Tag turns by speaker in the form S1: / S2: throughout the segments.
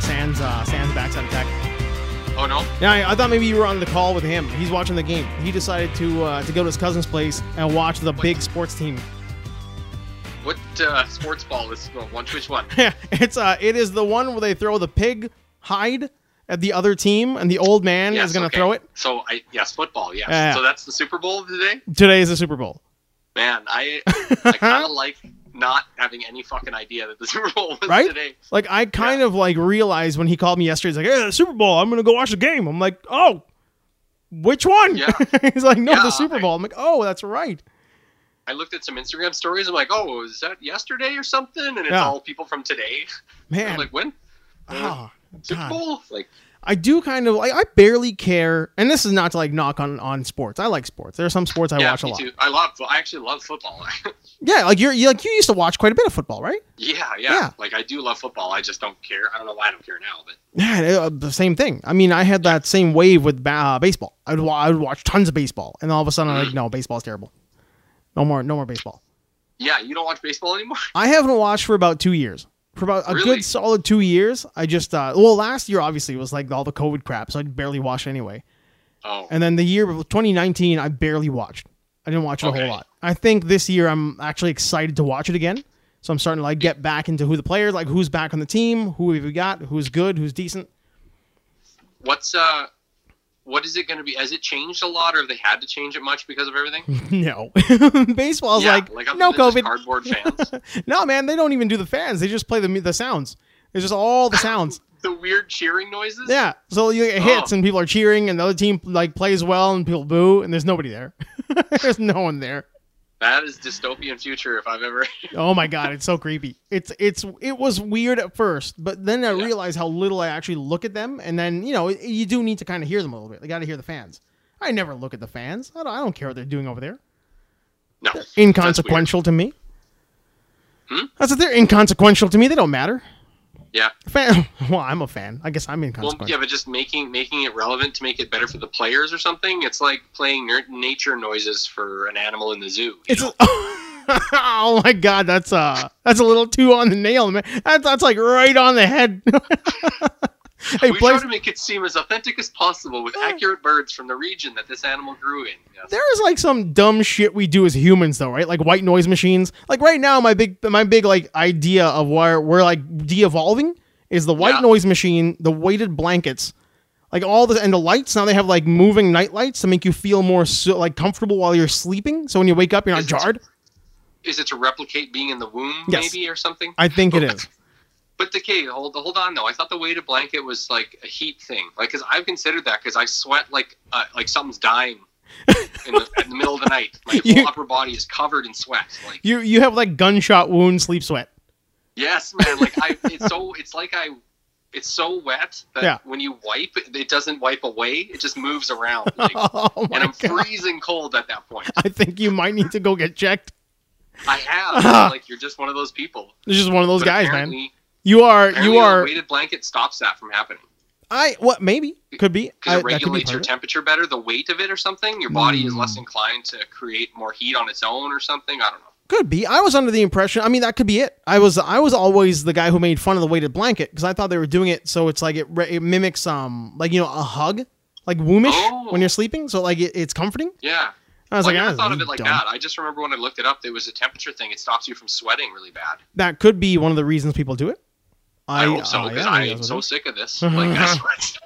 S1: Sam's uh, Sam's backside attack.
S2: Oh no.
S1: Yeah, I, I thought maybe you were on the call with him. He's watching the game. He decided to uh, to go to his cousin's place and watch the big sports team.
S2: What uh, sports ball is well, one? Which one?
S1: it's uh, it is the one where they throw the pig hide at the other team, and the old man
S2: Yes,
S1: is going to
S2: okay.
S1: throw it.
S2: So I yes, football. Yes.
S1: Yeah, yeah.
S2: So that's the Super Bowl of the day.
S1: Today is the Super Bowl.
S2: Man, I I kind of like not having any fucking idea that the Super Bowl was
S1: Right?
S2: today.
S1: Like I kind of like realized when he called me yesterday. He's like, "Yeah, the Super Bowl. I'm gonna go watch the game." I'm like, "Oh, which one?"
S2: Yeah.
S1: he's like, "No,
S2: Yeah,
S1: the Super
S2: I-
S1: Bowl." I'm like, "Oh, that's right."
S2: I looked at some Instagram stories. I'm like, oh, is that yesterday or something? And it's
S1: Yeah.
S2: all people from today.
S1: Man,
S2: I'm like, when? Uh,
S1: ah,
S2: Super
S1: God.
S2: Bowl? Like,
S1: I do kind of like. I barely care, and this is not to like knock on on sports. I like sports. There are some sports I
S2: yeah,
S1: watch a
S2: me
S1: lot.
S2: too. I love. I actually love football.
S1: Yeah, like you're you, like you used to watch quite a bit of football, right?
S2: yeah, yeah,
S1: Yeah.
S2: Like, I do love football. I just don't care. I don't know why I don't care now, but
S1: Yeah, uh, the same thing. I mean, I had that same wave with ba- uh, baseball. I would, wa- I would watch tons of baseball, and all of a sudden,
S2: Mm.
S1: I'm like, no, baseball's terrible. No more, no more baseball.
S2: yeah, you don't watch baseball anymore.
S1: I haven't watched for about two years. For about a
S2: Really?
S1: good solid two years, I just uh, well, last year obviously was like all the COVID crap, so I barely watched anyway.
S2: Oh,
S1: And then the year of 2019, I barely watched. I didn't watch it a
S2: Okay.
S1: whole lot. I think this year I'm actually excited to watch it again. So I'm starting to like get back into who the players, like who's back on the team, who have we got, who's good, who's decent.
S2: what's uh, what is it going to be? Has it changed a lot, or have they had to change it much because of everything?
S1: No, baseball's
S2: yeah,
S1: like,
S2: other
S1: no
S2: than just
S1: COVID.
S2: Cardboard fans.
S1: No man, they don't even do the fans. They just play the mu- the sounds. It's just all the sounds.
S2: the weird cheering noises.
S1: Yeah. So you get hits
S2: Oh.
S1: and people are cheering and the other team like plays well and people boo and there's nobody there. there's no one there.
S2: That is dystopian future if I've ever.
S1: Oh my god, it's so creepy. It's it's it was weird at first, but then I
S2: Yeah.
S1: realized how little I actually look at them and then, you know, you do need to kind of hear them a little bit. You got to hear the fans. I never look at the fans. I don't, I don't care what they're doing over there.
S2: no.
S1: Inconsequential to me.
S2: Hmm?
S1: That's it. They're inconsequential to me. They don't matter.
S2: Yeah.
S1: Fan. Well, I'm a fan. I guess I'm
S2: Well,
S1: inconsequential.
S2: yeah, but just making making it relevant to make it better for the players or something. It's like playing ner- nature noises for an animal in the zoo. you
S1: It's
S2: know?
S1: oh my god, that's uh that's a little too on the nail, man. That's that's like right on the head. hey,
S2: we
S1: play,
S2: try to make it seem as authentic as possible with accurate birds from the region that this animal grew in. Yes.
S1: there is like some dumb shit we do as humans though, right? Like white noise machines. Like right now, my big my big like idea of where we're like de-evolving is the white
S2: Yeah.
S1: noise machine, the weighted blankets. Like all this and the lights now they have like moving night lights to make you feel more so, like comfortable while you're sleeping. So when you wake up, you're not
S2: Isn't-
S1: jarred.
S2: Is it to replicate being in the womb,
S1: Yes.
S2: maybe, or something?
S1: I think it is.
S2: But the key, hold hold on though. I thought the weighted blanket was like a heat thing, like because I've considered that because I sweat like uh, like something's dying in the, in the middle of the night. My whole
S1: You-
S2: upper body is covered in sweat. Like
S1: You you have like gunshot wound sleep sweat.
S2: yes, man. Like I, it's so it's like I, it's so wet that
S1: Yeah.
S2: when you wipe, it it doesn't wipe away. It just moves around, like,
S1: Oh my
S2: and I'm
S1: god.
S2: freezing cold at that point.
S1: I think you might need to go get checked.
S2: I have like you're just one of those people.
S1: This is one of those
S2: But
S1: guys, man.
S2: apparently-
S1: You are,
S2: apparently
S1: you
S2: The
S1: are.
S2: weighted blanket stops that from happening.
S1: I what? Maybe could be. I,
S2: because it
S1: that could be
S2: regulates
S1: part
S2: your
S1: of it.
S2: temperature better, the weight of it or something. Your body is
S1: Mm.
S2: less inclined to create more heat on its own or something. I don't know.
S1: Could be. I was under the impression. I mean, that could be it. I was, I was always the guy who made fun of the weighted blanket because I thought they were doing it so it's like it, re- it mimics um like you know a hug like woomish
S2: Oh.
S1: when you're sleeping. So like it, it's comforting.
S2: Yeah.
S1: I was
S2: Well,
S1: like,
S2: I never
S1: ah,
S2: thought of it like
S1: dumb.
S2: that. I just remember when I looked it up, there was a temperature thing. It stops you from sweating really bad.
S1: That could be one of the reasons people do it.
S2: I, hope so
S1: uh,
S2: because
S1: yeah,
S2: I
S1: think
S2: am
S1: that's
S2: so
S1: what it
S2: sick of this. Like, I, sweat.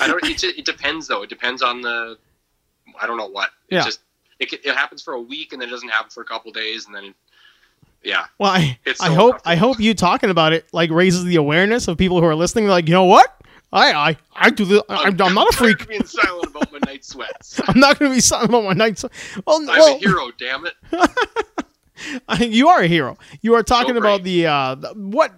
S2: I don't. It, it depends though. It depends on the. I don't know what. It
S1: Yeah.
S2: just it, ca- it happens for a week and then it doesn't happen for a couple days and then it, yeah.
S1: is. well, I,
S2: It's
S1: I
S2: so
S1: hope, I
S2: uncomfortable.
S1: hope you talking about it like raises the awareness of people who are listening. They're like, you know what? I, I, I do this. I'm, I'm not a
S2: tired
S1: freak.
S2: of Being silent about my night sweats.
S1: I'm not going to be silent about my night. So, well,
S2: I'm
S1: well
S2: a hero. Damn it.
S1: I think you are a hero. You are talking
S2: Go
S1: about the, uh, the what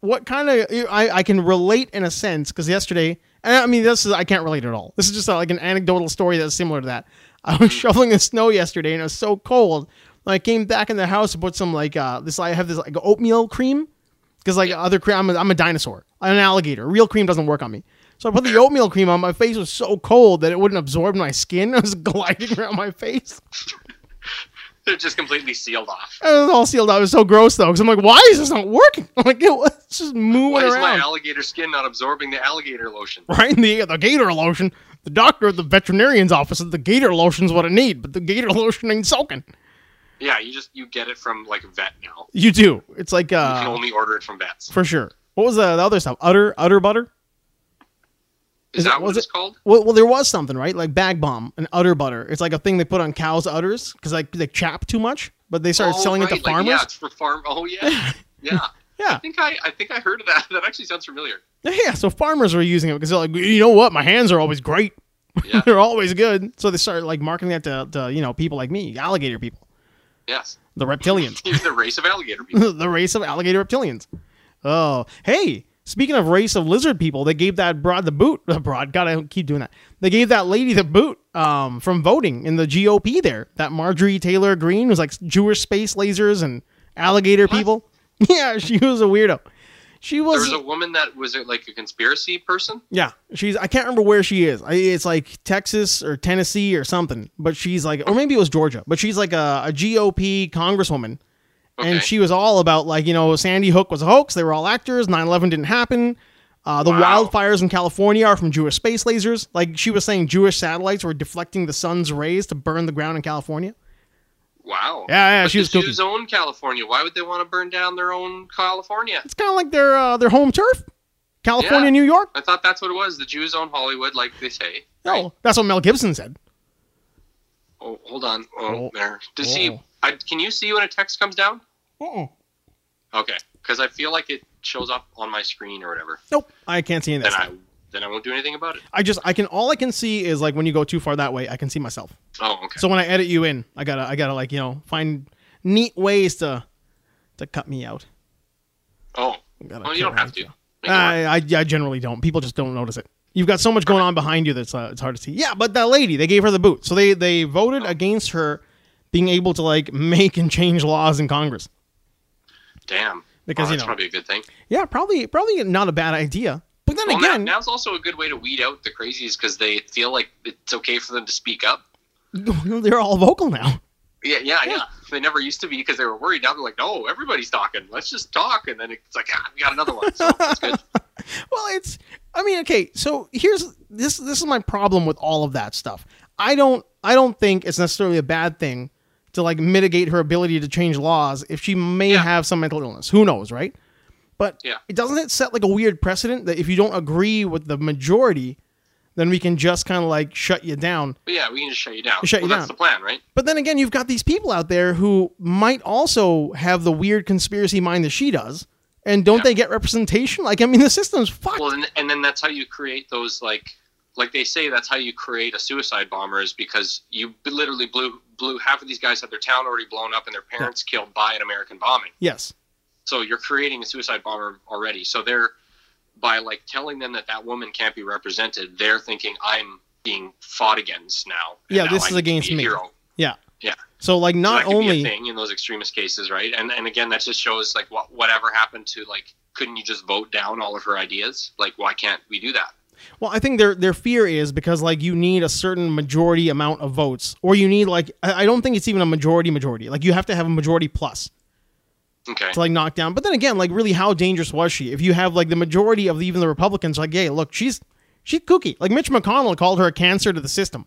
S1: what kind of I, I can relate in a sense because yesterday and I mean this is I can't relate at all. This is just uh like an anecdotal story that's similar to that. I was shoveling the snow yesterday and it was so cold. And I came back in the house and put some like uh, this. I have this like oatmeal cream because like other cream, I'm a, I'm a dinosaur, I'm an alligator. Real cream doesn't work on me. So I put the oatmeal cream on. My face was so cold that it wouldn't absorb my skin. It was gliding around my face.
S2: They're just completely sealed off.
S1: It was all sealed up. It was so gross though, because I'm like, why is this not working? I'm like, it was just moving
S2: Why is my
S1: around.
S2: alligator skin not absorbing the alligator lotion?
S1: right in the the gator lotion. The doctor at the veterinarian's office said the gator lotion's what I need, but the gator lotion ain't soaking.
S2: Yeah, you just you get it from like vet now.
S1: You do. It's like
S2: You can
S1: uh
S2: only order it from vets.
S1: for sure. What was the, the other stuff? Utter utter butter.
S2: Is,
S1: is it-
S2: that what
S1: was
S2: it's
S1: it-
S2: called?
S1: Well, well, there was something right, like bag bomb and utter butter. It's like a thing they put on cows' udders because like they chap too much, but they started
S2: Oh,
S1: selling it to
S2: right, like,
S1: farmers.
S2: yeah, it's for farm. Oh yeah, yeah.
S1: Yeah.
S2: I think I I think I heard of that. That actually sounds familiar.
S1: Yeah, so farmers were using it because they're like, you know what, my hands are always great.
S2: Yeah.
S1: they're always good. So they started like marketing that to, to you know people like me, alligator people,
S2: Yes,
S1: the reptilians,
S2: he's the race of alligator people.
S1: the race of alligator reptilians. Oh, hey, speaking of race of lizard people, they gave that broad the boot. The broad, gotta keep doing that. They gave that lady the boot um, from voting in the GOP. There, that Marjorie Taylor Greene was like Jewish space lasers and alligator
S2: What?
S1: people. Yeah, she was a weirdo. She
S2: There
S1: was
S2: was a woman that was it like a conspiracy person.
S1: Yeah, she's. I can't remember where she is. I, it's like Texas or Tennessee or something. But she's like, or maybe it was Georgia. But she's like a, a GOP congresswoman,
S2: Okay.
S1: and she was all about like you know Sandy Hook was a hoax. They were all actors. 9-11 didn't happen. Uh, the
S2: Wow.
S1: wildfires in California are from Jewish space lasers. Like she was saying, Jewish satellites were deflecting the sun's rays to burn the ground in California.
S2: Wow.
S1: Yeah, yeah,
S2: But
S1: she was
S2: the
S1: kooky.
S2: Jews own California. Why would they want to burn down their own California?
S1: It's kind of like their uh, their home turf, California,
S2: Yeah.
S1: New York.
S2: I thought that's what it was. The Jews own Hollywood, like they say.
S1: No, that's what Mel Gibson said.
S2: Oh, hold on. Oh,
S1: Oh.
S2: there. To
S1: Oh.
S2: see, I, can you see when a text comes down?
S1: Uh-uh.
S2: Okay, because I feel like it shows up on my screen or whatever.
S1: Nope, I can't see any of that.
S2: Then
S1: stuff.
S2: I then I won't do anything about it.
S1: I just I can all I can see is like when you go too far that way, I can see myself.
S2: Oh, okay.
S1: So when I edit you in, I gotta I gotta like you know find neat ways to to cut me out.
S2: Oh,
S1: I gotta
S2: well,
S1: cut
S2: you don't
S1: my
S2: have to.
S1: out. I, I I generally don't. People just don't notice it. You've got so much going on behind you that's uh, it's hard to see. Yeah, but that lady, they gave her the boot. So they they
S2: Oh.
S1: voted against her being able to like make and change laws in Congress.
S2: Damn.
S1: Because,
S2: Because
S1: you
S2: that's
S1: know.
S2: probably a good thing.
S1: Yeah, probably probably not a bad idea. But then
S2: Well, now-
S1: again,
S2: now's also a good way to weed out the crazies because they feel like it's okay for them to speak up.
S1: they're all vocal now.
S2: Yeah, yeah,
S1: Yeah.
S2: yeah. They never used to be because they were worried. Now they're like, oh, everybody's talking. Let's just talk. And then it's like, ah, we got another one. So that's good.
S1: Well, it's. I mean, okay. So here's this. This is my problem with all of that stuff. I don't. I don't think it's necessarily a bad thing to like mitigate her ability to change laws if she may
S2: Yeah.
S1: have some mental illness. Who knows, right? But
S2: Yeah.
S1: it doesn't it set like a weird precedent that if you don't agree with the majority, then we can just kind of like shut you down.
S2: But yeah, we can just shut you down.
S1: Shut
S2: well,
S1: you
S2: that's
S1: down.
S2: the plan, right?
S1: But then again, you've got these people out there who might also have the weird conspiracy mind that she does, and don't
S2: Yeah.
S1: they get representation? Like, I mean, the system's fucked.
S2: Well, and, and then that's how you create those, like, like they say, that's how you create a suicide bomber is because you b- literally blew, blew half of these guys had their town already blown up and their parents killed by an American bombing.
S1: yes.
S2: So you're creating a suicide bomber already. So they're, by like telling them that that woman can't be represented, they're thinking, I'm being fought against now. and
S1: Yeah,
S2: now
S1: this
S2: I
S1: is
S2: need to
S1: against
S2: be a
S1: me.
S2: hero."
S1: Yeah.
S2: Yeah.
S1: So like
S2: So
S1: not
S2: that could
S1: only
S2: be a thing in those extremist cases, right? And and again, that just shows like what whatever happened to like couldn't you just vote down all of her ideas? Like why can't we do that?
S1: well, I think their their fear is because like you need a certain majority amount of votes, or you need like I I don't think it's even a majority majority. Like you have to have a majority plus
S2: Okay.
S1: to like knock down. But then again, like really, how dangerous was she? If you have like the majority of the, even the Republicans, like, hey, look, she's she's kooky. Like Mitch McConnell called her a cancer to the system.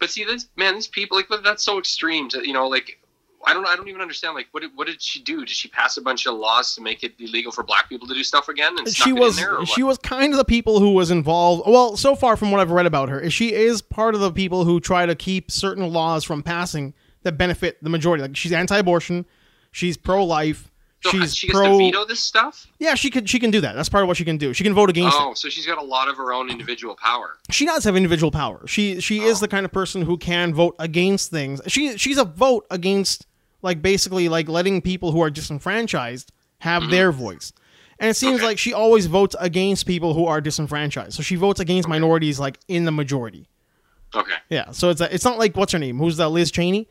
S2: But see this man, these people like but that's so extreme to you know, like I don't I don't even understand like what did, what did she do? Did she pass a bunch of laws to make it illegal for black people to do stuff again and snuck
S1: she
S2: it in
S1: was
S2: there or what?
S1: she was kind of the people who was involved. Well, so far from what I've read about her, is she is part of the people who try to keep certain laws from passing that benefit the majority. Like she's anti-abortion, she's pro-life,
S2: So
S1: she's
S2: she gets
S1: pro.
S2: to veto this stuff?
S1: yeah, she could she can do that. That's part of what she can do. She can vote against
S2: Oh, so she's got a lot of her own individual power.
S1: it. She does have individual power. She she
S2: Oh.
S1: is the kind of person who can vote against things. She she's a vote against like basically like letting people who are disenfranchised have their voice. And it seems
S2: Mm-hmm. Okay.
S1: like she always votes against people who are disenfranchised. So she votes against minorities like in the majority.
S2: Okay.
S1: Yeah. So it's a, it's not like what's her name? Who's that Liz Cheney?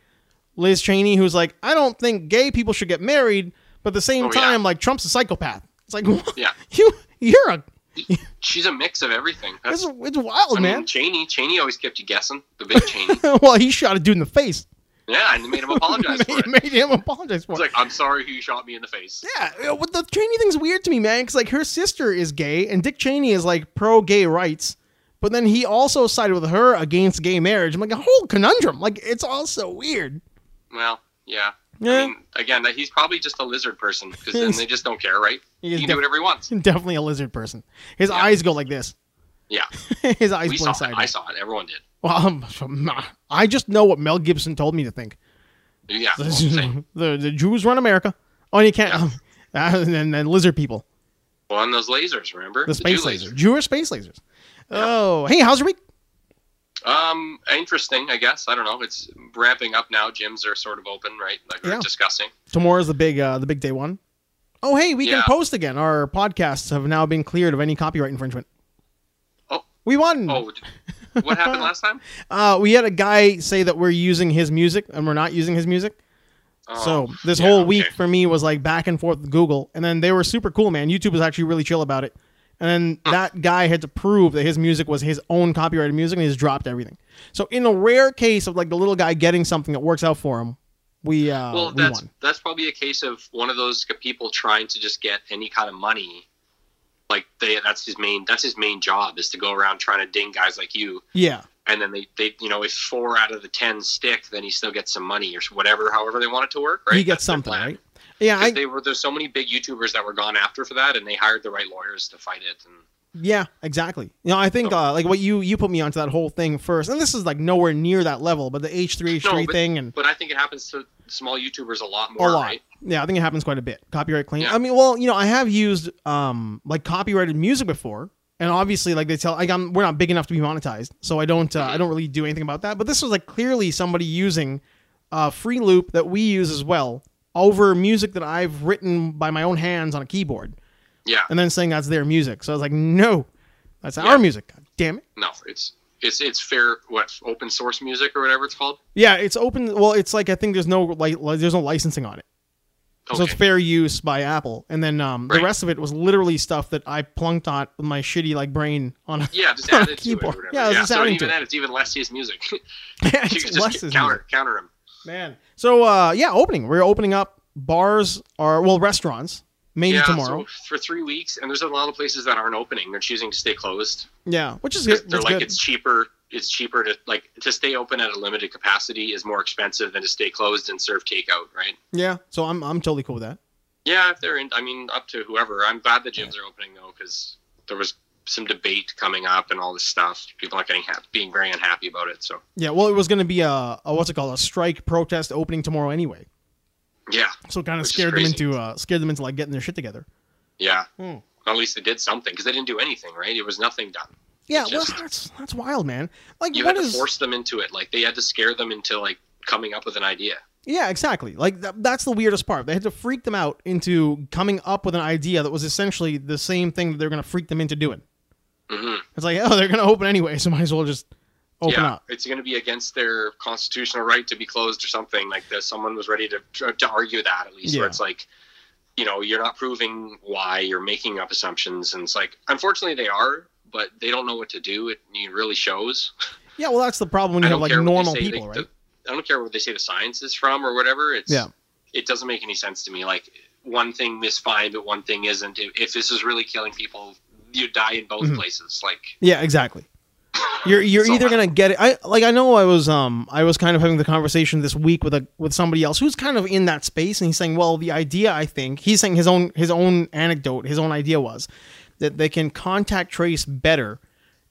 S1: Liz Cheney who's like, I don't think gay people should get married, but at the same
S2: Oh, yeah.
S1: time, like Trump's a psychopath. It's like
S2: Yeah.
S1: you you're a
S2: She's a mix of everything. That's
S1: it's, it's wild,
S2: I mean,
S1: man.
S2: Cheney, Cheney always kept you guessing. The big Cheney.
S1: well, he shot a dude in the face.
S2: Yeah, and they made him apologize for
S1: made,
S2: it.
S1: made him apologize for
S2: He's
S1: it.
S2: like, I'm sorry who you shot me in the face.
S1: yeah, you know, what the Cheney thing's weird to me, man, because like her sister is gay, and Dick Cheney is like pro gay rights, but then he also sided with her against gay marriage. I'm like a whole conundrum. Like it's all so weird.
S2: Well, yeah.
S1: Yeah.
S2: I mean, again, that- he's probably just a lizard person because then they just don't care, right?
S1: He
S2: He,
S1: is
S2: can
S1: def-
S2: do whatever he wants.
S1: Definitely a lizard person. His
S2: Yeah.
S1: eyes go like this.
S2: Yeah,
S1: His eyes
S2: we saw it. I
S1: blindsided.
S2: saw it. Everyone did.
S1: Well, um, nah. I just know what Mel Gibson told me to think.
S2: Yeah, well, same.
S1: the, the Jews run America. Oh, and you can't. um, uh, and then then lizard people.
S2: Well, and those lasers, remember
S1: The space
S2: Jew
S1: lasers. Jewish space lasers. Oh, hey, how's your week?
S2: Um, interesting, I guess. I don't know. It's ramping up now. Gyms are sort of open, right? Like we
S1: Yeah.
S2: we're discussing.
S1: Tomorrow's the big uh, the big day one. Oh hey, we can
S2: Yeah.
S1: post again. Our podcasts have now been cleared of any copyright infringement.
S2: Oh.
S1: We won.
S2: Oh, d- what happened last time?
S1: Uh, we had a guy say that we're using his music and we're not using his music.
S2: Oh,
S1: so this
S2: yeah,
S1: whole week
S2: okay.
S1: for me was like back and forth with Google, and then they were super cool, man. YouTube was actually really chill about it, and then that guy had to prove that his music was his own copyrighted music, and he just dropped everything. So in a rare case of like the little guy getting something that works out for him, we uh,
S2: Well,
S1: we
S2: that's
S1: won.
S2: that's probably a case of one of those people trying to just get any kind of money. Like they, that's his main that's his main job is to go around trying to ding guys like you.
S1: Yeah,
S2: and then they, they you know if four out of the ten stick then he still gets some money or whatever however they want it to work right
S1: he gets
S2: That's their
S1: something
S2: plan.
S1: right. Yeah,
S2: 'Cause
S1: I,
S2: they were there's so many big youtubers that were gone after for that and they hired the right lawyers to fight it and
S1: Yeah, exactly. You know, I think uh, like what you you put me onto that whole thing first, and this is like nowhere near that level, but the H three H
S2: No,
S1: three
S2: but-
S1: thing and
S2: but i think it happens to small youtubers a lot
S1: a
S2: more
S1: lot.
S2: right
S1: Yeah, I think it happens quite a bit. Copyright claim.
S2: Yeah.
S1: I mean, well, you know, I have used um like copyrighted music before, and obviously, like they tell, like I'm we're not big enough to be monetized, so I don't uh,
S2: Mm-hmm.
S1: I don't really do anything about that. But this was like clearly somebody using uh, free loop that we use as well over music that I've written by my own hands on a keyboard,
S2: yeah
S1: and then saying that's their music. So I was like, no, that's
S2: Yeah.
S1: our music. God damn it.
S2: no it's it's it's fair what open source music or whatever it's called
S1: Yeah, it's open. Well, it's like I think there's no like li- there's no licensing on it, so it's
S2: okay
S1: fair use by Apple. And then um, the
S2: Right.
S1: rest of it was literally stuff that I plunked on with my shitty like brain on. A,
S2: yeah just
S1: on
S2: add
S1: a
S2: it to it or
S1: keyboard.
S2: whatever.
S1: Yeah, I was just
S2: so
S1: adding
S2: even
S1: to it.
S2: then it's even less his music you
S1: it's
S2: can
S1: less
S2: just
S1: is
S2: counter
S1: music.
S2: counter him
S1: man. So uh, yeah, opening. We're opening up bars or well restaurants maybe
S2: yeah
S1: tomorrow.
S2: so for three weeks and there's a lot of places that aren't opening they're choosing to stay closed
S1: yeah, which is
S2: They're
S1: good. That's
S2: like
S1: good.
S2: it's cheaper. It's cheaper to like to stay open at a limited capacity is more expensive than to stay closed and serve takeout, right?
S1: Yeah, so I'm I'm totally cool with that.
S2: Yeah, if they're in, I mean, up to whoever. I'm glad the gyms are opening though, because there was some debate coming up and all this stuff. People not getting ha- being very unhappy about it. So
S1: Yeah, well, it was going to be a, a what's it called a strike protest opening tomorrow anyway,
S2: yeah,
S1: so it kind of
S2: Which is
S1: scared them
S2: crazy.
S1: into uh, scared them into like getting their shit together.
S2: yeah.
S1: Hmm.
S2: At least they did something because they didn't do anything, right? It was nothing done.
S1: Yeah,
S2: It's
S1: well,
S2: just-
S1: that's that's wild, man. Like,
S2: You
S1: what
S2: had to
S1: is-
S2: force them into it. Like they had to scare them into like coming up with an idea.
S1: Yeah, exactly. Like th- that's the weirdest part. They had to freak them out into coming up with an idea that was essentially the same thing that they're going to freak them into doing.
S2: hmm
S1: It's like, oh, they're going to open anyway, so might as well just open
S2: yeah,
S1: up.
S2: it's going to be against their constitutional right to be closed or something like that. Someone was ready to to argue that at least,
S1: Yeah.
S2: where it's like, you know, you're not proving why you're making up assumptions, and it's like, unfortunately, they are, but they don't know what to do. It, it really shows.
S1: Yeah, well, that's the problem when
S2: I
S1: you have
S2: don't
S1: like
S2: care what they
S1: normal
S2: say
S1: people,
S2: they-
S1: right?
S2: the- I don't care where they say the science is from or whatever. It's
S1: Yeah.
S2: it doesn't make any sense to me. Like one thing is fine, but one thing isn't. If, if this is really killing people, you die in both
S1: Mhm.
S2: places. Like
S1: Yeah, exactly. You're you're
S2: So-
S1: either gonna get it. I like I know I was um I was kind of having the conversation this week with a with somebody else who's kind of in that space, and he's saying, well, the idea I think he's saying his own his own anecdote, his own idea was that they can contact trace better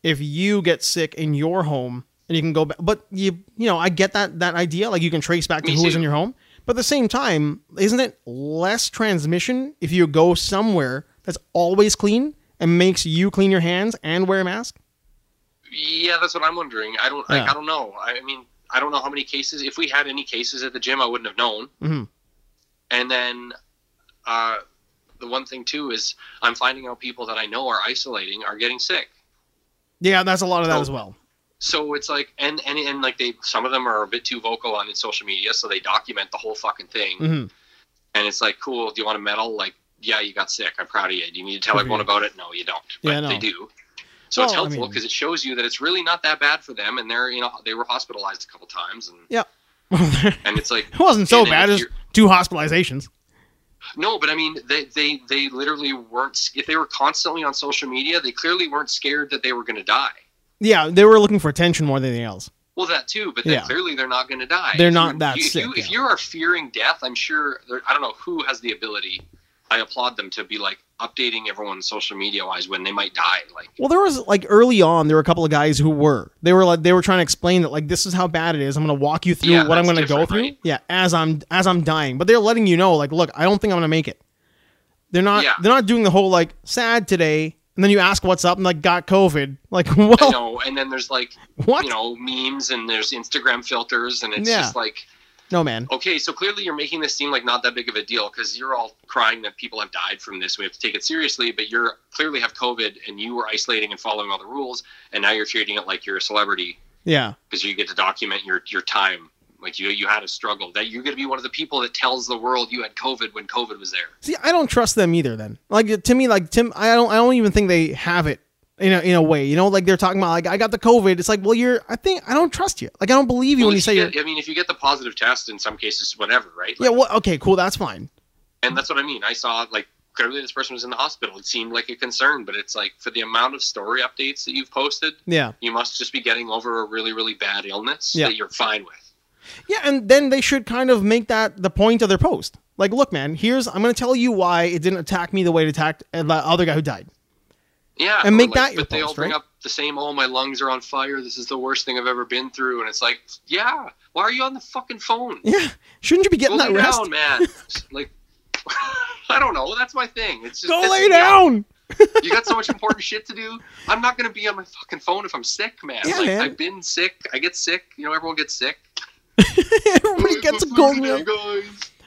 S1: if you get sick in your home and you can go back. But you you know I get that that idea, like you can trace back to
S2: Me
S1: who was
S2: too.
S1: in your home. But at the same time, isn't it less transmission if you go somewhere that's always clean and makes you clean your hands and wear a mask?
S2: Yeah, that's what I'm wondering. I don't like,
S1: Yeah.
S2: I don't know. I mean, I don't know how many cases. If we had any cases at the gym, I wouldn't have known.
S1: hmm
S2: And then uh, the one thing too is I'm finding out people that I know are isolating are getting sick.
S1: Yeah, that's a lot of that
S2: Oh.
S1: as well.
S2: So it's like, and and and like they, some of them are a bit too vocal on in social media, so they document the whole fucking thing.
S1: hmm
S2: And it's like, cool. Do you want a medal? Like, yeah, you got sick. I'm proud of you. Do you need to tell
S1: Good for
S2: everyone
S1: you.
S2: about it? No, you don't. But
S1: Yeah, I know.
S2: they do. So
S1: Well,
S2: it's
S1: I
S2: helpful
S1: mean-
S2: because it shows you that it's really not that bad for them, and they're you know they were hospitalized a couple times and
S1: Yeah.
S2: and it's like
S1: It wasn't so
S2: and then
S1: bad.
S2: if
S1: It's
S2: you're-
S1: two hospitalizations.
S2: No, but I mean, they, they, they literally weren't. If they were constantly on social media, they clearly weren't scared that they were going to die.
S1: Yeah, they were looking for attention more than anything else.
S2: Well, that too, but then
S1: Yeah.
S2: clearly they're not going to die.
S1: They're
S2: If
S1: not
S2: you-
S1: that
S2: you,
S1: sick,
S2: If you, if
S1: yeah.
S2: you are fearing death, I'm sure. There, I don't know who has the ability. I applaud them to be like updating everyone social media wise when they might die. Like,
S1: Well, there was like early on, there were a couple of guys who were. They were like they were trying to explain that like this is how bad it is. I'm going to walk you through
S2: Yeah,
S1: what I'm
S2: that's
S1: going to go
S2: different,
S1: through.
S2: right?
S1: Yeah, as I'm as I'm dying, but they're letting you know like, look, I don't think I'm going to make it. They're not.
S2: Yeah.
S1: They're not doing the whole like sad today, and then you ask what's up and like got COVID. Like
S2: I
S1: well,
S2: know. And then there's like,
S1: Oh. what?
S2: you know, memes and there's Instagram filters, and it's
S1: Yeah.
S2: just like,
S1: no man.
S2: okay, so clearly you're making this seem like not that big of a deal because you're all crying that people have died from this. We have to take it seriously, but you're clearly have COVID and you were isolating and following all the rules, and now you're treating it like you're a celebrity
S1: Yeah.
S2: because you get to document your your time. Like you, you had a struggle. That you're going to be one of the people that tells the world you had COVID when COVID was there.
S1: See, I don't trust them either. Then, like to me, like Tim, I don't, I don't even think they have it in a, in a way. You know, like they're talking about, like I got the COVID. It's like, well, you're, I think I don't trust you. Like I don't believe you
S2: Well,
S1: when you
S2: if
S1: say you're.
S2: get- I mean, if you get the positive test, in some cases, whatever, right?
S1: yeah. Well, okay, cool. That's fine.
S2: and that's what I mean. I saw like clearly this person was in the hospital. It seemed like a concern, but it's like for the amount of story updates that you've posted,
S1: Yeah.
S2: you must just be getting over a really really bad illness
S1: Yeah.
S2: that you're fine with.
S1: Yeah, and then they should kind of make that the point of their post. Like, look, man, here's I'm going to tell you why it didn't attack me the way it attacked the other guy who died.
S2: Yeah,
S1: And
S2: or,
S1: make
S2: like,
S1: that your
S2: But they all
S1: post,
S2: bring
S1: right?
S2: up the same. Oh, my lungs are on fire. This is the worst thing I've ever been through. And it's like, yeah, why are you on the fucking phone?
S1: Yeah, shouldn't you be getting
S2: Go
S1: that
S2: lay
S1: rest?
S2: down, man. Just, like, I don't know. That's my thing. It's just
S1: Go
S2: pissing
S1: lay
S2: me off.
S1: down.
S2: You got so much important shit to do. I'm not gonna be on my fucking phone if I'm sick, man.
S1: Yeah,
S2: like
S1: man.
S2: I've been sick. I get sick. You know, everyone gets sick.
S1: Everybody gets a golden meal.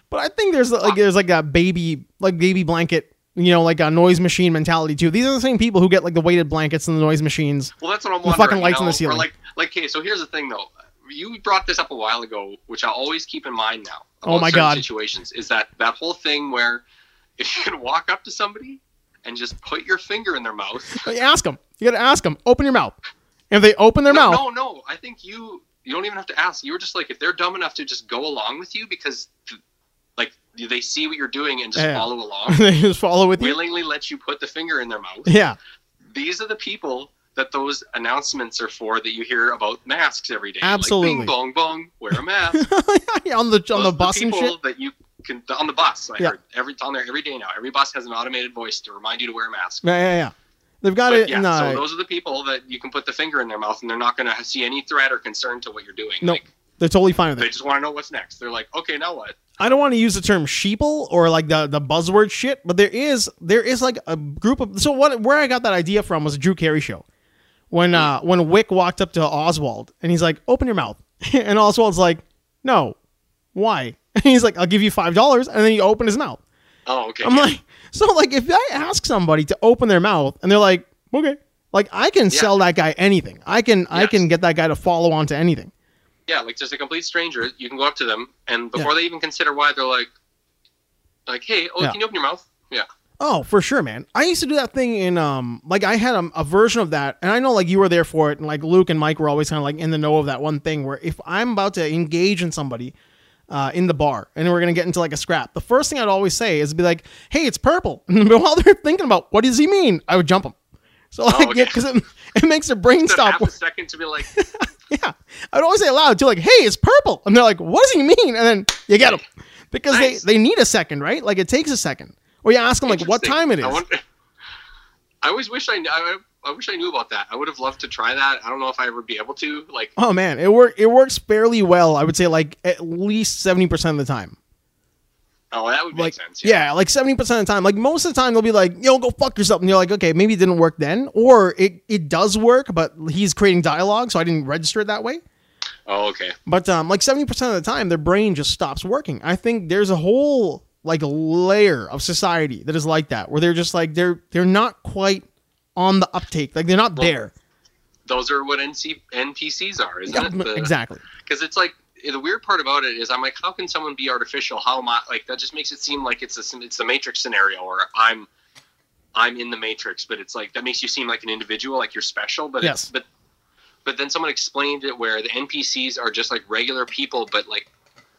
S1: But I think there's like there's like that baby like baby blanket, you know, like a noise machine mentality too. These are the same people who get like the weighted blankets and the noise machines.
S2: Well, that's what I'm
S1: The
S2: wondering.
S1: fucking
S2: you
S1: lights on
S2: know?
S1: the ceiling.
S2: Or like, like, okay, so here's the thing though. You brought this up a while ago, which I always keep in mind now.
S1: Oh
S2: about
S1: my
S2: certain
S1: God.
S2: Situations is that that whole thing where if you can walk up to somebody and just put your finger in their mouth.
S1: Like, ask them. You got to ask them. Open your mouth. And if they open their
S2: No,
S1: mouth,
S2: no, no. I think you you don't even have to ask. You were just like if they're dumb enough to just go along with you because like they see what you're doing and just
S1: Yeah.
S2: follow along.
S1: they just follow with you.
S2: willingly let you put the finger in their mouth.
S1: Yeah.
S2: These are the people that those announcements are for that you hear about masks every day.
S1: Absolutely.
S2: Like, bing, bong, bong, wear a mask.
S1: on the on
S2: Those
S1: the
S2: are
S1: bus and
S2: people
S1: shit.
S2: That you can, on the bus, I
S1: Yeah.
S2: heard. Every, on there every day now. Every bus has an automated voice to remind you to wear a mask.
S1: Yeah, yeah, yeah. They've got
S2: But
S1: it
S2: yeah,
S1: in uh,
S2: so those are the people that you can put the finger in their mouth and they're not going to see any threat or concern to what you're doing.
S1: Nope.
S2: Like,
S1: They're totally fine with
S2: they
S1: it.
S2: just want to know what's next. They're like, okay, now what?
S1: I don't want to use the term sheeple or like the, the buzzword shit, but there is there is like a group of so what where I got that idea from was a Drew Carey show. When uh when Wick walked up to Oswald and he's like, Open your mouth and Oswald's like, No. Why? And he's like, I'll give you five dollars and then he opened his mouth.
S2: Oh, okay.
S1: I'm like so like if I ask somebody to open their mouth and they're like, Okay, like I can sell that guy anything. I can I
S2: Yes.
S1: can get that guy to follow on to anything.
S2: yeah, like just a complete stranger, you can go up to them and before they even consider why, they're like, like, hey, oh,
S1: Yeah.
S2: can you open your mouth? Yeah.
S1: Oh, for sure, man. I used to do that thing in um like I had a, a version of that, and I know like you were there for it, and like Luke and Mike were always kind of like in the know of that one thing where if I'm about to engage in somebody uh, in the bar and we're gonna get into like a scrap, the first thing I'd always say is be like, "Hey, it's purple," and while they're thinking about what does he mean, I would jump them. So like,
S2: Oh, okay.
S1: because it, it makes their brain
S2: Instead of
S1: stop.
S2: half a second to be like,
S1: Yeah, I'd always say aloud too, like, "Hey, it's purple," and they're like, "What does he mean?" And then you get them because
S2: Nice.
S1: they they need a second, right? Like it takes a second. Or you ask them like what
S2: "Interesting."
S1: time it is.
S2: I, wonder- I always wish I, kn- I, I wish I knew about that. I would have loved to try that. I don't know if I ever be able to. Like,
S1: Oh man, it work it works fairly well. I would say like at least seventy percent of the time.
S2: oh, that would make
S1: Like
S2: sense.
S1: yeah. like seventy percent of the time. Like most of the time they'll be like, yo, go fuck yourself. And you're like, okay, maybe it didn't work then. Or it, it does work, but he's creating dialogue, so I didn't register it that way.
S2: Oh, okay.
S1: But um like seventy percent of the time their brain just stops working. I think there's a whole like layer of society that is like that, where they're just like they're they're not quite on the uptake. Like they're not there.
S2: Those are what NC, NPCs are, isn't it? The-
S1: exactly.
S2: because it's like the weird part about it is I'm like, how can someone be artificial? How am I like that? Just makes it seem like it's a it's the Matrix scenario, or I'm I'm in the Matrix, but it's like that makes you seem like an individual, like you're special. But
S1: Yes.
S2: it's, but but then someone explained it where the NPCs are just like regular people, but like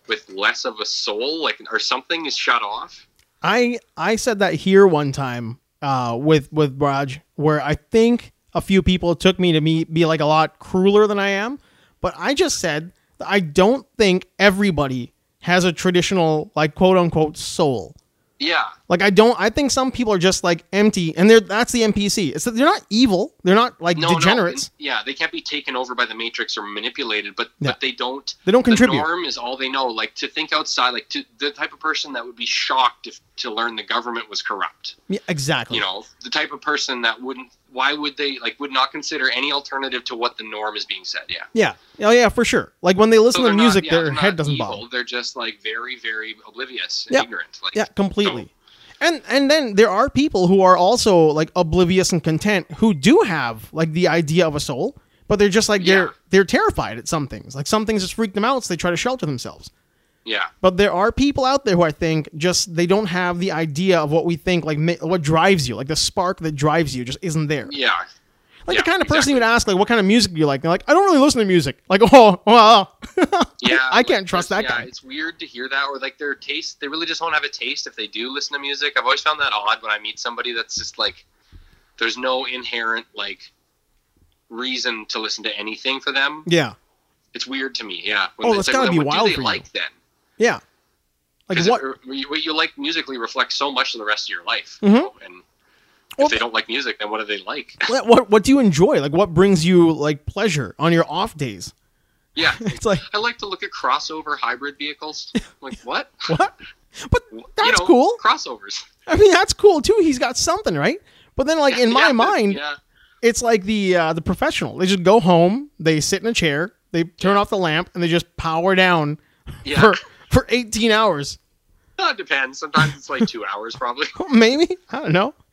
S2: with less of a soul, like or something is shut off.
S1: I I said that here one time uh, with with Raj, where I think a few people took me to me be like a lot crueler than I am, but I just said that I don't think everybody has a traditional like quote unquote soul.
S2: Yeah,
S1: Like I don't. I think some people are just like empty, and they're that's the NPC. It's that they're not evil. They're not like
S2: no,
S1: degenerates.
S2: No, yeah, they can't be taken over by the matrix or manipulated, but
S1: Yeah.
S2: but they don't.
S1: They don't contribute.
S2: The norm is all they know. Like to think outside, like to the type of person that would be shocked if to learn the government was corrupt.
S1: Yeah, exactly.
S2: You know, the type of person that wouldn't. Why would they like would not consider any alternative to what the norm is being said? Yeah.
S1: Yeah. Oh yeah, for sure. Like when they listen
S2: So
S1: to
S2: they're not-
S1: music,
S2: yeah,
S1: their
S2: they're
S1: head
S2: not
S1: doesn't
S2: evil.
S1: bob.
S2: They're just like very, very oblivious and
S1: Yeah.
S2: ignorant. Like,
S1: Yeah, completely. And and then there are people who are also like oblivious and content who do have like the idea of a soul, but they're just like they're
S2: Yeah.
S1: they're terrified at some things. Like some things just freak them out, so they try to shelter themselves.
S2: Yeah.
S1: But there are people out there who I think just they don't have the idea of what we think like ma- what drives you, like the spark that drives you just isn't there.
S2: Yeah.
S1: Like
S2: Yeah,
S1: the kind of person
S2: exactly.
S1: you would ask like what kind of music do you like? They're like I don't really listen to music. Like oh well,
S2: Yeah.
S1: I can't
S2: like,
S1: trust
S2: there's-
S1: that guy.
S2: yeah, It's weird to hear that or like their taste. They really just don't have a taste if they do listen to music. I've always found that odd when I meet somebody that's just like, there's no inherent like reason to listen to anything for them.
S1: yeah,
S2: It's weird to me. Yeah.
S1: Oh,
S2: it's
S1: that's gotta be
S2: what
S1: wild
S2: do they
S1: for you.
S2: like then?
S1: yeah. Like
S2: 'Cause
S1: what?
S2: it- what you- what you like musically reflects so much of the rest of your life.
S1: Mhm.
S2: You know? And if
S1: Well,
S2: they don't like music, then what do they like?
S1: what, what what do you enjoy? Like what brings you like pleasure on your off days?
S2: yeah.
S1: It's like
S2: I like to look at crossover hybrid vehicles. like what?
S1: what? But
S2: You
S1: that's
S2: know,
S1: cool.
S2: Crossovers.
S1: I mean, that's cool too. He's got something, right? But then, like in my
S2: Yeah,
S1: mind,
S2: yeah,
S1: it's like the uh, the professional. They just go home, they sit in a chair, they turn off the lamp, and they just power down
S2: yeah.
S1: for for eighteen hours,
S2: Well, it depends. Sometimes it's like two hours, probably.
S1: maybe. I don't know.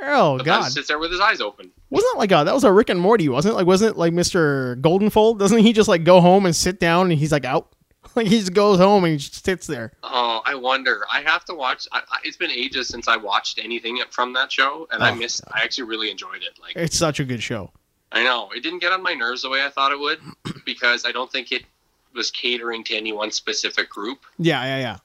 S1: Oh
S2: Sometimes
S1: God,
S2: he sits there with his eyes open.
S1: wasn't that like a, that was a Rick and Morty, wasn't it? Like wasn't it like Mister Goldenfold? Doesn't he just like go home and sit down and he's like out? Like he just goes home and he just sits there.
S2: Oh, I wonder. I have to watch. I, I, it's been ages since I watched anything from that show, and I
S1: Oh,
S2: missed. I actually really enjoyed it. Like
S1: It's such a good show.
S2: I know it didn't get on my nerves the way I thought it would, because I don't think it was catering to any one specific group.
S1: Yeah, yeah, yeah.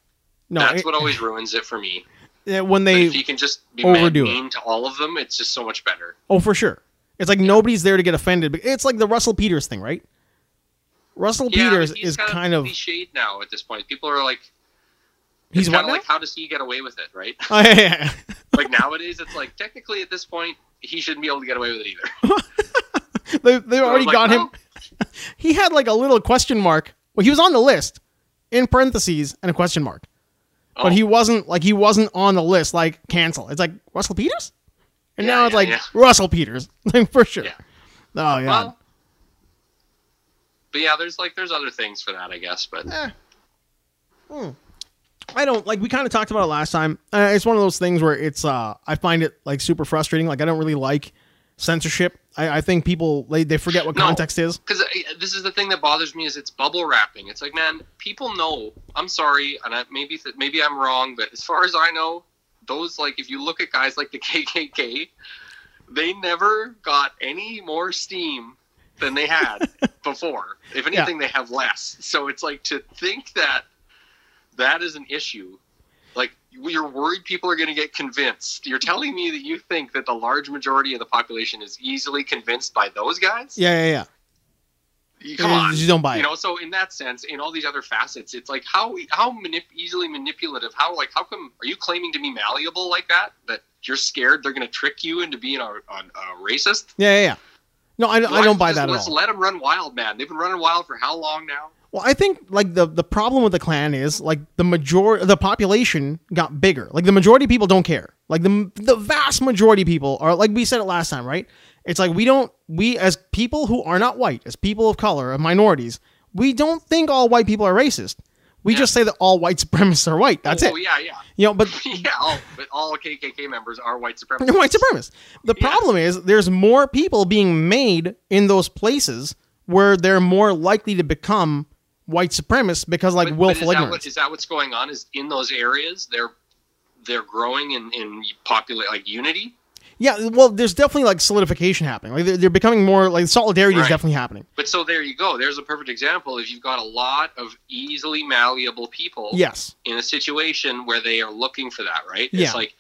S1: No,
S2: That's
S1: it-
S2: what always ruins it for me.
S1: it- when
S2: But
S1: they
S2: if you can just be
S1: overdo it.
S2: mean to all of them, it's just so much better.
S1: Oh, for sure. It's like nobody's there to get offended. But it's like the Russell Peters thing, right? Russell
S2: Yeah, but
S1: Peters
S2: he's
S1: is kind of
S2: cliched now at this point. People are like,
S1: he's
S2: kind
S1: what
S2: of
S1: now?
S2: like, how does he get away with it, right?
S1: Oh, yeah, yeah,
S2: like nowadays, it's like technically at this point, he shouldn't be able to get away with it either.
S1: yeah. they they
S2: So I'm
S1: already
S2: like,
S1: got him.
S2: well,
S1: He had like a little question mark. Well, he was on the list in parentheses and a question mark,
S2: oh,
S1: but he wasn't like he wasn't on the list. Like cancel. It's like Russell Peters, and
S2: Yeah,
S1: now it's
S2: yeah,
S1: like
S2: yeah.
S1: Russell Peters, like for sure.
S2: Yeah.
S1: Oh yeah.
S2: well. But yeah, there's like there's other things for that, I guess. But
S1: Eh. Hmm. I don't like. We kind of talked about it last time. Uh, it's one of those things where it's. Uh, I find it like super frustrating. Like I don't really like censorship. I, I think people they, they forget what
S2: No.
S1: context is.
S2: because this is the thing that bothers me is it's bubble wrapping. It's like, man, people know. I'm sorry, and I, maybe th- maybe I'm wrong, but as far as I know, those like if you look at guys like the KKK, they never got any more steam than they had before. If anything, they have less. So it's like to think that that is an issue. Like you're worried people are going to get convinced. You're telling me that you think that the large majority of the population is easily convinced by those guys?
S1: Yeah, yeah,
S2: You-
S1: yeah.
S2: Come on
S1: You just don't buy
S2: you
S1: it.
S2: know so in that sense in all these other facets it's like how how manip- easily manipulative how like how come are you claiming to be malleable like that that you're scared they're going to trick you into being a, a, a racist
S1: Yeah, yeah, yeah. No, I, I
S2: Why
S1: don't buy
S2: just
S1: that at
S2: let's
S1: all.
S2: let them run wild man they've been running wild for how long now
S1: Well, I think like the the problem with the Klan is like the majority the population got bigger. Like the majority of people don't care. Like the the vast majority of people are like we said it last time, right? It's like we don't we as people who are not white, as people of color, of minorities, we don't think all white people are racist. We
S2: Yeah.
S1: just say that all white supremacists are white. That's
S2: oh
S1: it.
S2: yeah yeah
S1: You know, but
S2: yeah all, but all kkk members are white supremacists
S1: white supremacists. The
S2: Yeah.
S1: problem is there's more people being made in those places where they're more likely to become white supremacists because like
S2: But- but
S1: willful
S2: is that,
S1: ignorance.
S2: what, is that what's going on is in those areas they're they're growing in in popular like unity
S1: Yeah, well, there's definitely like solidification happening. Like they're, they're becoming more like solidarity is
S2: Right.
S1: definitely happening.
S2: But so there you go. There's a perfect example. If you've got a lot of easily malleable people
S1: Yes.
S2: in a situation where they are looking for that, right?
S1: Yeah.
S2: It's like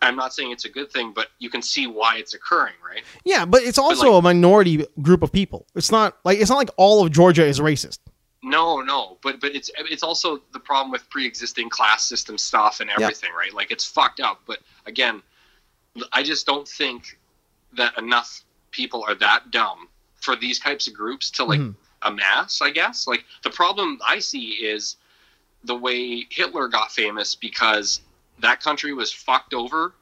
S2: I'm not saying it's a good thing, but you can see why it's occurring, right?
S1: Yeah, but it's also a minority group of people. It's not like it's not like all of Georgia is racist.
S2: No, no, but but it's it's also the problem with pre-existing class system stuff and everything, right? Like it's fucked up. But again, I just don't think that enough people are that dumb for these types of groups to like
S1: Mhm.
S2: amass. I guess like the problem I see is the way Hitler got famous because that country was fucked over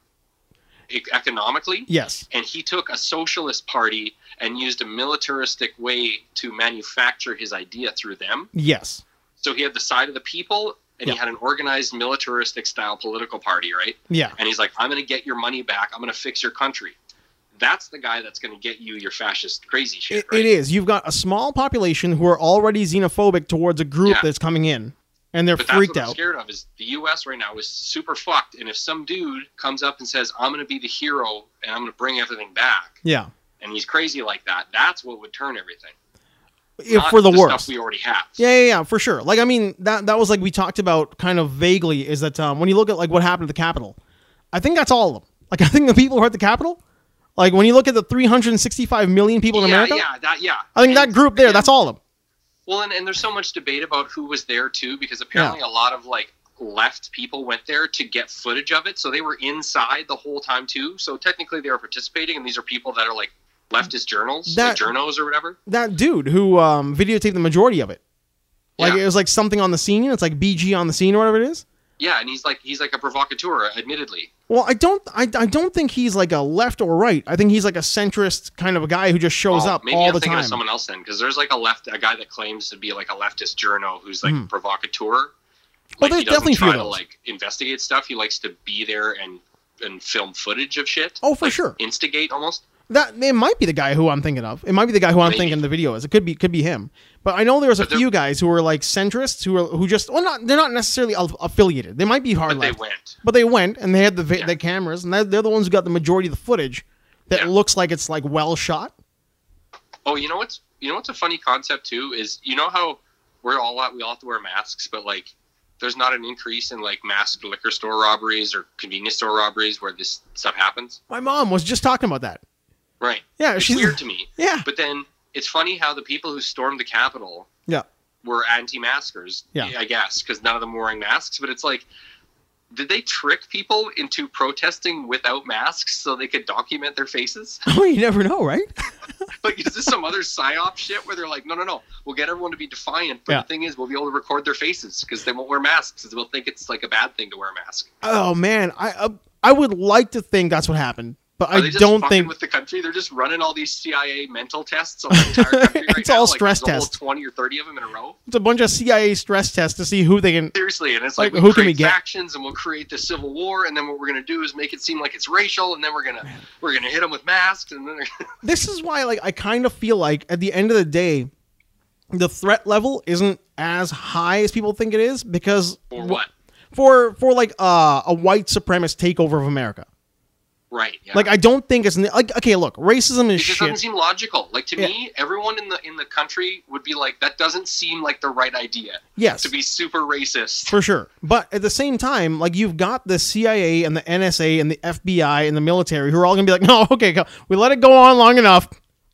S2: e- economically
S1: Yes.
S2: and he took a socialist party and used a militaristic way to manufacture his idea through them.
S1: Yes.
S2: So he had the side of the people, and he
S1: Yeah.
S2: had an organized militaristic style political party, right?
S1: Yeah.
S2: And he's like, "I'm going to get your money back. I'm going to fix your country." That's the guy that's going to get you your fascist crazy shit,
S1: It,
S2: right?
S1: it is. You've got a small population who are already xenophobic towards a group
S2: Yeah.
S1: that's coming in, and they're
S2: But that's
S1: freaked
S2: what I'm
S1: out.
S2: scared of is the U.S. right now is super fucked, and if some dude comes up and says, "I'm going to be the hero and I'm going to bring everything back,"
S1: Yeah.
S2: and he's crazy like that, that's what would turn everything.
S1: If
S2: not
S1: for the, worst.
S2: stuff we already have.
S1: Yeah, yeah, yeah, for sure. Like, I mean, that that was like we talked about kind of vaguely is that um, when you look at like what happened at the Capitol, I think that's all of them. Like, I think the people who are at the Capitol, like when you look at the 365 million people in
S2: yeah,
S1: America,
S2: Yeah, that, yeah.
S1: I think that
S2: And-
S1: group there,
S2: and-
S1: that's all of them.
S2: Well, and, and there's so much debate about who was there too, because apparently a lot of like left people went there to get footage of it, so they were inside the whole time too. So technically they were participating, and these are people that are like leftist journals,
S1: That-
S2: like journos or whatever.
S1: That dude who um, videotaped the majority of it, like
S2: yeah.
S1: it was like something on the scene. It's like BG on the scene or whatever it is.
S2: yeah, and he's like he's like a provocateur, admittedly.
S1: Well, I don't, I, I don't think he's like a left or right. I think he's like a centrist kind of a guy who just shows
S2: Oh,
S1: up
S2: maybe
S1: all
S2: I'm
S1: the
S2: thinking
S1: time.
S2: of someone else then, because there's like a left a guy that claims to be like a leftist journo who's like
S1: Hmm.
S2: provocateur.
S1: Well,
S2: Like,
S1: there's
S2: he doesn't
S1: definitely a few of
S2: try to
S1: those.
S2: like investigate stuff. He likes to be there and and film footage of shit.
S1: Oh, for
S2: Like,
S1: sure.
S2: Instigate almost.
S1: That it might be the guy who I'm thinking of. It might be the guy who I'm
S2: Maybe.
S1: thinking the video is. It could be could be him. But I know there was a
S2: But they're-
S1: few guys who were like centrists who are who just well not they're not necessarily al- affiliated. They might be hard
S2: But they
S1: left,
S2: went.
S1: but they went and they had the vi-
S2: Yeah.
S1: the cameras and they're, they're the ones who got the majority of the footage that
S2: Yeah.
S1: looks like it's like well shot.
S2: Oh, you know what's you know what's a funny concept too is you know how we're all we all have to wear masks, but like there's not an increase in like masked liquor store robberies or convenience store robberies where this stuff happens.
S1: My mom was just talking about that.
S2: Right.
S1: Yeah,
S2: It's
S1: she's
S2: weird to me.
S1: yeah
S2: But then it's funny how the people who stormed the Capitol
S1: yeah
S2: were anti-maskers.
S1: Yeah.
S2: I guess because none of them were wearing masks. But it's like, did they trick people into protesting without masks so they could document their faces?
S1: oh you never know right
S2: like, is this some other psyop shit where they're like, no, no, no, we'll get everyone to be defiant, but
S1: Yeah.
S2: the thing is, we'll be able to record their faces because they won't wear masks. 'cause They'll think it's like a bad thing to wear a mask.
S1: oh man I uh, I would like to think that's what happened but
S2: Are
S1: I
S2: they just
S1: don't
S2: fucking
S1: think
S2: with the country they're just running all these CIA mental tests on the entire country right
S1: It's
S2: now,
S1: all
S2: like,
S1: stress
S2: there's a whole
S1: tests.
S2: twenty or thirty of them in a row.
S1: it's a bunch of CIA stress tests to see who they can
S2: Seriously, and it's
S1: Like,
S2: like,
S1: who
S2: we
S1: can
S2: create
S1: we get?
S2: factions, and we'll create the civil war, and then what we're gonna do is make it seem like it's racial, and then we're gonna we're gonna hit them with masks, and then they're,
S1: this is why like I kind of feel like at the end of the day the threat level isn't as high as people think it is because
S2: or what?
S1: for for like uh, a white supremacist takeover of America.
S2: Right? Yeah.
S1: Like I don't think it's like okay, look, racism is
S2: It just doesn't
S1: shit.
S2: seem logical. Like to
S1: Yeah.
S2: me, everyone in the in the country would be like, that doesn't seem like the right idea
S1: Yes.
S2: to be super racist.
S1: For sure. But at the same time, like you've got the CIA and the NSA and the FBI and the military who are all going to be like, "No, okay, go. we let it go on long enough.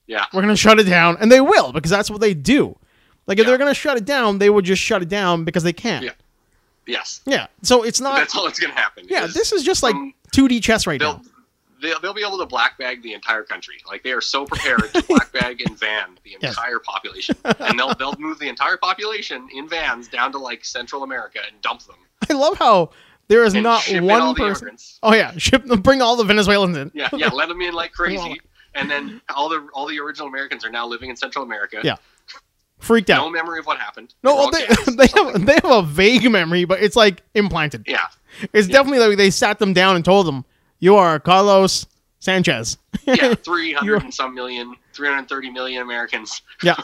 S2: Yeah,
S1: We're going to shut it down." And they will because that's what they do. Like if
S2: Yeah.
S1: they're going to shut it down, they would just shut it down because they can.
S2: Yeah. yes,
S1: Yeah. So it's not
S2: that's all that's gonna happen.
S1: Yeah,
S2: is
S1: this is just like
S2: um,
S1: 2D chess right
S2: they'll,
S1: now.
S2: they'll they'll be able to black bag the entire country. Like they are so prepared to black bag and van the
S1: Yes.
S2: entire population, and they'll they'll move the entire population in vans down to like Central America and dump them.
S1: I love how there is
S2: And
S1: not
S2: ship in all
S1: one
S2: the
S1: person.
S2: immigrants.
S1: Oh yeah, ship bring all the Venezuelans in.
S2: Yeah, yeah, let them in like
S1: Well-
S2: crazy, and then all the all the original Americans are now living in Central America.
S1: Yeah. Freaked
S2: No
S1: out.
S2: memory of what happened.
S1: No,
S2: They're
S1: well, they,
S2: all gassed or
S1: they
S2: something.
S1: have they have a vague memory, but it's like implanted.
S2: Yeah,
S1: It's definitely like they sat them down and told them, "You are Carlos Sanchez."
S2: yeah, 300
S1: You're-
S2: and some million, 330 million Americans
S1: yeah,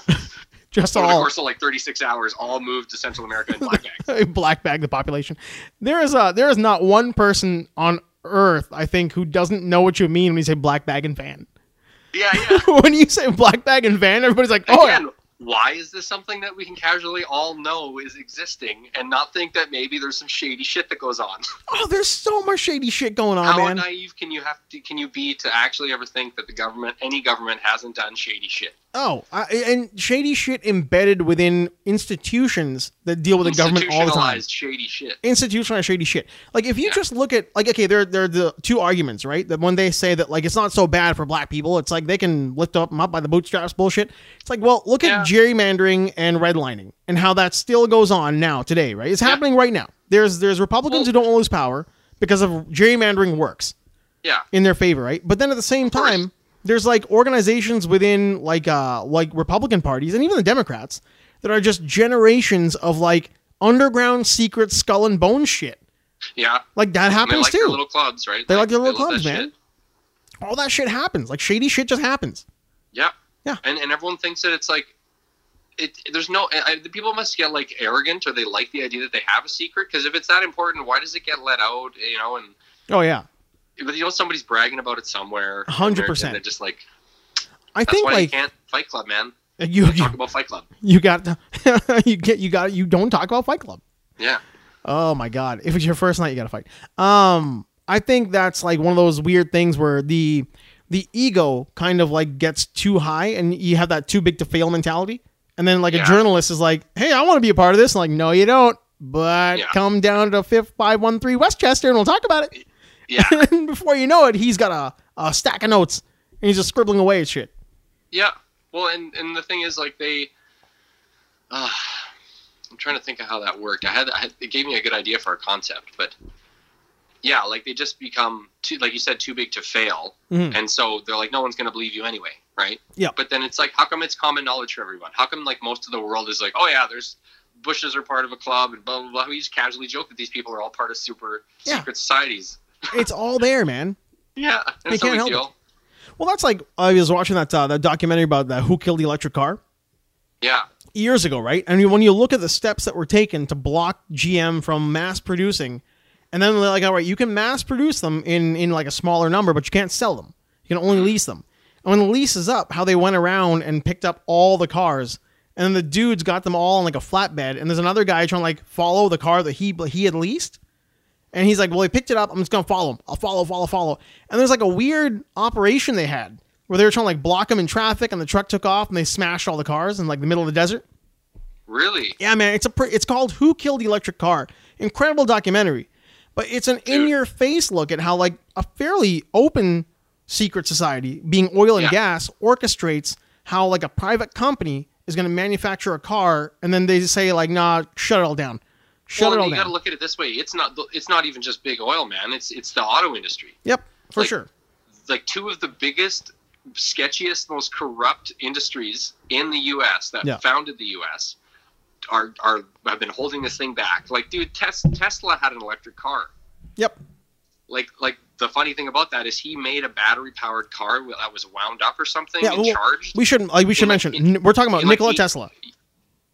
S1: just
S2: over the
S1: all
S2: course of like 36 hours all moved to Central America in black bags.
S1: black bag the population. There is a there is not one person on earth, I think, who doesn't know what you mean when you say black bag and van.
S2: Yeah, yeah.
S1: when you say black bag and van, everybody's like, oh,
S2: Again, why is this something that we can casually all know is existing and not think that maybe there's some shady shit that goes on?
S1: oh, there's so much shady shit going on,
S2: How
S1: Oh, man.
S2: naive can you have to can you be to actually ever think that the government, any government, hasn't done shady shit?
S1: Oh, I, and shady shit embedded within institutions that deal with the government all the time.
S2: Institutionalized shady shit.
S1: Institutionalized shady shit. Like if you just look at like okay, there there are the two arguments, right? That when they say that like it's not so bad for black people, it's like they can lift up them up by the bootstraps bullshit. It's like well, look at gerrymandering and redlining and how that still goes on now today, right? It's happening right now. There's there's Republicans who don't want to lose power because of gerrymandering works
S2: Yeah.
S1: in their favor, right? But then at the same
S2: course.
S1: time, there's like organizations within like uh like Republican parties and even the Democrats that are just generations of like underground secret skull and bone shit.
S2: Yeah.
S1: Like that
S2: And they
S1: happens
S2: like their
S1: too.
S2: little clubs, right?
S1: They like their little
S2: love
S1: clubs,
S2: that
S1: man.
S2: shit.
S1: All that shit happens. Like shady shit just happens.
S2: Yeah.
S1: Yeah.
S2: And and everyone thinks that it's like it there's no I, I- the people must get like arrogant or they like the idea that they have a secret because if it's that important, why does it get let out, you know, and
S1: Oh yeah.
S2: but you know somebody's bragging about it somewhere. and they're-
S1: 100%.
S2: and They're just like
S1: I
S2: that's
S1: think
S2: why
S1: like
S2: you can't Fight Club, man.
S1: you you,
S2: Talk about Fight Club.
S1: you got you get you got you don't talk about Fight Club.
S2: Yeah.
S1: Oh my god! If it's your first night, you gotta fight. Um, I think that's like one of those weird things where the the ego kind of like gets too high, and you have that too big to fail mentality. And then like a
S2: Yeah.
S1: journalist is like, "Hey, I want to be a part of this." And like, no, you don't. But
S2: Yeah.
S1: come down to fifth five one three Westchester, and we'll talk about it.
S2: Yeah.
S1: and before you know it, he's got a, a stack of notes, and he's just scribbling away at shit.
S2: Yeah. Well, and and the thing is, like they, uh, I'm trying to think of how that worked. I had, I had it gave me a good idea for a concept, but yeah, like they just become too, like you said, too big to fail,
S1: Mhm.
S2: and so they're like, no one's gonna believe you anyway, right?
S1: Yeah.
S2: But then it's like, how come it's common knowledge for everyone? How come like most of the world is like, oh yeah, there's bushes are part of a club and blah blah blah. We just casually joke that these people are all part of super
S1: Yeah.
S2: secret societies.
S1: It's all there, man.
S2: Yeah, and
S1: They
S2: so
S1: can't
S2: we
S1: help
S2: feel.
S1: Well, that's like I was watching that uh, that documentary about that who killed the electric car.
S2: Yeah,
S1: years ago, right? And when you look at the steps that were taken to block GM from mass producing, and then they're like, all right, you can mass produce them in in like a smaller number, but you can't sell them. You can only lease them. And when the lease is up, how they went around and picked up all the cars, and then the dudes got them all on like a flatbed, and there's another guy trying to like follow the car that he he had leased. And he's like, well, he picked it up. I'm just gonna follow him. I'll follow, follow, follow. And there's like a weird operation they had where they were trying to like block him in traffic, and the truck took off, and they smashed all the cars in like the middle of the desert.
S2: really.
S1: Yeah, man, it's a pre- it's called Who Killed the Electric Car? Incredible documentary. But it's an in your face look at how like a fairly open secret society being oil and
S2: Yeah.
S1: gas orchestrates how like a private company is going to manufacture a car and then they say like nah shut it all down shut
S2: well,
S1: it
S2: and
S1: all
S2: you got to
S1: down
S2: look at it this way. It's not the- it's not even just big oil, man. It's it's the auto industry.
S1: yep for
S2: like-
S1: sure
S2: Like two of the biggest, sketchiest, most corrupt industries in the U.S. that
S1: Yeah.
S2: founded the U.S. are are have been holding this thing back. Like, dude, Tes- Tesla had an electric car.
S1: yep
S2: Like like the funny thing about that is he made a battery powered car that was wound up or something
S1: Yeah,
S2: and
S1: well,
S2: charged.
S1: we shouldn't like we should
S2: In, like,
S1: mention
S2: in-
S1: n- we're talking about
S2: in, like,
S1: Nikola
S2: eight-
S1: Tesla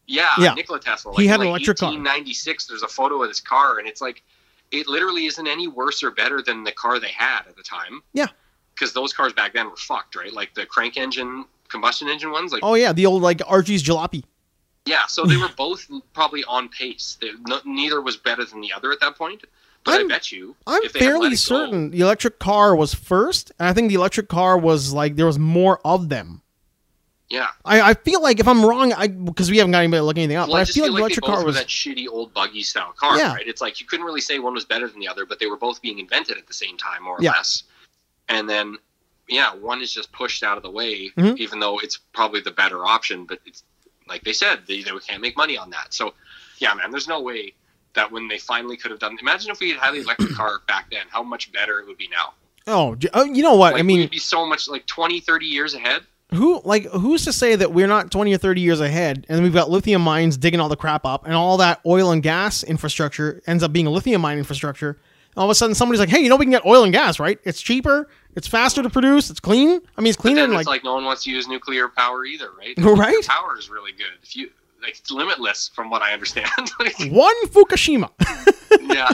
S2: Yeah,
S1: Yeah.
S2: Nikola Tesla.
S1: He had
S2: in,
S1: an
S2: like,
S1: electric car.
S2: 1896, there's a photo of this car, and it's like, it literally isn't any worse or better than the car they had at the time.
S1: Yeah.
S2: Because those cars back then were fucked, right? Like the crank engine, combustion engine ones. Like,
S1: oh yeah the old like Archie's Jalopy
S2: yeah, so they were both probably on pace. They, no, neither was better than the other at that point. But i
S1: I'm-
S2: bet you,
S1: I'm
S2: if they had let it
S1: fairly
S2: go-
S1: certain the electric car was first, and I think the electric car was like there was more of them.
S2: yeah.
S1: I, I feel like if I'm wrong, I because we haven't got anybody to look anything up,
S2: Well,
S1: but
S2: I
S1: I
S2: just
S1: feel like the
S2: they
S1: electric
S2: both
S1: car
S2: were
S1: was
S2: that shitty old buggy style car,
S1: Yeah.
S2: right? It's like you couldn't really say one was better than the other, but they were both being invented at the same time, more or
S1: Yeah.
S2: less. And then, yeah, one is just pushed out of the way,
S1: Mhm.
S2: even though it's probably the better option. But it's like they said, they, they can't make money on that. So, yeah, man, there's no way that when they finally could have done. Imagine if we had had the electric car back then, how much better it would be now.
S1: oh, j- oh, you know what?
S2: Like,
S1: I mean,
S2: we'd be so much like 20, 30 years ahead.
S1: who like who's to say that we're not 20 or 30 years ahead, and we've got lithium mines digging all the crap up, and all that oil and gas infrastructure ends up being a lithium mine infrastructure. And all of a sudden, somebody's like, "Hey, you know, we can get oil and gas, right? It's cheaper, it's faster to produce, it's clean. I mean, it's
S2: But
S1: cleaner
S2: then
S1: than
S2: it's like, no one wants to use nuclear power either, right?
S1: Right?
S2: Nuclear power is really good. If you like it's limitless from what I understand. Like,
S1: One Fukushima,
S2: yeah,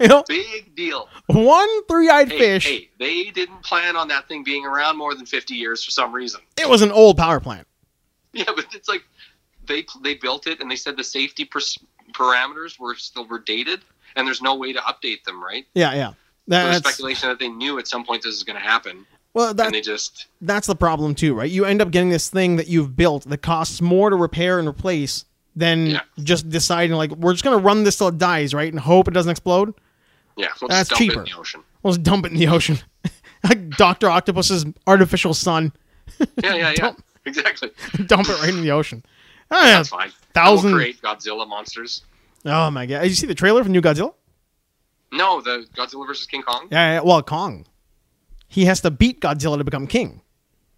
S1: you know,
S2: big deal.
S1: one three-eyed
S2: Hey,
S1: fish.
S2: hey, they didn't plan on that thing being around more than 50 years for some reason.
S1: It was an old power plant.
S2: Yeah, but it's like they they built it and they said the safety pers- parameters were still were dated and there's no way to update them, right?
S1: Yeah, yeah.
S2: There was
S1: That's
S2: speculation that they knew at some point this is going to happen
S1: well, that
S2: and they just
S1: that's the problem too, right? You end up getting this thing that you've built that costs more to repair and replace than
S2: Yeah.
S1: just deciding like we're just gonna run this till it dies, right, and hope it doesn't explode.
S2: yeah, we'll
S1: That's
S2: just dump
S1: cheaper.
S2: it in the ocean.
S1: We'll just dump it in the ocean, like Doctor Octopus's artificial sun.
S2: Yeah, yeah, yeah.
S1: Dump.
S2: exactly.
S1: dump it right in the ocean. Oh, yeah.
S2: That's fine.
S1: thousand-
S2: We'll create Godzilla monsters.
S1: Oh my god! Did you see the trailer for New Godzilla?
S2: No, the Godzilla versus King Kong.
S1: Yeah, yeah, well, Kong. He has to beat Godzilla to become king.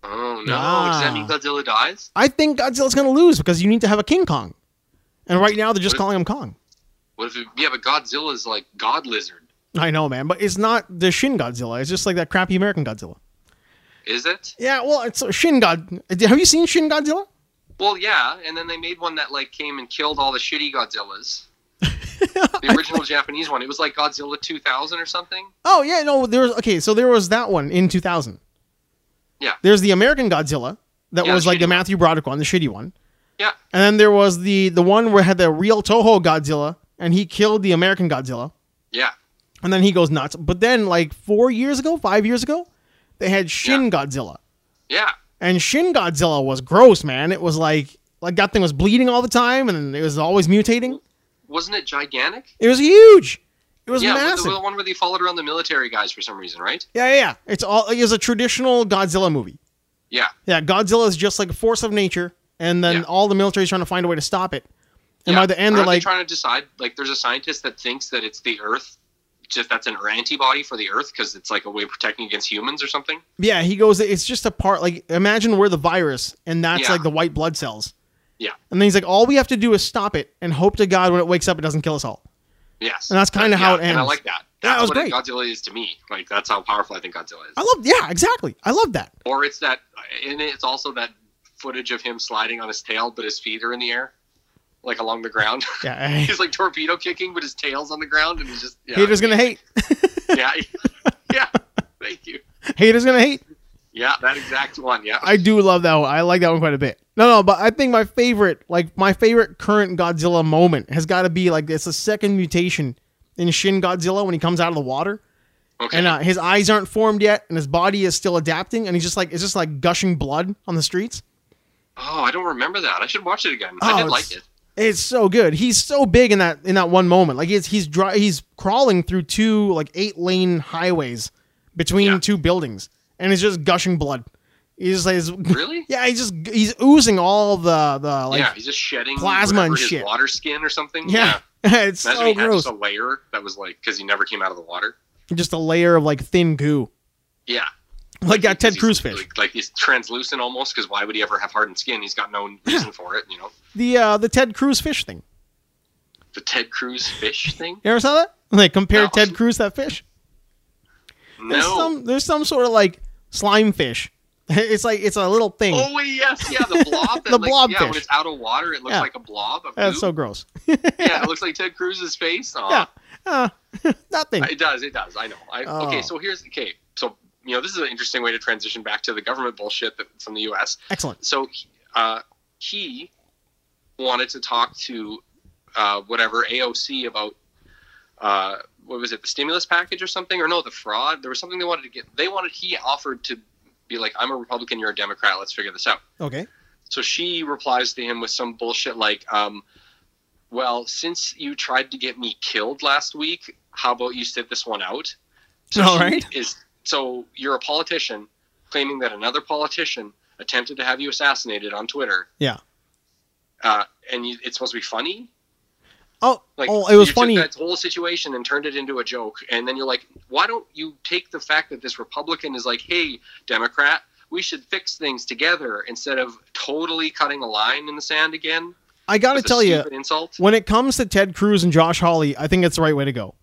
S2: Oh no! Does that mean
S1: Ah.
S2: Godzilla dies?
S1: I think Godzilla's gonna lose because you need to have a King Kong, and right now they're just calling him Kong.
S2: What if? It, yeah, but Godzilla's like God lizard.
S1: I know, man, but it's not the Shin Godzilla. It's just like that crappy American Godzilla.
S2: Is it?
S1: Yeah, well, it's Shin God. Have you seen Shin Godzilla?
S2: Well, yeah. And then they made one that like came and killed all the shitty Godzillas. the original Japanese one. It was like Godzilla 2000 or something.
S1: Oh yeah, no, there was okay. So there was that one in 2000.
S2: Yeah.
S1: There's the American Godzilla that
S2: Yeah,
S1: was
S2: the
S1: like the
S2: shitty one.
S1: Matthew Broderick one, the shitty one,
S2: Yeah.
S1: and then there was the the one where it had the real Toho Godzilla, and he killed the American Godzilla,
S2: Yeah.
S1: and then he goes nuts. But then like four years ago, five years ago, they had Shin Godzilla,
S2: Yeah.
S1: and Shin Godzilla was gross, man. It was like like that thing was bleeding all the time, and it was always mutating.
S2: Wasn't it gigantic?
S1: It was huge. It was
S2: yeah, but
S1: massive.
S2: The, the one where they followed around the military guys for some reason, right?
S1: Yeah, yeah, yeah. It's all it was a traditional Godzilla movie.
S2: Yeah.
S1: Yeah, Godzilla is just like a force of nature, and then
S2: Yeah.
S1: all the military's trying to find a way to stop it. And
S2: yeah.
S1: by the end,
S2: Aren't
S1: they're
S2: they
S1: like,
S2: trying to decide. Like, there's a scientist that thinks that it's the Earth. Just that's an antibody for the Earth because it's like a way of protecting against humans or something.
S1: yeah, he goes, it's just a part. Like, imagine we're the virus, and that's
S2: Yeah.
S1: like the white blood cells.
S2: Yeah.
S1: And then he's like, all we have to do is stop it, and hope to God when it wakes up, it doesn't kill us all.
S2: Yes.
S1: And that's kinda how it
S2: And I
S1: ends.
S2: like that.
S1: Yeah, it
S2: That's
S1: was
S2: what
S1: great.
S2: Godzilla is to me. Like that's how powerful I think Godzilla is.
S1: I love, yeah, exactly. I love that.
S2: or it's that and it's also that footage of him sliding on his tail but his feet are in the air like along the ground
S1: Yeah,
S2: he's like torpedo kicking but his tail's on the ground and he's just yeah
S1: haters gonna hate.
S2: yeah yeah thank you
S1: haters gonna hate.
S2: yeah that exact one yeah
S1: I do love that one. I like that one quite a bit. No, no, but I think my favorite, like my favorite current Godzilla moment, has got to be like it's the second mutation in Shin Godzilla when he comes out of the water,
S2: okay
S1: and uh, his eyes aren't formed yet, and his body is still adapting, and he's just like it's just like gushing blood on the streets.
S2: oh i don't remember that i should watch it again
S1: Oh,
S2: i did
S1: it's-
S2: like it
S1: It's so good. He's so big in that in that one moment. Like he's he's dry, he's crawling through two like eight lane highways between
S2: Yeah.
S1: two buildings, and he's just gushing blood. He's like, he's-
S2: really
S1: yeah, he's just he's oozing all the the like
S2: yeah he's just shedding
S1: plasma
S2: whatever
S1: and
S2: his
S1: shit.
S2: water skin or something
S1: Yeah, it's
S2: Imagine
S1: so
S2: he had
S1: gross.
S2: just a layer that was like because he never came out of the water.
S1: Just a layer of like thin goo,
S2: Yeah,
S1: like that Ted
S2: He's-
S1: Cruz fish.
S2: Like, like he's translucent almost because why would he ever have hardened skin? He's got no reason for it. You know,
S1: The uh, the Ted Cruz fish thing.
S2: the Ted Cruz fish thing?
S1: You ever saw that? They compared
S2: No.
S1: Ted Cruz to that fish.
S2: No.
S1: There's some there's some sort of like slime fish. It's like it's a little thing.
S2: Oh wait, yes, yeah, the blob. that,
S1: The
S2: like,
S1: blob
S2: Yeah, when
S1: fish.
S2: it's out of water, it looks
S1: Yeah.
S2: like a blob. Of
S1: That's
S2: goo.
S1: so gross.
S2: yeah, it looks like Ted Cruz's face. Aw.
S1: Yeah. Uh, nothing.
S2: it does. It does. I know. I,
S1: Oh.
S2: Okay, so here's okay. So you know, this is an interesting way to transition back to the government bullshit that, from the U.S.
S1: Excellent.
S2: So uh, he wanted to talk to uh, whatever AOC about uh, what was it, the stimulus package or something, or no, the fraud. There was something they wanted to get. They wanted he offered to be like, "I'm a Republican, you're a Democrat. Let's figure this out."
S1: Okay.
S2: So she replies to him with some bullshit like, um, "Well, since you tried to get me killed last week, how about you sit this one out?" So
S1: All
S2: she
S1: right.
S2: Is so you're a politician claiming that another politician attempted to have you assassinated on Twitter.
S1: Yeah.
S2: Uh, and you, it's supposed to be funny.
S1: Oh,
S2: Like,
S1: oh, it was
S2: you took
S1: funny.
S2: that whole situation and turned it into a joke, and then you're like, why don't you take the fact that this Republican is like, hey, Democrat, we should fix things together instead of totally cutting a line in the sand again.
S1: I gotta
S2: with a
S1: tell you,
S2: stupid insult.
S1: when it comes to Ted Cruz and Josh Hawley, I think it's the right way to go.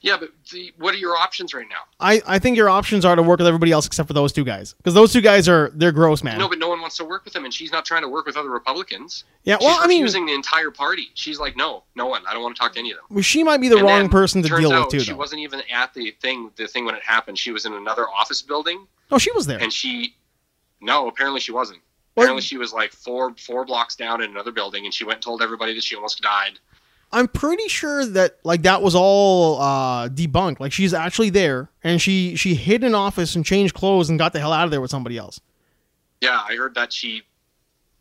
S2: Yeah, but the, what are your options right now?
S1: I, I think your options are to work with everybody else except for those two guys because those two guys are they're gross, man.
S2: No, but no one wants to work with him, and she's not trying to work with other Republicans.
S1: yeah,
S2: She's
S1: well, I mean,
S2: refusing the entire party. She's like, no, no one. I don't want to talk to any of them.
S1: well, she might be the
S2: And
S1: wrong
S2: then
S1: person to
S2: turns
S1: deal with
S2: out
S1: too.
S2: She
S1: Though.
S2: wasn't even at the thing. The thing when it happened, she was in another office building,
S1: No, she was there.
S2: and she, no, apparently she wasn't.
S1: Well-
S2: Apparently she was like four four blocks down in another building, and she went and told everybody that she almost died.
S1: I'm pretty sure that like that was all uh, debunked. Like she's actually there, and she she hid in office and changed clothes and got the hell out of there with somebody else.
S2: Yeah, I heard that she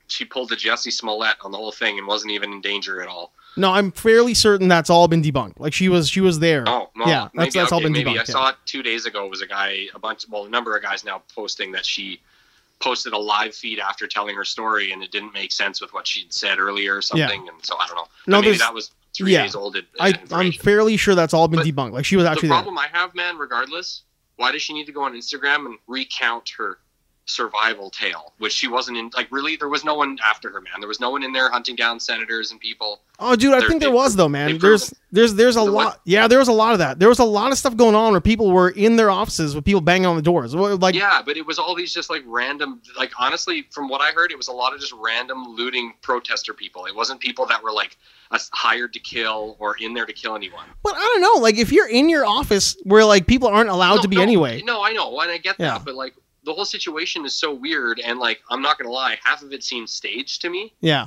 S2: she pulled a Jesse Smollett on the whole thing and wasn't even in danger at all.
S1: No, I'm fairly certain that's all been debunked. Like she was she was there.
S2: Oh, no,
S1: yeah, that's
S2: maybe,
S1: that's all
S2: okay,
S1: been
S2: maybe
S1: debunked.
S2: I
S1: yeah.
S2: saw it two days ago. Was a guy, a bunch, well, a number of guys now posting that she posted a live feed after telling her story, and it didn't make sense with what she'd said earlier or something. And so I don't know.
S1: No,
S2: No, maybe
S1: there's-
S2: that was three
S1: yeah.
S2: days old. in-
S1: I, I'm
S2: information.
S1: fairly sure that's all been
S2: But
S1: debunked. Like she was
S2: the
S1: actually there.
S2: problem I have, man. Regardless, why does she need to go on Instagram and recount her? survival tale which she wasn't in like really there was no one after her man there was no one in there hunting down senators and people
S1: Oh, dude, I
S2: They're-
S1: think there
S2: they-
S1: was though, man.
S2: they
S1: There's there's there's a
S2: The what?
S1: lot. Yeah, there was a lot of that. There was a lot of stuff going on where people were in their offices with people banging on the doors. Well, Like,
S2: yeah, but it was all these just like random, like honestly, from what I heard, it was a lot of just random looting protester people. It wasn't people that were like us hired to kill or in there to kill anyone.
S1: but I don't know. Like, if you're in your office where like people aren't allowed
S2: No,
S1: to be
S2: no,
S1: anyway.
S2: No, I know, and I get
S1: Yeah.
S2: that, but like the whole situation is so weird, and like I'm not gonna lie, half of it seems staged to me.
S1: Yeah.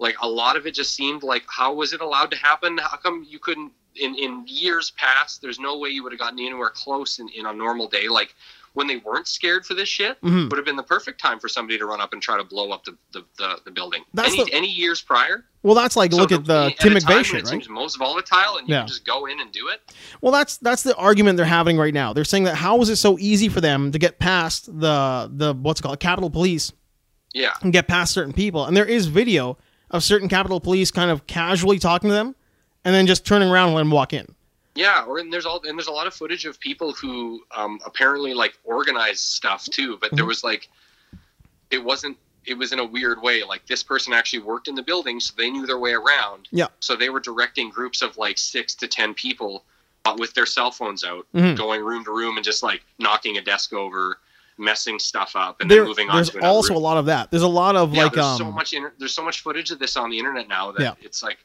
S2: Like a lot of it just seemed like how was it allowed to happen? How come you couldn't? In in years past, there's no way you would have gotten anywhere close in, in a normal day. Like when they weren't scared for this shit.
S1: hmm
S2: would have been the perfect time for somebody to run up and try to blow up the, the, the, the building.
S1: That's
S2: any,
S1: the-
S2: any years prior?
S1: Well, that's like
S2: So
S1: look at the
S2: at
S1: Tim
S2: a time
S1: McVeigh
S2: when
S1: shit,
S2: It
S1: right?
S2: seems most volatile, and you
S1: Yeah.
S2: can just go in and do it.
S1: Well, that's that's the argument they're having right now. They're saying that how is it so easy for them to get past the the what's it called Capitol Police
S2: Yeah.
S1: and get past certain people? And there is video of certain Capitol Police kind of casually talking to them, and then just turning around and let them walk in.
S2: Yeah, or and there's all and there's a lot of footage of people who um, apparently like organize stuff too, but there
S1: Mhm.
S2: was like it wasn't it was in a weird way. Like this person actually worked in the building, so they knew their way around.
S1: Yeah.
S2: So they were directing groups of like six to ten people uh, with their cell phones out,
S1: Mhm.
S2: going room to room and just like knocking a desk over, messing stuff up, and
S1: There,
S2: then moving on.
S1: there's
S2: to another
S1: also
S2: room.
S1: a lot of that. There's a lot of
S2: yeah,
S1: like
S2: there's
S1: um,
S2: so much inter- there's so much footage of this on the internet now that
S1: Yeah.
S2: it's like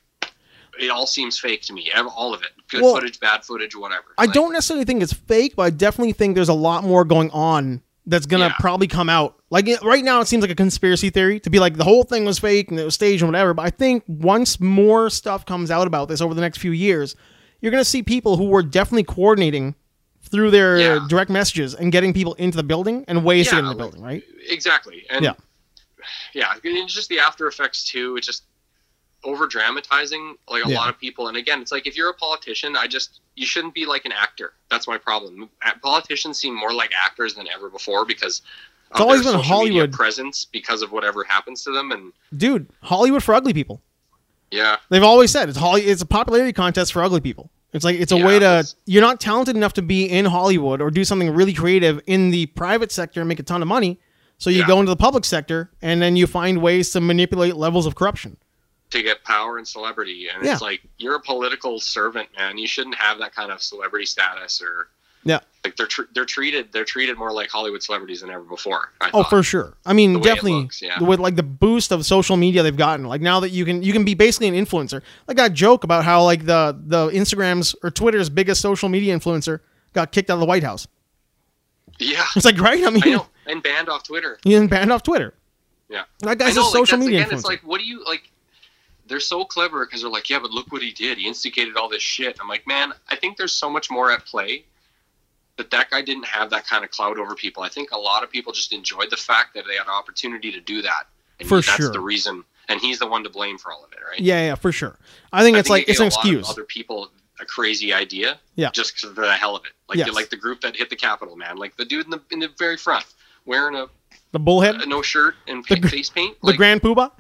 S2: it all seems fake to me. ev- All of it, good
S1: Well,
S2: footage, bad footage, whatever.
S1: I
S2: Like-
S1: don't necessarily think it's fake, but I definitely think there's a lot more going on that's gonna
S2: Yeah.
S1: probably come out. Like it- right now, it seems like a conspiracy theory to be like the whole thing was fake and it was staged and whatever. But I think once more stuff comes out about this over the next few years, you're gonna see people who were definitely coordinating through their
S2: Yeah.
S1: direct messages and getting people into the building and ways to
S2: Yeah,
S1: get in the
S2: like-
S1: building, right?
S2: exactly and
S1: Yeah.
S2: yeah yeah and it's just the after effects too it's just over dramatizing like a
S1: Yeah.
S2: lot of people and again it's like if you're a politician i just you shouldn't be like an actor that's my problem Uh, politicians seem more like actors than ever before because of
S1: It's always
S2: their
S1: been
S2: social media
S1: Hollywood.
S2: presence because of whatever happens to them and
S1: Dude, Hollywood for ugly people.
S2: yeah
S1: They've always said it's Holly. It's a popularity contest for ugly people. It's like it's a
S2: Yeah,
S1: way to
S2: it's-
S1: you're not talented enough to be in Hollywood or do something really creative in the private sector and make a ton of money. So you
S2: Yeah.
S1: go into the public sector and then you find ways to manipulate levels of corruption.
S2: to get power and celebrity and
S1: Yeah.
S2: it's like you're a political servant man you shouldn't have that kind of celebrity status or
S1: Yeah.
S2: like they're tr- they're treated they're treated more like hollywood celebrities than ever before I
S1: Oh,
S2: thought.
S1: for sure. I
S2: Uh, The
S1: mean,
S2: way it
S1: definitely
S2: looks, yeah.
S1: with like the boost of social media they've gotten. Like now that you can you can be basically an influencer. Like that joke about how like the the Instagram's or Twitter's biggest social media influencer got kicked out of the White House.
S2: yeah
S1: It's like right. I mean,
S2: I know, and banned off Twitter.
S1: you didn't ban off Twitter.
S2: Yeah.
S1: That
S2: I
S1: guy's
S2: know,
S1: a social
S2: that's-
S1: media
S2: again,
S1: influencer.
S2: It's like, what do you like? They're so clever because they're like, yeah, but look what he did. He instigated all this shit. I'm like, man, I think there's so much more at play. That that guy didn't have that kind of clout over people. I think a lot of people just enjoyed the fact that they had an opportunity to do that, and
S1: For
S2: that's
S1: sure.
S2: the reason. And he's the one to blame for all of it, right?
S1: Yeah, yeah, for sure. I think
S2: I
S1: it's like
S2: think they
S1: it's an
S2: gave a lot of
S1: excuse.
S2: Other people a crazy idea,
S1: Yeah.
S2: just 'cause of the hell of it. Like,
S1: Yes.
S2: the, like the group that hit the Capitol, man. Like the dude in the in the very front wearing a
S1: the bullhead,
S2: uh, no shirt and
S1: The
S2: pa-
S1: gr-
S2: face paint.
S1: the
S2: Like,
S1: grand poobah.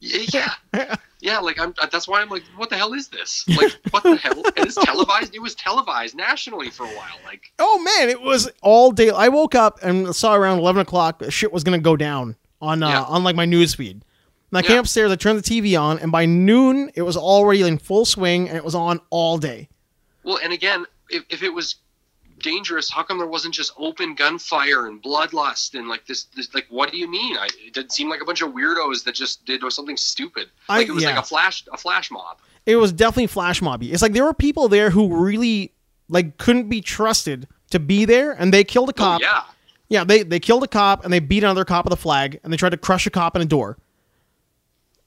S2: yeah, yeah. Like I'm. That's why I'm like, what the hell is this? Like, what the hell? And it's televised. It was televised nationally for a while. Like,
S1: Oh man, it was all day. I woke up and saw around eleven o'clock that shit was gonna go down on uh,
S2: Yeah.
S1: on like my news feed. And I came
S2: Yeah.
S1: upstairs, I turned the TV on, and by noon it was already in full swing and it was on all day.
S2: Well, and again, if, if it was dangerous, how come there wasn't just open gunfire and bloodlust and like this? this like, what do you mean? I, it didn't seem like a bunch of weirdos that just did something stupid.
S1: I-
S2: Like it was
S1: yeah.
S2: like a flash a flash mob.
S1: It was definitely flash mobby. It's like there were people there who really like couldn't be trusted to be there, and they killed a
S2: Oh,
S1: cop.
S2: yeah.
S1: Yeah, they they killed a cop and they beat another cop with a flag and they tried to crush a cop in a door.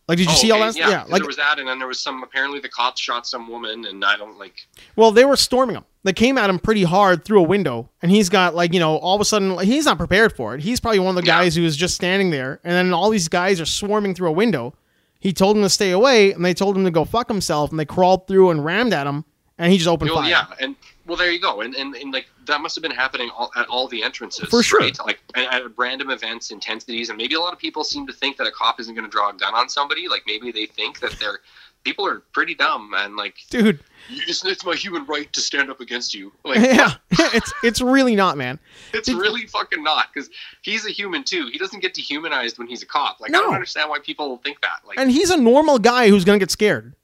S1: Like, did you
S2: Oh,
S1: see all
S2: okay,
S1: that?
S2: Yeah,
S1: like,
S2: there was that, and then there was some. Apparently, the cops shot some woman, and I don't like.
S1: well, they were storming him. They came at him pretty hard through a window, and he's got like you know all of a sudden like, he's not prepared for it. He's probably one of the
S2: Yeah.
S1: guys who was just standing there, and then all these guys are swarming through a window. He told them to stay away, and they told him to go fuck himself, and they crawled through and rammed at him, and he just opened
S2: Well,
S1: fire.
S2: yeah, and well, there you go, and, and and like that must have been happening all, at all the entrances,
S1: For sure.
S2: Right? Like at, at random events, intensities, and maybe a lot of people seem to think that a cop isn't going to draw a gun on somebody. Like maybe they think that they're people are pretty dumb, and like
S1: Dude,
S2: it's, it's my human right to stand up against you. Like
S1: yeah, it's it's really not, man.
S2: it's really fucking not because he's a human too. He doesn't get dehumanized when he's a cop. Like I
S1: No.
S2: don't understand why people think that. Like
S1: And he's a normal guy who's gonna get scared,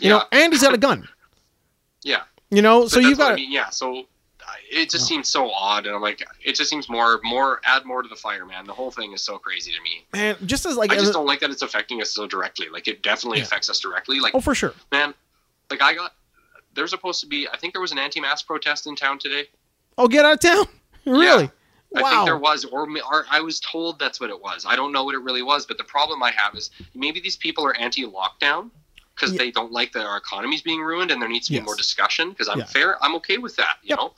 S1: you
S2: yeah,
S1: know. And he's got a gun,
S2: yeah.
S1: you know. so
S2: But
S1: you
S2: that's what
S1: got
S2: I mean, yeah. So I- it just seems so odd, and I'm like, it just seems more, more, add more to the fire, man. The whole thing is so crazy to me.
S1: man, just as like
S2: I
S1: as a-
S2: just don't like that it's affecting us so directly. Like it definitely
S1: Yeah.
S2: affects us directly. Like
S1: oh for sure.
S2: man, like I got. There's supposed to be. I think there was an anti-mask protest in town today.
S1: Oh, get out of town. Really?
S2: I
S1: wow.
S2: think there was, or, ma- or I was told that's what it was. I don't know what it really was, but the problem I have is maybe these people are anti-lockdown because
S1: Yeah.
S2: they don't like that our economy's being ruined, and there needs to
S1: Yes.
S2: be more discussion. Because I'm
S1: Yeah.
S2: fair, I'm okay with that. You
S1: Yep.
S2: know,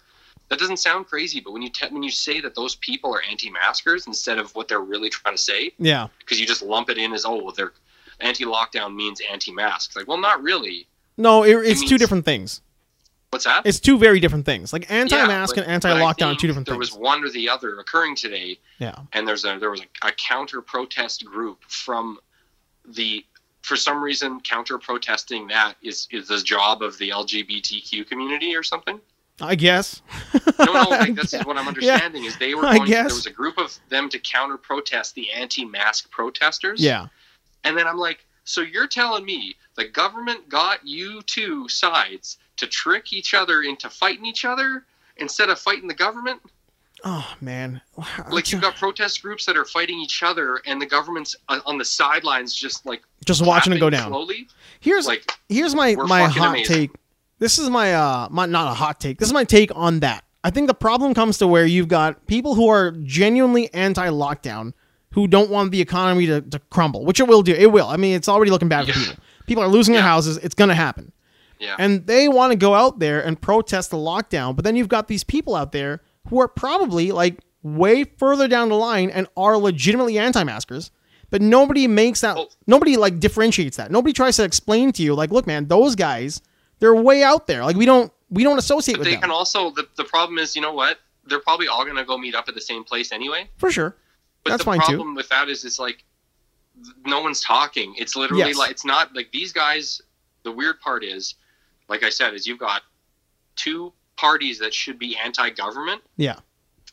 S2: that doesn't sound crazy, but when you te- when you say that those people are anti-maskers instead of what they're really trying to say,
S1: yeah.
S2: because you just lump it in as oh, well, they're anti-lockdown means anti-masks. Like, well, not really.
S1: No, it, it's two
S2: means-
S1: different things.
S2: What's that?
S1: It's two very different things. Like
S2: Yeah,
S1: anti-mask
S2: but-
S1: and
S2: but I
S1: anti-lockdown, are
S2: think
S1: two different
S2: there
S1: things.
S2: was one or the other occurring today,
S1: yeah.
S2: and there's a there was a, a counter protest group from the for some reason counter protesting that is is the job of the LGBTQ community or something.
S1: I guess.
S2: No, no, like this is what I'm understanding is they were
S1: I
S2: going, there
S1: guess.
S2: was a group of them to counter protest the anti-mask protesters.
S1: Yeah.
S2: And then I'm like, so you're telling me the government got you two sides to trick each other into fighting each other instead of fighting the government?
S1: Oh man.
S2: Like you've got protest groups that are fighting each other, and the government's uh, on on the sidelines, just like
S1: just watching it go
S2: clapping
S1: down.
S2: Slowly,
S1: Here's
S2: like
S1: here's my
S2: we're
S1: my
S2: fucking
S1: hot
S2: amazing.
S1: take. This is my uh my not a hot take. This is my take on that. I think the problem comes to where you've got people who are genuinely anti-lockdown who don't want the economy to, to crumble, which it will do. It will. I mean, it's already looking bad for
S2: Yeah.
S1: people. People are losing their
S2: Yeah.
S1: houses. It's going to happen.
S2: yeah,
S1: and they want to go out there and protest the lockdown but then you've got these people out there who are probably like way further down the line and are legitimately anti-maskers but nobody makes that
S2: Oh.
S1: nobody like differentiates that nobody tries to explain to you like look man those guys they're way out there like we don't we don't associate
S2: but
S1: with
S2: they
S1: them
S2: can also. The, the problem is, you know what? They're probably all gonna go meet up at the same place anyway.
S1: for sure
S2: But
S1: That's
S2: the
S1: fine, too.
S2: problem with that is it's like th- no one's talking. It's literally
S1: Yes.
S2: like it's not like these guys. The weird part is, like I said, is you've got two parties that should be anti-government
S1: yeah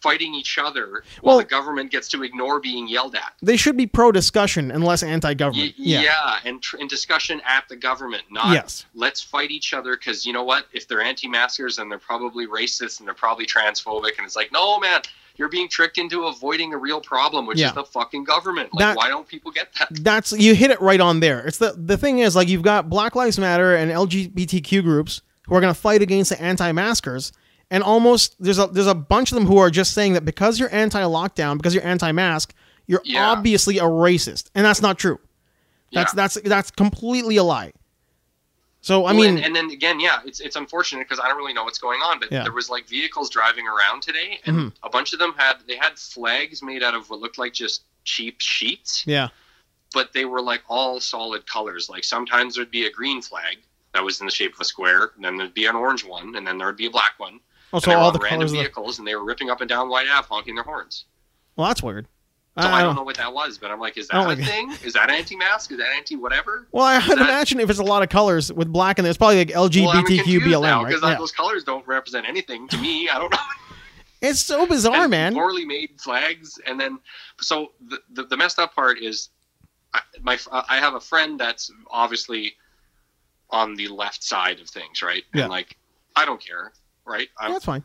S2: fighting each other while
S1: Well-
S2: the government gets to ignore being yelled at.
S1: they should be pro-discussion and less anti-government
S2: Y-
S1: yeah
S2: yeah. and tr- and discussion at the government, not
S1: yes
S2: let's fight each other because you know what? If they're anti-maskers and they're probably racist and they're probably transphobic, and it's like, no, man, you're being tricked into avoiding the real problem, which
S1: Yeah.
S2: is the fucking government. Like,
S1: That-
S2: why don't people get that?
S1: that's you hit it right on there. It's the the thing is like you've got Black Lives Matter and LGBTQ groups who are going to fight against the anti-maskers and almost there's a there's a bunch of them who are just saying that because you're anti-lockdown, because you're anti-mask, you're
S2: Yeah.
S1: obviously a racist. And that's not true. That's
S2: Yeah.
S1: that's that's completely a lie. So I
S2: Well,
S1: mean
S2: and, and then again, yeah, it's it's unfortunate because I don't really know what's going on, but
S1: Yeah.
S2: there was like vehicles driving around today, and
S1: Mhm.
S2: a bunch of them had they had flags made out of what looked like just cheap sheets,
S1: yeah.
S2: but they were like all solid colors. Like sometimes there'd be a green flag that was in the shape of a square, and then there'd be an orange one, and then there'd be a black one.
S1: Also
S2: and they were
S1: Oh, all
S2: on
S1: the
S2: random
S1: colors of the,
S2: vehicles, and they were ripping up and down White Ave, honking their horns.
S1: Well, that's weird.
S2: So I, don't know what that was, but I'm like, is
S1: I don't
S2: that a
S1: like it.
S2: thing? Is that anti-mask? Is that anti-whatever?
S1: Well, I would
S2: that-
S1: imagine if it's a lot of colors with black in there, it's probably like
S2: well, I'm
S1: LGBTQ
S2: confused
S1: BLM,
S2: now
S1: right?
S2: because
S1: Yeah.
S2: those colors don't represent anything to me. I don't know.
S1: It's so bizarre,
S2: and
S1: man.
S2: Poorly made flags, and then so the the, the messed up part is, I, my I have a friend that's obviously on the left side of things, right?
S1: Yeah.
S2: And like I don't care, right?
S1: Yeah,
S2: I'm,
S1: that's fine.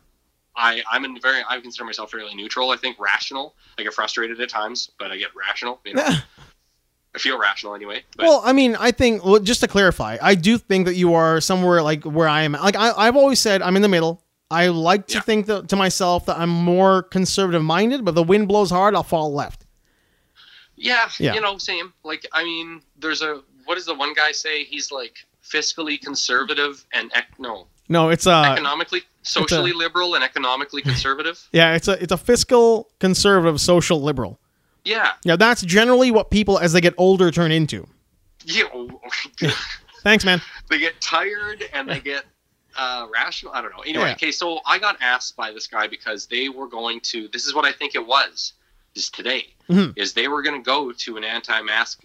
S2: I, I'm in very, I consider myself fairly neutral. I think rational. I get frustrated at times, but I get rational. You know, I feel rational anyway. But
S1: well, I mean, I think well, just to clarify, I do think that you are somewhere like where I am. Like I, I've always said, I'm in the middle. I like to
S2: Yeah.
S1: think that, to myself that I'm more conservative minded, but the wind blows hard, I'll fall left.
S2: yeah,
S1: Yeah.
S2: you know, same. Like, I mean, there's a, what does the one guy say? He's like fiscally conservative and, ec- no,
S1: No, it's uh,
S2: economically, socially liberal and economically conservative.
S1: yeah, it's a it's a fiscal conservative social liberal.
S2: yeah.
S1: Yeah, that's generally what people as they get older turn into.
S2: Yeah. Oh,
S1: Thanks, man.
S2: they get tired and they get uh, rational. I don't know. Anyway,
S1: Yeah.
S2: okay, so I got asked by this guy because they were going to. This is what I think it was. Is today
S1: Mhm.
S2: is they were going to go to an anti-mask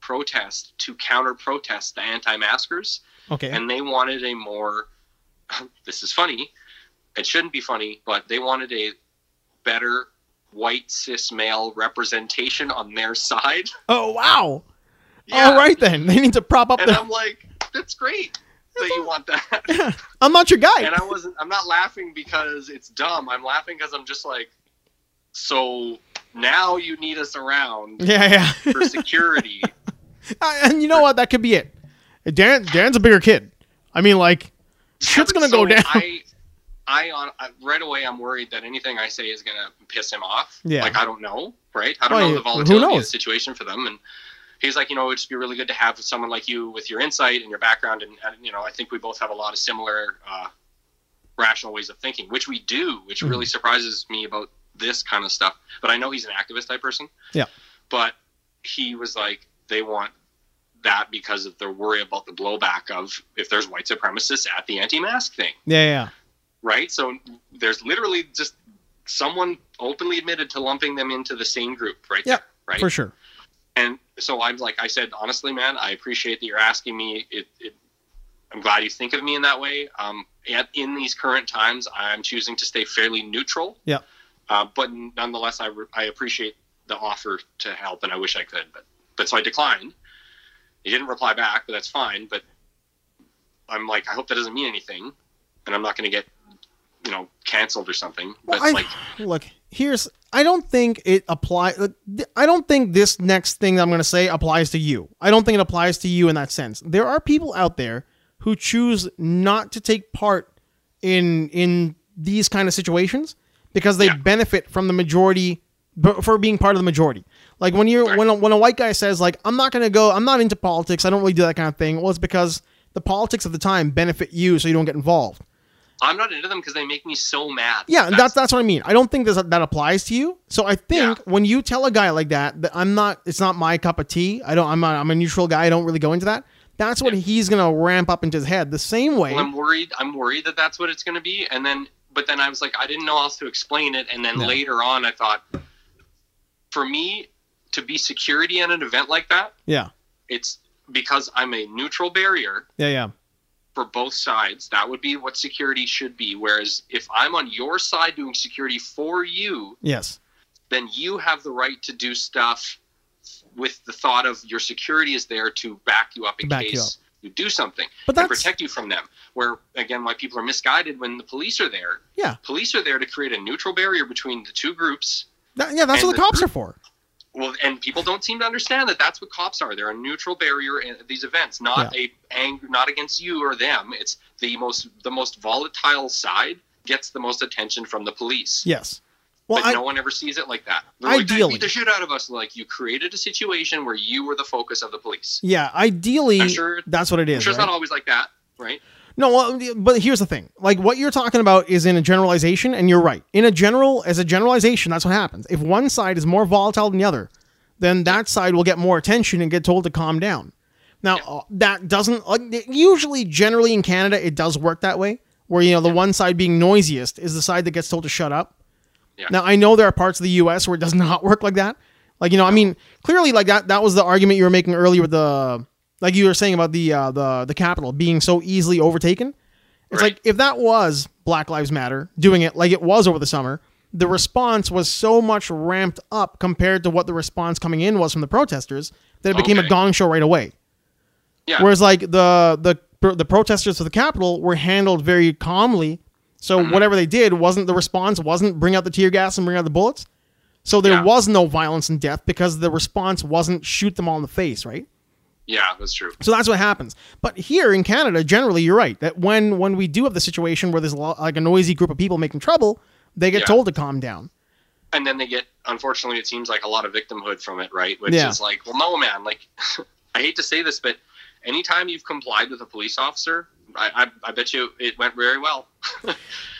S2: protest to counter-protest the anti-maskers,
S1: Okay.
S2: and they wanted a more. this is funny. It shouldn't be funny, but they wanted a better white cis male representation on their side.
S1: oh wow.
S2: Yeah.
S1: All right then, they need to prop up
S2: And
S1: their.
S2: I'm like, that's great that you want that.
S1: I'm not your guy.
S2: and I wasn't. I'm not laughing because it's dumb. I'm laughing because I'm just like, so now you need us around
S1: Yeah, yeah.
S2: for security.
S1: I- and you know what? That could be it. Dan Dan's a bigger kid. I mean, like shit's gonna go
S2: So
S1: down.
S2: I, I on I, right away. I'm worried that anything I say is gonna piss him off.
S1: Yeah.
S2: Like I don't know, right? I don't
S1: Well,
S2: know
S1: who
S2: the volatility of the
S1: knows?
S2: situation for them. And he's like, you know, it'd just be really good to have someone like you with your insight and your background, and, and you know, I think we both have a lot of similar. Uh, rational ways of thinking which we do which
S1: Mhm.
S2: really surprises me about this kind of stuff but i know he's an activist type person
S1: Yeah.
S2: but he was like they want that because of their worry about the blowback of if there's white supremacists at the anti-mask thing
S1: yeah, yeah.
S2: right? So there's literally just someone openly admitted to lumping them into the same group, right?
S1: Yeah,
S2: there, right.
S1: for sure.
S2: And so I'm like, I said, honestly, man, I appreciate that you're asking me. It, it, I'm glad you think of me in that way. Um, at, in these current times, I'm choosing to stay fairly neutral.
S1: Yeah.
S2: Uh, but nonetheless, I, re- I appreciate the offer to help, and I wish I could. But but so I declined. He didn't reply back, but that's fine. But I'm like, I hope that doesn't mean anything, and I'm not going to get, you know, canceled or something.
S1: Well,
S2: but
S1: I-
S2: like,
S1: Look, here's. I don't think it applies. I don't think this next thing I'm going to say applies to you. I don't think it applies to you in that sense. There are people out there who choose not to take part in in these kind of situations because they
S2: Yeah.
S1: benefit from the majority b- for being part of the majority. Like when you're
S2: Right.
S1: when a, when a white guy says like I'm not going to go, I'm not into politics, I don't really do that kind of thing. Well, it's because the politics of the time benefit you, so you don't get involved.
S2: I'm not into them because they make me so mad.
S1: Yeah, and that's that's what I mean. I don't think this, that applies to you. So I think when you tell a guy like that that I'm not, it's not my cup of tea. I don't. I'm a, I'm a neutral guy. I don't really go into that. That's what he's gonna ramp up into his head. The same way.
S2: Well, I'm worried. I'm worried that that's what it's going to be. And then, but then I was like, I didn't know how else to explain it. And then
S1: No.
S2: later on, I thought, for me to be security at an event like that,
S1: yeah,
S2: it's because I'm a neutral barrier
S1: yeah, yeah,
S2: for both sides. That would be what security should be. Whereas if I'm on your side doing security for you,
S1: yes,
S2: then you have the right to do stuff with the thought of your security is there to back you up in
S1: Back you
S2: case you do something
S1: but
S2: and
S1: that's
S2: protect you from them. Where again, why people are misguided when the police are there.
S1: Yeah.
S2: police are there to create a neutral barrier between the two groups.
S1: that, yeah, that's
S2: and
S1: what the
S2: the
S1: cops are
S2: group-
S1: for.
S2: Well, and people don't seem to understand that that's what cops are. They're a neutral barrier in these events, not a ang- not against you or them. It's the most the most volatile side gets the most attention from the police.
S1: Yes. Well,
S2: but
S1: I,
S2: no one ever sees it like that. They're like, "They
S1: Ideally.
S2: beat the shit out of us. Like you created a situation where you were the focus of the police.
S1: yeah, ideally,
S2: I'm sure-
S1: that's what it
S2: I'm
S1: is.
S2: sure it's
S1: right?
S2: not always like that, right?
S1: No, well, but here's the thing. Like what you're talking about is in a generalization, and you're right. In a general, as a generalization, that's what happens. If one side is more volatile than the other, then that side will get more attention and get told to calm down. Now uh, that doesn't like it- usually, generally in Canada, it does work that way. Where you know the one side being noisiest is the side that gets told to shut up.
S2: Yeah.
S1: Now I know there are parts of the U.S. where it does not work like that. Like you know, I mean, clearly, like that—that was the argument you were making earlier with the, like you were saying about the uh, the the capital being so easily overtaken. It's
S2: Right.
S1: like if that was Black Lives Matter doing it like it was over the summer, the response was so much ramped up compared to what the response coming in was from the protesters that it became a
S2: Okay.
S1: gong show right away.
S2: Yeah.
S1: Whereas like the the pro- the protesters of the Capitol were handled very calmly. So
S2: Mm-hmm.
S1: whatever they did wasn't the response wasn't bring out the tear gas and bring out the bullets. So there
S2: Yeah.
S1: was no violence and death because the response wasn't shoot them all in the face, right?
S2: Yeah, that's true.
S1: So that's what happens. But here in Canada, generally, you're right that when when we do have the situation where there's a lot, like a noisy group of people making trouble, they get
S2: Yeah.
S1: told to calm down.
S2: and then they get unfortunately it seems like a lot of victimhood from it right which
S1: Yeah.
S2: is like well no man like i hate to say this but anytime you've complied with a police officer i i, I bet you it went very well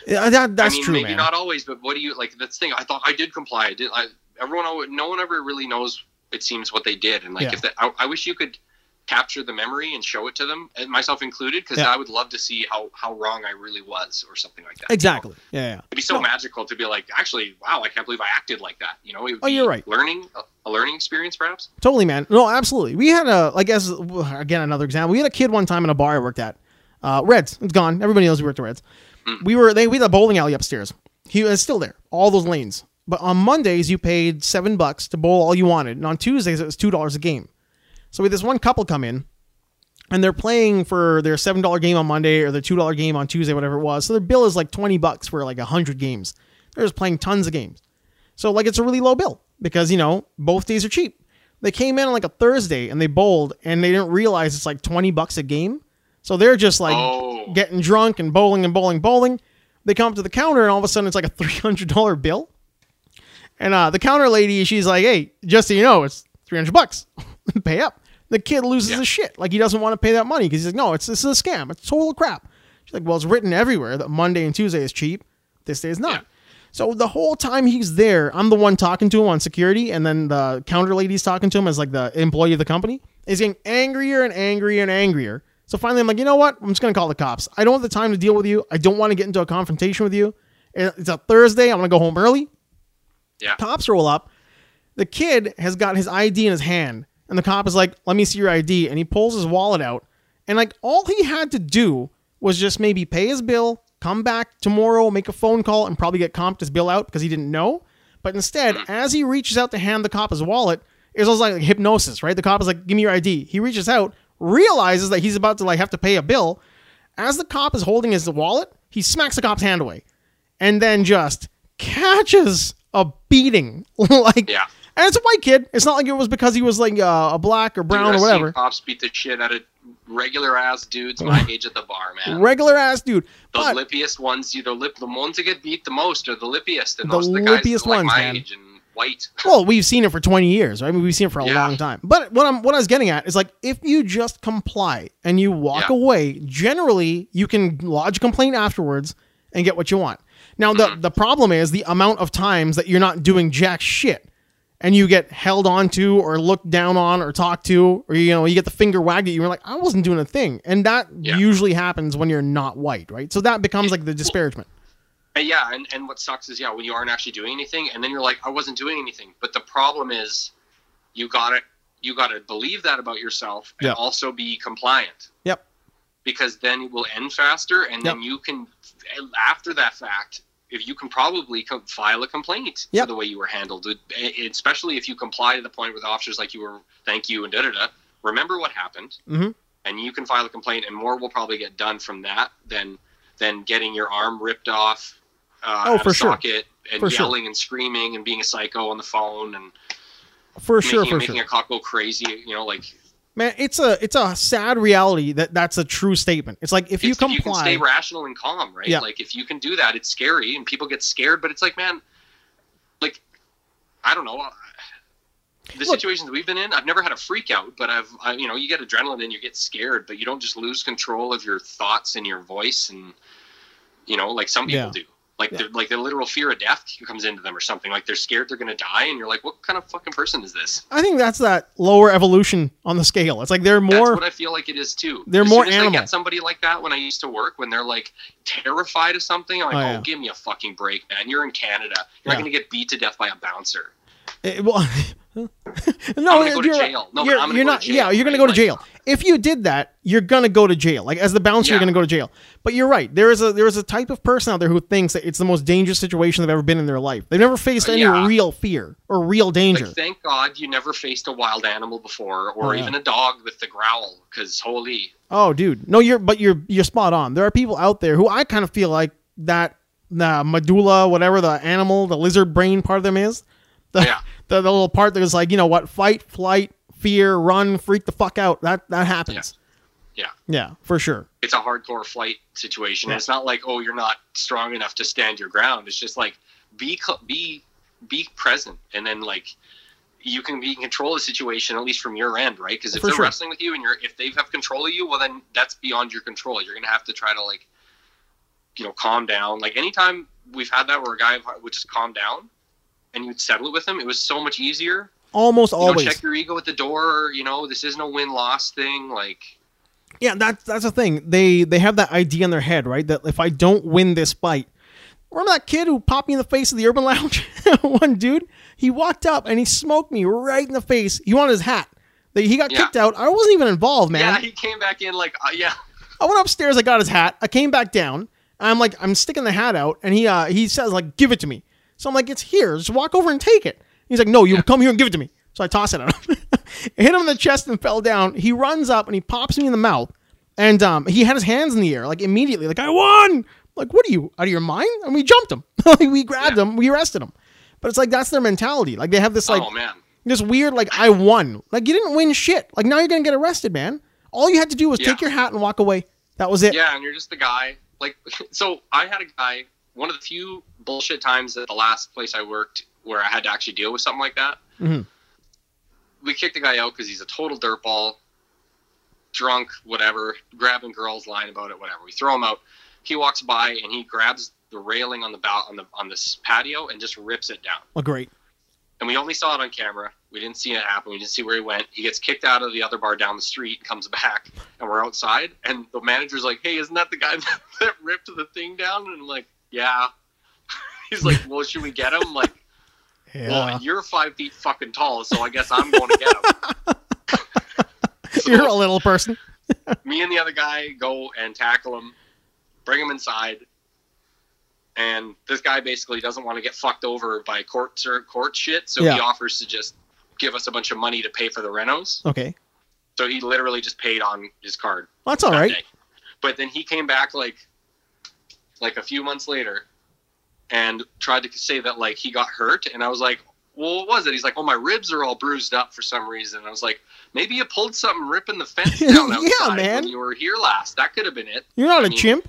S1: Yeah, that, that's
S2: i mean
S1: true,
S2: maybe
S1: man.
S2: not always but what do you like that's the thing i thought i did comply i did i everyone alwa- no one ever really knows it seems what they did and like
S1: Yeah.
S2: if that I, I wish you could capture the memory and show it to them and myself included because
S1: Yeah.
S2: i would love to see how how wrong i really was or something like that
S1: exactly. Yeah, yeah.
S2: It'd be so
S1: No.
S2: magical to be like, actually, wow, I can't believe I acted like that. You know, it would
S1: Oh,
S2: be
S1: you're right.
S2: Learning a- a learning experience, perhaps.
S1: Totally, man. No, absolutely. We had a, I guess, again, another example. We had a kid one time in a bar I worked at. Uh, Reds. It's gone. Everybody knows we worked at Reds. We were, they, we had a bowling alley upstairs. He was still there. All those lanes. But on Mondays, you paid seven bucks to bowl all you wanted. And on Tuesdays, it was $2 a game. So we had this one couple come in and they're playing for their $7 game on Monday or their $2 game on Tuesday, whatever it was. So their bill is like 20 bucks for like 100 games. They're just playing tons of games. So like it's a really low bill because you know both days are cheap. They came in on like a Thursday and they bowled and they didn't realize it's like twenty bucks a game. So they're just like
S2: Oh.
S1: getting drunk and bowling and bowling bowling. They come up to the counter and all of a sudden it's like a three hundred dollar bill. And uh, the counter lady, she's like, "Hey, just so you know, it's three hundred bucks. pay up." The kid loses
S2: Yeah.
S1: his shit. Like he doesn't want to pay that money because he's like, "No, it's this is a scam. It's total crap." She's like, "Well, it's written everywhere that Monday and Tuesday is cheap. This day is not."
S2: Yeah.
S1: So the whole time he's there, I'm the one talking to him on security, and then the counter lady's talking to him as like the employee of the company. He's getting angrier and angrier and angrier. So finally, I'm like, you know what? I'm just gonna call the cops. I don't have the time to deal with you. I don't want to get into a confrontation with you. It's a Thursday. I'm gonna go home early.
S2: Yeah.
S1: Cops roll up. The kid has got his ID in his hand, and the cop is like, "Let me see your ID." And he pulls his wallet out, and like all he had to do was just maybe pay his bill, come back tomorrow, make a phone call, and probably get comped his bill out because he didn't know. But instead, as he reaches out to hand the cop his wallet, it's almost like hypnosis, right? The cop is like, "Give me your ID." He reaches out, realizes that he's about to like have to pay a bill. As the cop is holding his wallet, he smacks the cop's hand away and then just catches a beating. like,
S2: Yeah.
S1: and it's a white kid. It's not like it was because he was like uh, a black or brown
S2: Dude,
S1: or
S2: I've
S1: whatever.
S2: Seen cops beat the shit out of regular ass dudes my age at the bar, man.
S1: Regular ass dude.
S2: the
S1: But
S2: lippiest ones, you the lip, the ones that get beat the most are the lippiest, and
S1: The
S2: those are the guys that
S1: lippiest
S2: are like
S1: ones,
S2: my
S1: man.
S2: age and white.
S1: well, we've seen it for twenty years. Right? I mean, we've seen it for a
S2: Yeah.
S1: long time. But what I'm what I was getting at is like if you just comply and you walk
S2: Yeah.
S1: away, generally you can lodge a complaint afterwards and get what you want. Now the
S2: Mm-hmm.
S1: the problem is the amount of times that you're not doing jack shit. And you get held on to, or looked down on, or talked to, or you know, you get the finger wagged at you. You're like, I wasn't doing a thing, and that
S2: Yeah.
S1: usually happens when you're not white, right? So that becomes like the disparagement.
S2: And yeah, and, and what sucks is yeah, when you aren't actually doing anything, and then you're like, I wasn't doing anything. But the problem is, you got to you got to believe that about yourself, and
S1: Yeah.
S2: also be compliant.
S1: Yep.
S2: Because then it will end faster, and then
S1: Yep.
S2: you can, after that fact, if you can probably com- file a complaint
S1: Yep.
S2: for the way you were handled, It- it- especially if you comply to the point with officers like you were, thank you, and da da da. Remember what happened,
S1: Mhm.
S2: and you can file a complaint, and more will probably get done from that than than getting your arm ripped off uh,
S1: Oh,
S2: out of
S1: for sure.
S2: socket and
S1: For sure.
S2: yelling and screaming and being a psycho on the phone and
S1: For
S2: making,
S1: sure, for
S2: making
S1: sure.
S2: a cop go crazy. You know, like
S1: Man, it's a it's a sad reality that that's a true statement. It's like if you
S2: it's- you can
S1: comply,
S2: stay rational and calm, right?
S1: Yeah.
S2: Like if you can do that, it's scary and people get scared, but it's like, man, like I don't know. The
S1: Look-
S2: situations we've been in, I've never had a freak out, but I've, I, you know, you get adrenaline and you get scared, but you don't just lose control of your thoughts and your voice, and you know, like some people
S1: Yeah.
S2: do, like
S1: Yeah.
S2: the like the literal fear of death comes into them or something, like they're scared they're gonna die, and you're like, what kind of fucking person is this?
S1: I think that's that lower evolution on the scale. It's like they're
S2: That's
S1: more
S2: what I feel like it is too.
S1: They're
S2: as
S1: more
S2: soon as I
S1: animal.
S2: get somebody like that when I used to work, when they're like terrified of something, I'm like,
S1: Oh,
S2: oh,
S1: yeah.
S2: give me a fucking break, man. You're in Canada.
S1: Yeah.
S2: You're not gonna get beat to death by a bouncer.
S1: eh, well, no,
S2: I'm gonna go to
S1: you're,
S2: jail. No, but
S1: you're,
S2: I'm gonna
S1: you're
S2: go to
S1: not.
S2: jail,
S1: yeah, you're gonna
S2: right?
S1: go to jail.
S2: Like,
S1: if you did that, you're gonna go to jail. Like as the bouncer, you're
S2: Yeah.
S1: gonna go to jail. But you're right. There is a there is a type of person out there who thinks that it's the most dangerous situation they've ever been in their life. They've never faced any
S2: Yeah.
S1: real fear or real danger.
S2: Like, thank God you never faced a wild animal before, or
S1: Oh, yeah.
S2: even a dog with the growl, because holy,
S1: oh, dude. No, you're but you're you're spot on. There are people out there who I kind of feel like that the medulla, whatever the animal, the lizard brain part of them is. The,
S2: Yeah.
S1: the, the little part that is like, you know what, fight, flight, fear, run, freak the fuck out. That that happens.
S2: Yeah.
S1: Yeah, for sure.
S2: it's a hardcore flight situation.
S1: Yeah.
S2: It's not like oh you're not strong enough to stand your ground. It's just like be co- be be present, and then like you can be in control of the situation at least from your end, right? Because if
S1: For
S2: they're
S1: sure.
S2: wrestling with you and you're if they have control of you, well then that's beyond your control. You're gonna have to try to like you know calm down. Like anytime we've had that where a guy would just calm down and you'd settle it with him, it was so much easier.
S1: Almost
S2: You know,
S1: always.
S2: check your ego at the door. You know this isn't a win loss thing. Like
S1: Yeah, that's that's the thing. They they have that idea in their head, right? That if I don't win this fight, remember that kid who popped me in the face at the Urban Lounge? One dude, he walked up and he smoked me right in the face. He wanted his hat. They- He got
S2: Yeah.
S1: kicked out. I wasn't even involved, man.
S2: yeah, he came back in like uh, yeah.
S1: I went upstairs. I got his hat. I came back down. I'm like, I'm sticking the hat out, and he uh, he says like, give it to me. So I'm like, it's here. Just walk over and take it. He's like, no, you come here and give it to me. So I toss it at him. I hit him in the chest and fell down. He runs up and he pops me in the mouth, and um, he had his hands in the air like immediately, like I won. Like, what are you out of your mind? And we jumped him. like, we grabbed him. We arrested him. But it's like that's their mentality. Like they have this like
S2: oh man.
S1: this weird like I won. Like you didn't win shit. Like now you're gonna get arrested, man. All you had to do was
S2: Yeah.
S1: take your hat and walk away. That was it.
S2: Yeah, and you're just the guy. Like, so I had a guy. One of the few bullshit times at the last place I worked where I had to actually deal with something like that.
S1: Mhm.
S2: We kicked the guy out because he's a total dirtball, drunk, whatever, grabbing girls, lying about it, whatever. We throw him out. He walks by and he grabs the railing on the bow on the on this patio and just rips it down.
S1: Well, great.
S2: and we only saw it on camera. We didn't see it happen. We didn't see where he went. He gets kicked out of the other bar down the street, comes back, and we're outside. And the manager's like, "Hey, isn't that the guy that, that ripped the thing down?" And I'm like, "Yeah." He's like, "Well, should we get him?" I'm like, "Well, you're five feet fucking tall, so I guess I'm going to get him." So-
S1: you're a little person.
S2: me and the other guy go and tackle him, bring him inside, and this guy basically doesn't want to get fucked over by court or court shit, so
S1: Yeah.
S2: he offers to just give us a bunch of money to pay for the renos.
S1: Okay,
S2: So he literally just paid on his card.
S1: well, that's all
S2: that
S1: right.
S2: day. But then he came back like like a few months later and tried to say that like he got hurt and I was like, Well what was it? He's like, Oh my ribs are all bruised up for some reason. And I was like, Maybe you pulled something ripping the fence down
S1: Yeah,
S2: outside
S1: man.
S2: when you were here last. That could have been it.
S1: You're not
S2: I
S1: a
S2: mean-
S1: chimp.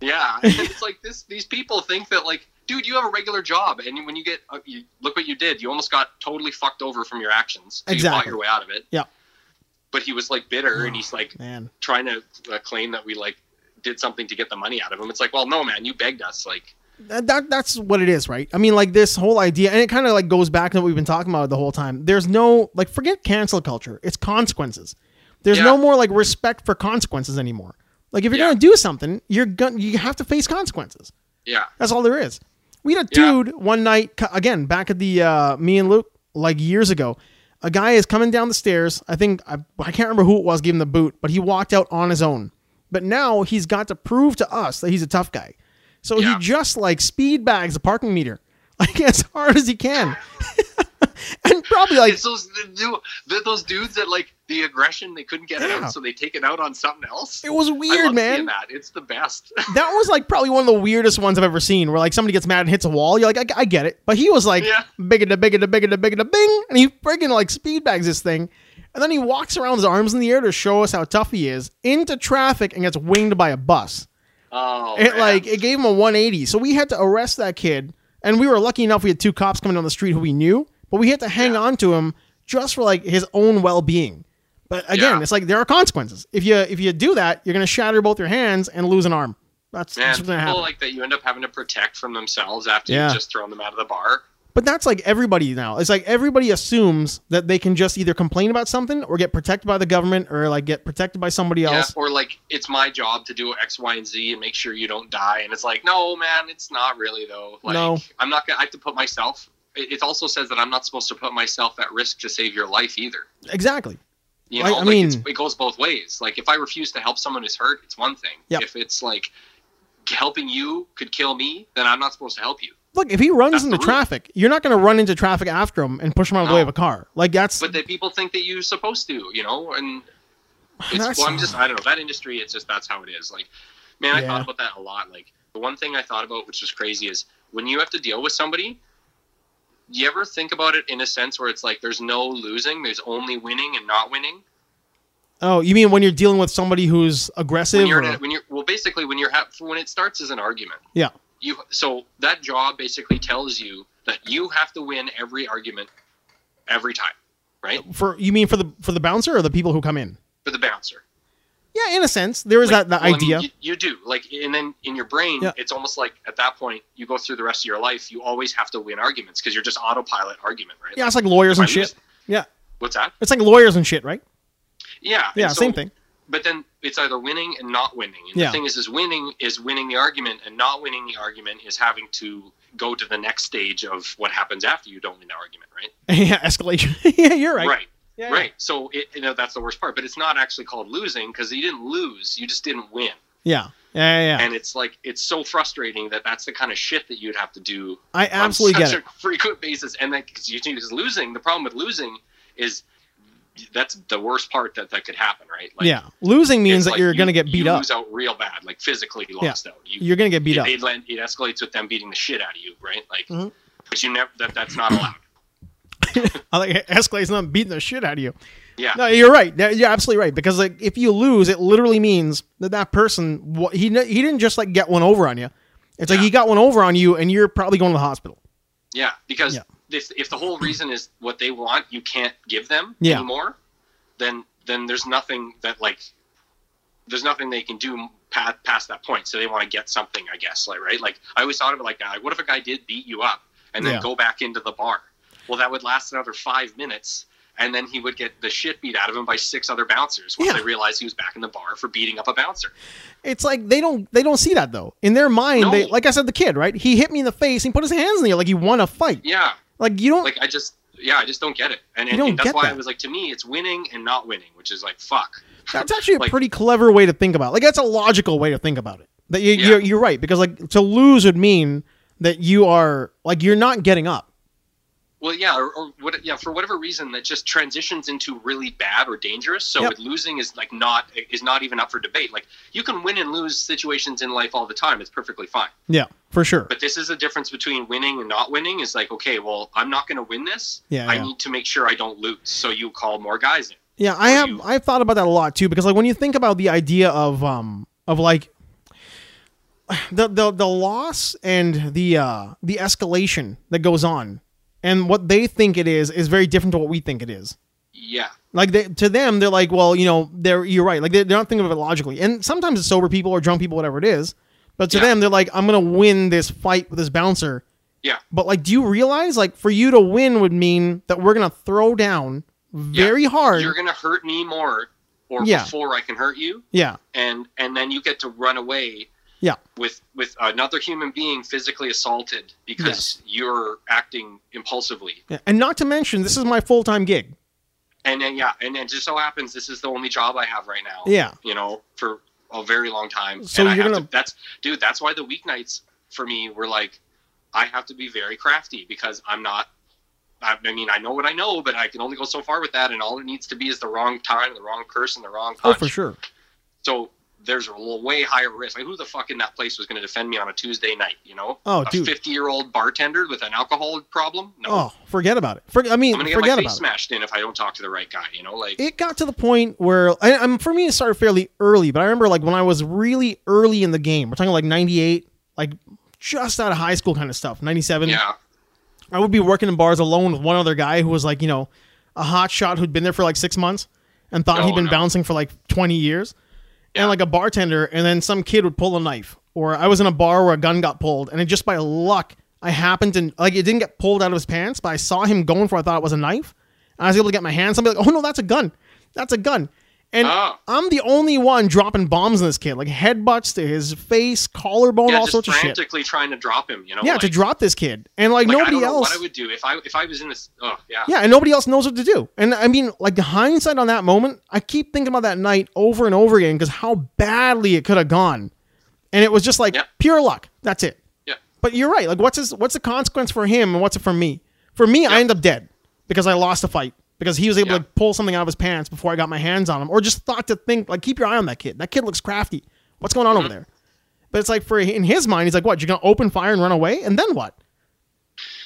S2: Yeah, and it's like this. These people think that like, dude, you have a regular job, and when you get, uh, you, look what you did. You almost got totally fucked over from your actions. So You fought
S1: Exactly.
S2: your way out of it.
S1: Yeah.
S2: But he was like bitter, and he's like
S1: Man,
S2: trying to uh, claim that we like did something to get the money out of him. It's like, well, no, man, you begged us. Like,
S1: that, that that's what it is, right? I mean, like this whole idea, and it kind of like goes back to what we've been talking about the whole time. There's no like forget cancel culture. It's consequences. There's
S2: Yeah.
S1: no more like respect for consequences anymore. Like if you're
S2: Yeah.
S1: gonna do something, you're gonna you have to face consequences.
S2: yeah,
S1: That's all there is. We had a
S2: Yeah.
S1: dude one night cu- again back at the uh, me and Luke like years ago. A guy is coming down the stairs. I think I, I can't remember who it was gave him the boot, but he walked out on his own. But now he's got to prove to us that he's a tough guy. So
S2: Yeah.
S1: he just like speed bags the parking meter like as hard as he can, and probably like
S2: it's those the, du- the, those dudes that like the aggression they couldn't get it
S1: Yeah.
S2: out, so they take it out on something else.
S1: it was
S2: I love
S1: weird,
S2: Seeing
S1: man.
S2: that it's the best.
S1: That was like probably one of the weirdest ones I've ever seen. Where like somebody gets mad and hits a wall. You're like, I, I get it, but he was like,
S2: Yeah.
S1: bigger to bigger to bigger to bigger to bing, and he friggin' like speed bags this thing, and then he walks around with his arms in the air to show us how tough he is into traffic and gets winged by a bus.
S2: oh,
S1: It
S2: man.
S1: like it gave him a 180. So we had to arrest that kid, and we were lucky enough we had two cops coming down the street who we knew, but we had to hang
S2: Yeah.
S1: on to him just for like his own well being. But again,
S2: Yeah.
S1: it's like there are consequences. If you if you do that, you're gonna shatter both your hands and lose an arm. That's,
S2: Man,
S1: that's what's gonna
S2: people
S1: happen.
S2: like that you end up having to protect from themselves after
S1: Yeah.
S2: you've just thrown them out of the bar.
S1: But that's like everybody now. It's like everybody assumes that they can just either complain about something or get protected by the government or like get protected by somebody
S2: Yeah.
S1: else.
S2: Or like, it's my job to do X, Y, and Z and make sure you don't die. And it's like, no, man, it's not really though. Like,
S1: No.
S2: I'm not gonna. I have to put myself. It it also says that I'm not supposed to put myself at risk to save your life either.
S1: Exactly.
S2: You
S1: Right,
S2: know,
S1: I
S2: like
S1: mean-
S2: it's, it goes both ways. Like if I refuse to help someone who's hurt, it's one thing.
S1: Yep.
S2: If it's like helping you could kill me, then I'm not supposed to help you.
S1: Look, if he runs
S2: That's the
S1: into
S2: rule.
S1: traffic, you're not going to run into traffic after him and push him out of the
S2: No.
S1: way of a car. Like that's
S2: But then people think that you're supposed to, you know, and
S1: That's-
S2: it's well, I'm just I don't know that industry. It's just that's how it is. Like, man, I
S1: Yeah.
S2: thought about that a lot. Like the one thing I thought about, which was crazy, is when you have to deal with somebody. You ever think about it in a sense where it's like there's no losing, there's only winning and not winning.
S1: oh, you mean when you're dealing with somebody who's aggressive?
S2: when you're
S1: or-
S2: at, when you're well basically when you're ha- when it starts as an argument
S1: Yeah.
S2: you so that job basically tells you that you have to win every argument every time right
S1: for you mean for the for the bouncer or the people who come in?
S2: for the bouncer
S1: Yeah, in a sense, there is
S2: Like,
S1: that, that
S2: well, I mean,
S1: idea.
S2: you, you do like and then in your brain
S1: Yeah.
S2: it's almost like at that point you go through the rest of your life you always have to win arguments because you're just autopilot argument right
S1: yeah, it's like lawyers
S2: Like,
S1: and
S2: if I
S1: shit.
S2: lose-
S1: Yeah,
S2: what's that
S1: it's like lawyers and shit, right?
S2: yeah
S1: Yeah,
S2: and so-
S1: same thing.
S2: but then it's either winning and not winning. And
S1: Yeah.
S2: the thing is, is winning is winning the argument, and not winning the argument is having to go to the next stage of what happens after you don't win the argument, right?
S1: yeah, escalation. yeah, you're right.
S2: Right.
S1: Yeah,
S2: right. So it, you know that's the worst part. But it's not actually called losing because you didn't lose; you just didn't win.
S1: Yeah. Yeah, yeah, yeah.
S2: And it's like it's so frustrating that that's the kind of shit that you'd have to do
S1: I absolutely
S2: on
S1: get
S2: such
S1: it.
S2: a frequent basis. And that because you think is losing. The problem with losing is that's the worst part that that could happen, right?
S1: yeah, losing means
S2: it's
S1: that
S2: like
S1: you're
S2: you-
S1: gonna get beat
S2: you
S1: up.
S2: Lose out real bad, like physically lost out. You,
S1: You're gonna get beat
S2: it,
S1: up.
S2: It, land- it escalates with them beating the shit out of you, right? Like,
S1: Mhm.
S2: but you never that that's not allowed.
S1: I like it escalates not beating the shit out of you.
S2: Yeah,
S1: No, you're right. Yeah, You're absolutely right because like if you lose, it literally means that that person wha- he kn- he didn't just like get one over on you. It's like
S2: Yeah.
S1: he got one over on you, and you're probably going to the hospital.
S2: yeah, because
S1: Yeah.
S2: if if the whole reason is what they want, you can't give them
S1: Yeah.
S2: anymore. Then then there's nothing that like there's nothing they can do past, past that point. So they want to get something, I guess. Like right, like I always thought of it like that. Like, what if a guy did beat you up and then
S1: Yeah.
S2: go back into the bar? Well, that would last another five minutes. And then he would get the shit beat out of him by six other bouncers once
S1: Yeah.
S2: they realized he was back in the bar for beating up a bouncer.
S1: It's like they don't they don't see that though. In their mind,
S2: No.
S1: they like I said, the kid right. He hit me in the face and put his hands in the air like he won a fight.
S2: Yeah,
S1: Like you don't.
S2: like I just yeah, I just don't get it, and,
S1: You
S2: and,
S1: don't
S2: and that's
S1: get
S2: why
S1: that.
S2: I was like, to me, it's winning and not winning, which is like fuck.
S1: that's actually a
S2: like-
S1: pretty clever way to think about. It. Like that's a logical way to think about it. That you,
S2: Yeah.
S1: you're you're right because like to lose would mean that you are like you're not getting up.
S2: Well, yeah, or, or what, yeah, for whatever reason, that just transitions into really bad or dangerous. So
S1: Yep.
S2: with losing is like not is not even up for debate. Like you can win and lose situations in life all the time; it's perfectly fine.
S1: Yeah, for sure.
S2: But this is the difference between winning and not winning. Is like, okay, well, I'm not going to win this.
S1: Yeah,
S2: I
S1: yeah.
S2: need to make sure I don't lose. So you call more guys in.
S1: Yeah, I
S2: Or
S1: have
S2: you-
S1: I've thought about that a lot too because like when you think about the idea of um of like the the the loss and the uh the escalation that goes on and what they think it is is very different to what we think it is.
S2: Yeah,
S1: Like they, to them, they're like, well, you know, they're you're right. Like they're, they're not thinking of it logically. And sometimes it's sober people or drunk people, whatever it is. But to
S2: Yeah.
S1: them, they're like, I'm gonna win this fight with this bouncer.
S2: yeah,
S1: But like, do you realize like for you to win would mean that we're gonna throw down very hard?
S2: you're going to hurt me more, or
S1: Yeah.
S2: before I can hurt you.
S1: yeah,
S2: and and then you get to run away
S1: yeah.
S2: with with another human being physically assaulted because you're acting impulsively
S1: Yeah, And not to mention, this is my full time gig.
S2: and then yeah and it just so happens this is the only job i have right now
S1: Yeah.
S2: you know for a very long time
S1: So
S2: and I
S1: you're
S2: have
S1: gonna-
S2: to, that's dude that's why the weeknights for me were like i have to be very crafty because i'm not I I mean, I know what I know, but I can only go so far with that, and all it needs to be is the wrong time, the wrong person, the wrong
S1: Oh,
S2: punch.
S1: for sure.
S2: So there's a l- way higher risk. Like who the fuck in that place was going to defend me on a Tuesday night? You know,
S1: Oh,
S2: a
S1: dude.
S2: fifty-year-old bartender with an alcohol problem. No,
S1: Oh, forget about it. For, I mean,
S2: I'm going to get
S1: forget
S2: my face
S1: about it.
S2: smashed in if I don't talk to the right guy. You know, like
S1: It got to the point where, I, I'm for me, it started fairly early. But I remember, like, when I was really early in the game, we're talking like '98, like just out of high school kind of stuff, '97.
S2: yeah,
S1: I would be working in bars alone with one other guy who was like, you know, a hot shot who'd been there for like six months and thought
S2: Oh,
S1: he'd been
S2: no.
S1: bouncing for like 20 years
S2: Yeah.
S1: and like a bartender. And then some kid would pull a knife or I was in a bar where a gun got pulled. And it just by luck, I happened to like, it didn't get pulled out of his pants, but I saw him going for, I thought it was a knife. And I was able to get my hands. I'm like, oh no, that's a gun. That's a gun. And
S2: Oh.
S1: I'm the only one dropping bombs on this kid, like headbutts to his face, collarbone,
S2: yeah,
S1: all
S2: just
S1: sorts of shit.
S2: frantically trying to drop him. You know,
S1: Yeah,
S2: like,
S1: to drop this kid, and like,
S2: like, I
S1: nobody
S2: don't know
S1: else.
S2: What I would do if I if I was in this? Oh yeah.
S1: Yeah, and nobody else knows what to do. And I mean, like the hindsight on that moment, I keep thinking about that night over and over again because how badly it could have gone, and it was just like
S2: Yep.
S1: pure luck. That's it.
S2: Yeah.
S1: But you're right. Like, what's his, what's the consequence for him, and what's it for me? For me, I
S2: Yep.
S1: end up dead because I lost a fight because he was able
S2: Yeah.
S1: to pull something out of his pants before I got my hands on him, or just thought to think like, keep your eye on that kid. That kid looks crafty. What's going on over there? But it's like for in his mind, he's like, what? You're gonna open fire and run away, and then what?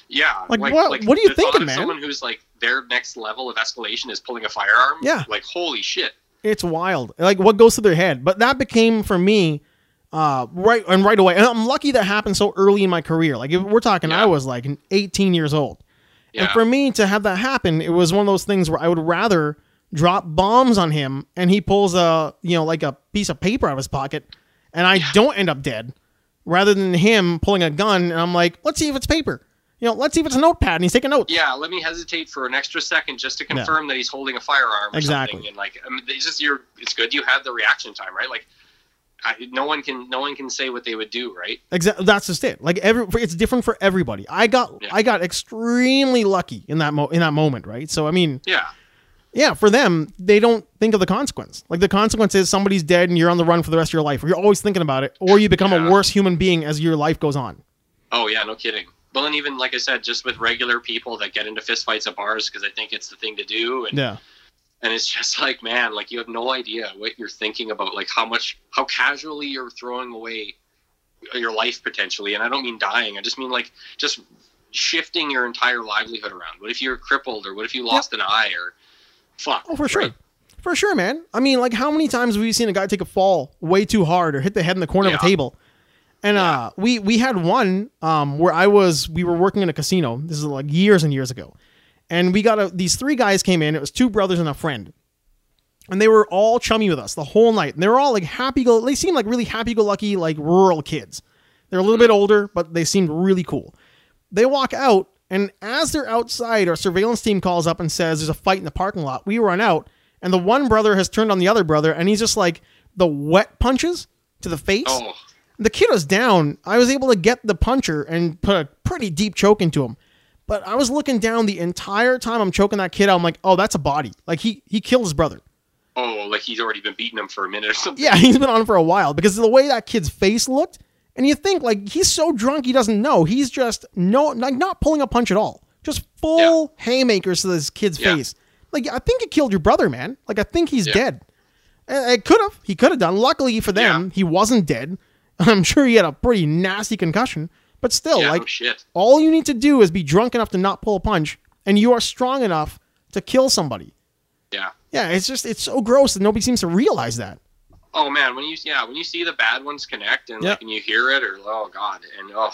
S2: Yeah,
S1: Like, what- what are you
S2: the thought
S1: thinking,
S2: of
S1: man?
S2: Someone who's like their next level of escalation is pulling a firearm.
S1: Yeah.
S2: like holy shit.
S1: It's wild. Like what goes through their head. But that became for me uh, right and right away. And I'm lucky that happened so early in my career. Like if we're talking,
S2: Yeah.
S1: I was like 18 years old.
S2: Yeah,
S1: And for me to have that happen, it was one of those things where I would rather drop bombs on him and he pulls a you know like a piece of paper out of his pocket and I don't end up dead rather than him pulling a gun and I'm like, let's see if it's paper. You know, let's see if it's a notepad and he's taking notes.
S2: yeah. Let me hesitate for an extra second just to confirm that he's holding a firearm. Or
S1: Exactly.
S2: Something. And like, I mean, it's just you're. It's good you had the reaction time, right? Like, I, no one can no one can say what they would do, right?
S1: Exactly. That's just it. Like every, for- it's different for everybody. I got,
S2: Yeah.
S1: I got extremely lucky in that mo- in that moment, right? So I mean,
S2: Yeah,
S1: yeah, for them, they don't think of the consequence. Like the consequence is somebody's dead and you're on the run for the rest of your life, or you're always thinking about it, or you become
S2: Yeah.
S1: a worse human being as your life goes on.
S2: Oh yeah, no kidding. Well, and even like I said, just with regular people that get into fistfights at bars because I think it's the thing to do, and
S1: Yeah.
S2: and it's just like man, like you have no idea what you're thinking about, like how much, how casually you're throwing away your life potentially. And I don't mean dying. I just mean like just shifting your entire livelihood around. What if you're crippled, or what if you lost an eye, or fuck?
S1: Oh, for sure.
S2: right?
S1: For sure, man. I mean, like how many times have we seen a guy take a fall way too hard or hit the head in the corner of a
S2: Yeah.
S1: table? And uh we we had one um where I was we were working in a casino. This is like years and years ago. And we got a these three guys came in. It was two brothers and a friend. And they were all chummy with us the whole night. And they were all like happy go they seemed like really happy go lucky like rural kids. They're a little bit older, but they seemed really cool. They walk out, and as they're outside, our surveillance team calls up and says there's a fight in the parking lot. We run out, and the one brother has turned on the other brother, and he's just like the wet punches to the face.
S2: Oh,
S1: The kid was down. I was able to get the puncher and put a pretty deep choke into him. But I was looking down the entire time I'm choking that kid out. I'm like, oh, that's a body. Like he he killed his brother.
S2: oh, like he's already been beating him for a minute or something.
S1: Yeah, he's been on for a while because of the way that kid's face looked, and you think like he's so drunk he doesn't know. He's just no like not pulling a punch at all. Just full haymakers to this kid's
S2: Yeah.
S1: face. Like I think it killed your brother, man. Like I think he's
S2: Yeah.
S1: dead. And It could have. He could have done. Luckily for them,
S2: Yeah.
S1: he wasn't dead. I'm sure he had a pretty nasty concussion, but still,
S2: yeah, no
S1: like
S2: shit.
S1: all you need to do is be drunk enough to not pull a punch, and you are strong enough to kill somebody.
S2: Yeah.
S1: Yeah, it's just it's so gross that nobody seems to realize that.
S2: Oh man, when you yeah, when you see the bad ones connect and
S1: Yeah.
S2: like and you hear it or oh god and oh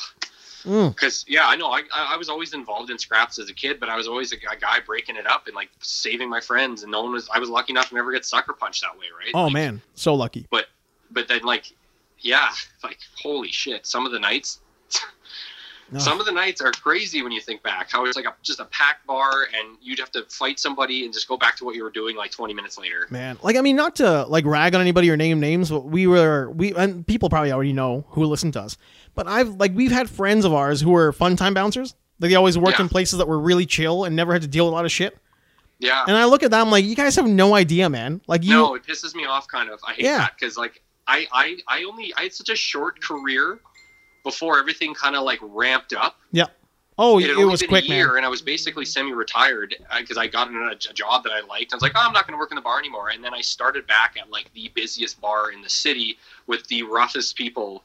S1: Mm.
S2: because yeah, I know I I I was always involved in scraps as a kid, but I was always a guy- guy breaking it up and like saving my friends, and no one was I was lucky enough to never get sucker punched that way, right?
S1: Oh
S2: Like,
S1: man, so lucky.
S2: But but then like yeah, like holy shit, some of the nights.
S1: No.
S2: Some of the nights are crazy when you think back. How it's like a, just a packed bar, and you'd have to fight somebody, and just go back to what you were doing like 20 minutes later.
S1: man like i mean not to like rag on anybody or name names but we were we and people probably already know who listen to us but i've like we've had friends of ours who were fun time bouncers like they always worked
S2: Yeah.
S1: in places that were really chill and never had to deal with a lot of shit
S2: Yeah.
S1: and i look at that i'm like you guys have no idea man like you
S2: no, it pisses me off kind of. I hate
S1: Yeah.
S2: that because like I, I I only I had such a short career before everything kind of like ramped up.
S1: yeah oh
S2: had
S1: it,
S2: only
S1: was
S2: been
S1: quick
S2: a year,
S1: man
S2: and I was basically semi-retired because I got in a, a job that I liked. I was like, oh, I'm not going to work in the bar anymore. And then I started back at like the busiest bar in the city with the roughest people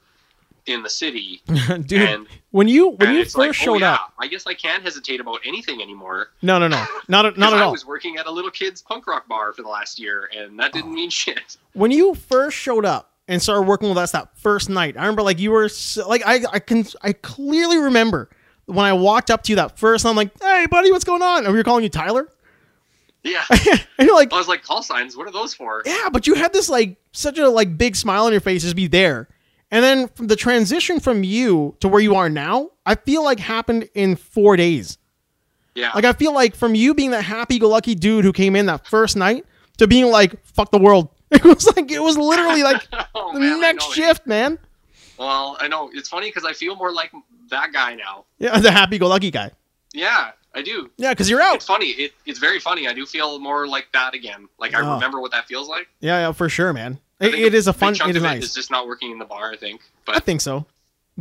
S2: in the city.
S1: dude
S2: and
S1: when you when
S2: and
S1: you
S2: it's
S1: first
S2: like, oh,
S1: showed
S2: yeah,
S1: up
S2: I guess I can't hesitate about anything anymore.
S1: no no no not at-
S2: 'Cause
S1: not at
S2: I
S1: all
S2: was working at a little kids punk rock bar for the last year, and that didn't mean shit.
S1: when you first showed up and started working with us that first night, I remember like you were so, like I I can I clearly remember when I walked up to you that first. I'm like, hey buddy, what's going on? And we were calling you Tyler,
S2: Yeah.
S1: and you're like,
S2: I was like, call signs, what are those for?
S1: yeah, but you had this like such a like big smile on your face, just be there. And then from the transition from you to where you are now, I feel like happened in four days.
S2: Yeah.
S1: Like I feel like from you being that happy-go-lucky dude who came in that first night to being like fuck the world. It was like it was literally like
S2: Oh,
S1: the
S2: man, I
S1: next
S2: know it.
S1: shift, man.
S2: Well, I know it's funny because I feel more like that guy now.
S1: Yeah, the happy-go-lucky guy.
S2: Yeah, I do.
S1: Yeah, because you're
S2: It's
S1: out.
S2: funny. It, it's very funny. I do feel more like that again. Like I
S1: Oh.
S2: remember what that feels like.
S1: Yeah, yeah, for sure, man.
S2: I
S1: It,
S2: think
S1: it is a
S2: big
S1: fun.
S2: chunk
S1: It is
S2: of
S1: nice.
S2: It's just not working in the bar, I think.
S1: I
S2: But
S1: think so.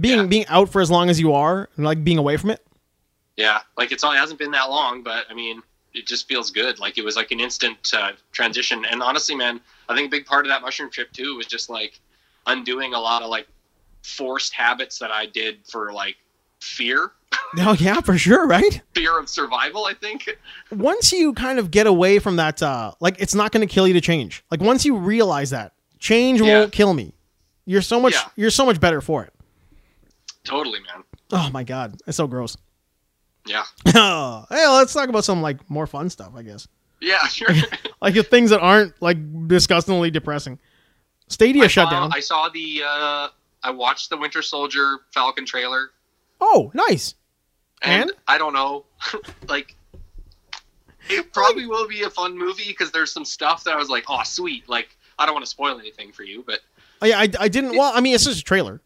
S1: Being
S2: Yeah.
S1: being out for as long as you are, and like being away from it.
S2: yeah, like it's only it hasn't been that long, but I mean, it just feels good. Like it was like an instant uh, transition. And honestly, man, I think a big part of that mushroom trip too was just like undoing a lot of like forced habits that I did for like fear,
S1: Oh yeah, for sure, right?
S2: fear of survival. I think.
S1: Once you kind of get away from that, uh, like it's not going to kill you to change. Like once you realize that change
S2: Yeah.
S1: won't kill me, you're so much
S2: Yeah.
S1: you're so much better for it.
S2: Totally, man.
S1: Oh my god, it's so gross.
S2: Yeah.
S1: hey, let's talk about some like more fun stuff, I guess.
S2: Yeah, sure.
S1: Like the things that aren't like disgustingly depressing. Stadia
S2: I
S1: shut
S2: saw,
S1: down.
S2: I saw the. Uh, I watched the Winter Soldier Falcon trailer,
S1: oh, nice.
S2: and,
S1: And?
S2: I don't know, like. It probably will be a fun movie because there's some stuff that I was like, "Oh, sweet!" Like, I don't want to spoil anything for you, but
S1: Oh, yeah, I, I didn't. Well, I mean, it's just a trailer.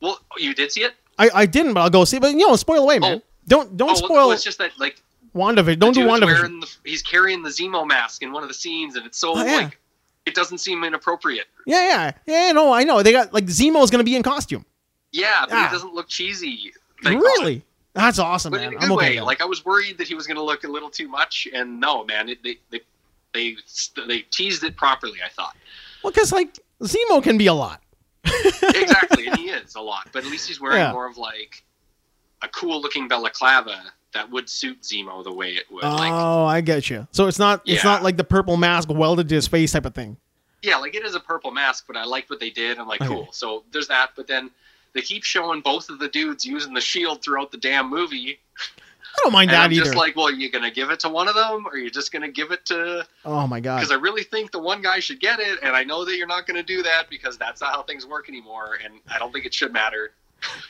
S2: well, you did see it.
S1: I, I didn't, but I'll go see. But you know, spoil away, man.
S2: Oh.
S1: Don't don't
S2: oh, well,
S1: spoil
S2: it's just that like
S1: WandaVision. Don't
S2: the
S1: do
S2: dude's
S1: WandaVision.
S2: wearing the, he's carrying the Zemo mask in one of the scenes, and it's so
S1: Oh, yeah.
S2: like it doesn't seem inappropriate.
S1: Yeah, yeah, yeah. No, I know. They got like Zemo's gonna be in costume.
S2: Yeah, but
S1: Ah.
S2: it doesn't look cheesy. Thank God.
S1: really? That's awesome,
S2: but
S1: man.
S2: in a good
S1: I'm okay.
S2: way.
S1: with that.
S2: Like I was worried that he was going to look a little too much, and no, man, it, they they they they teased it properly. I thought
S1: well, because like Zemo can be a lot.
S2: exactly, and he is a lot, but at least he's wearing
S1: Yeah.
S2: more of like a cool looking balaclava that would suit Zemo the way it would. Like
S1: oh, I get you. So it's not it's
S2: Yeah.
S1: not like the purple mask welded to his face type of thing.
S2: yeah, like it is a purple mask, but I liked what they did. I'm like,
S1: Okay.
S2: cool. So there's that, but then. They keep showing both of the dudes using the shield throughout the damn movie,
S1: I don't mind
S2: and I'm
S1: that either.
S2: just like, "Well, you gonna give it to one of them, or you just gonna give it to
S1: oh my god.
S2: because I really think the one guy should get it, and I know that you're not going to do that because that's not how things work anymore, and I don't think it should matter.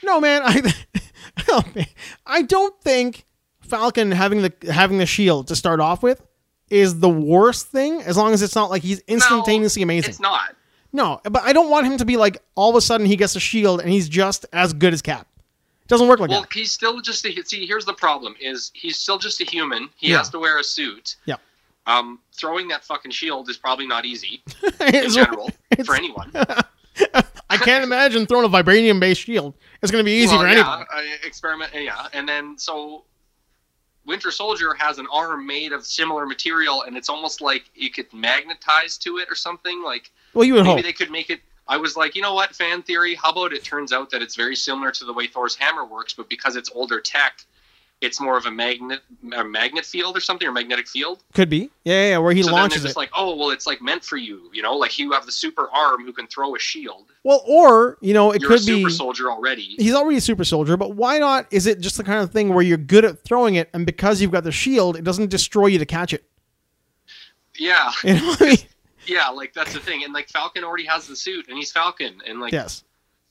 S1: No, man. I oh, man. I don't think Falcon having the having the shield to start off with is the worst thing as long as it's not like he's instantaneously amazing.
S2: It's not.
S1: No, but I don't want him to be like all of a sudden he gets a shield and he's just as good as Cap. It doesn't work like
S2: Well,
S1: that.
S2: he's still just a, see. Here's the problem: is he's still just a human. He
S1: Yeah.
S2: has to wear a suit.
S1: Yeah.
S2: Um, throwing that fucking shield is probably not easy in
S1: It's-
S2: general
S1: it's-
S2: for anyone.
S1: I can't imagine throwing a vibranium based shield. It's going to be easy
S2: Well,
S1: for
S2: yeah,
S1: anybody.
S2: I experiment. Yeah, and then so. Winter Soldier has an arm made of similar material, and it's almost like you could magnetize to it or something. Like
S1: Well, you would
S2: maybe
S1: hope.
S2: they could make it. I was like, you know what, fan theory? How about it turns out that it's very similar to the way Thor's hammer works, but because it's older tech, it's more of a magnet, a magnet field or something, or magnetic field.
S1: Could be. Yeah, yeah, yeah, where he
S2: so then they're
S1: launches
S2: just
S1: it.
S2: like, oh, well, it's like meant for you, you know, like you have the super arm who can throw a shield.
S1: well, or, you know, it
S2: You're a
S1: could
S2: super
S1: be.
S2: soldier already.
S1: He's already a super soldier, but why not? Is it just the kind of thing where you're good at throwing it, and because you've got the shield, it doesn't destroy you to catch it?
S2: Yeah,
S1: You know what I mean?
S2: yeah, like that's the thing. And like Falcon already has the suit, and he's Falcon, and like
S1: Yes.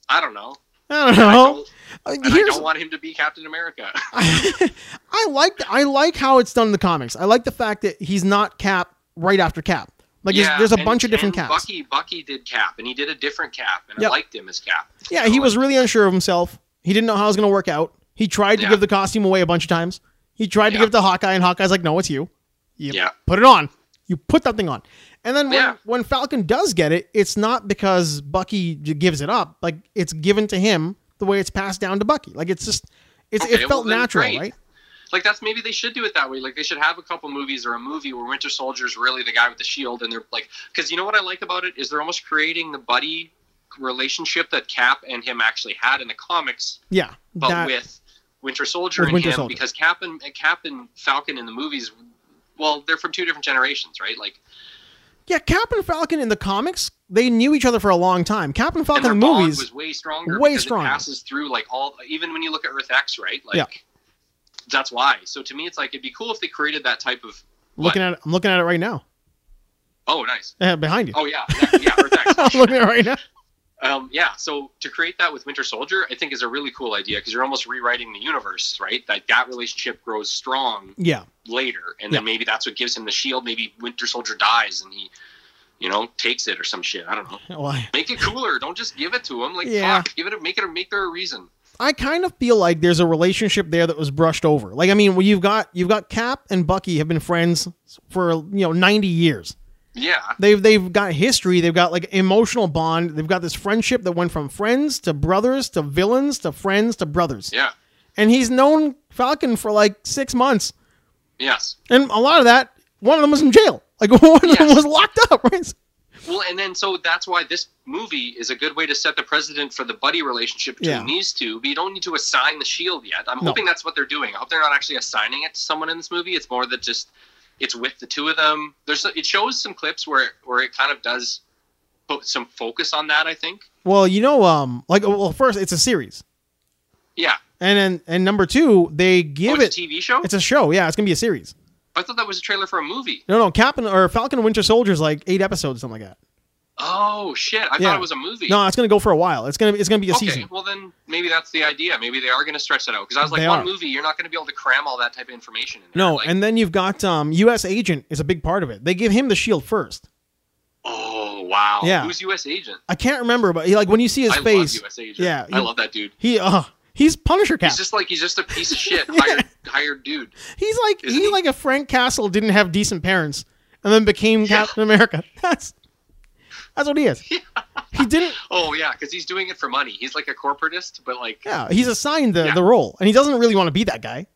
S2: I don't know.
S1: I don't
S2: I
S1: know.
S2: don't,
S1: Uh,
S2: and I
S1: Here's,
S2: don't want him to be Captain America.
S1: I like I like how it's done in the comics. I like the fact that he's not Cap right after Cap. Like
S2: Yeah,
S1: there's, there's a
S2: and-
S1: bunch of different
S2: and
S1: caps.
S2: Bucky, Bucky did Cap, and he did a different Cap, and
S1: Yep.
S2: I liked him as Cap.
S1: yeah,
S2: So,
S1: he
S2: like,
S1: was really unsure of himself. He didn't know how it was going to work out. He tried to
S2: Yeah.
S1: give the costume away a bunch of times. He tried to
S2: Yeah.
S1: give it to Hawkeye, and Hawkeye's like, "No, it's you. You
S2: Yeah.
S1: put it on. You put that thing on." And then when,
S2: Yeah.
S1: when Falcon does get it, it's not because Bucky j- gives it up. Like it's given to him the way it's passed down to Bucky. Like it's just it's
S2: Okay,
S1: it felt
S2: well, then
S1: natural,
S2: great.
S1: right?
S2: like that's maybe they should do it that way. Like they should have a couple movies or a movie where Winter Soldier's really the guy with the shield, and they're like, because you know what I like about it is they're almost creating the buddy relationship that Cap and him actually had in the comics,
S1: Yeah.
S2: but
S1: that-
S2: with Winter Soldier
S1: with
S2: and
S1: Winter
S2: him
S1: Soldier.
S2: because Cap and Cap and Falcon in the movies, well, they're from two different generations, right? Like
S1: Yeah, Cap and Falcon in the comics, they knew each other for a long time. Cap and
S2: and
S1: Falcon
S2: their
S1: in the
S2: bond
S1: movies,
S2: was way stronger.
S1: way
S2: because it
S1: stronger.
S2: passes through like all, even when you look at Earth X, right? Like.
S1: Yeah.
S2: That's why. So to me, it's like it'd be cool if they created that type of.
S1: looking at it, I'm looking at it right now.
S2: Oh, nice.
S1: Uh, behind you.
S2: Oh yeah, yeah, yeah Earth X.
S1: I'm looking at it right now.
S2: Um, yeah, so to create that with Winter Soldier, I think is a really cool idea because you're almost rewriting the universe, right? That that relationship grows strong
S1: Yeah.
S2: later, and then maybe that's what gives him the shield. Maybe Winter Soldier dies and he, you know, takes it or some shit. I don't know.
S1: Well, I-
S2: Make it cooler. Don't just give it to him. Like,
S1: Yeah.
S2: fuck, give it. A, make it. A, make there a reason.
S1: I kind of feel like there's a relationship there that was brushed over. Like I mean, well, you've got you've got Cap and Bucky have been friends for you know 90 years.
S2: Yeah.
S1: They've they've got history. They've got like emotional bond. They've got this friendship that went from friends to brothers to villains to friends to brothers.
S2: Yeah.
S1: And he's known Falcon for like six months,
S2: Yes.
S1: and a lot of that one of them was in jail. Like one of them
S2: Yes.
S1: was locked up. Right?
S2: Well, and then so that's why this movie is a good way to set the precedent for the buddy relationship between
S1: Yeah.
S2: these two. But you don't need to assign the shield yet. I'm
S1: No.
S2: hoping that's what they're doing. I hope they're not actually assigning it to someone in this movie. It's more that just it's with the two of them. There's it shows some clips where where it kind of does put some focus on that. I think.
S1: Well, you know, um, like well, first it's a series,
S2: Yeah.
S1: and then and number two they give
S2: oh,
S1: it.
S2: it's a TV show.
S1: It's a show. Yeah, it's gonna be a series.
S2: I thought that was a trailer for a movie.
S1: No, no, Captain or Falcon and Winter Soldier's like eight episodes, something like that.
S2: Oh shit!
S1: Yeah.
S2: I thought it was a movie.
S1: No, it's gonna go for a while. It's gonna it's gonna be a
S2: Okay,
S1: season.
S2: well then maybe that's the idea. Maybe they are going to stretch that out because I was like,
S1: They
S2: one
S1: are.
S2: movie, you're not going to be able to cram all that type of information in. There.
S1: No,
S2: Like,
S1: and then you've got um U.S. Agent is a big part of it. They give him the shield first.
S2: Oh wow!
S1: Yeah.
S2: Who's U.S. agent?
S1: I can't remember, but he, like when you see his
S2: I
S1: face,
S2: love U.S. agent.
S1: Yeah,
S2: I
S1: you-
S2: love that dude.
S1: he uh he's Punisher Cap.
S2: He's just like he's just a piece of shit hired hired dude.
S1: he's like he's
S2: isn't he?
S1: like a Frank Castle didn't have decent parents and then became
S2: Yeah.
S1: Captain America. That's that's what he is. He didn't.
S2: Oh yeah, because he's doing it for money. He's like a corporatist, but like
S1: Yeah, he's assigned the,
S2: Yeah.
S1: the role, and he doesn't really want to be that guy.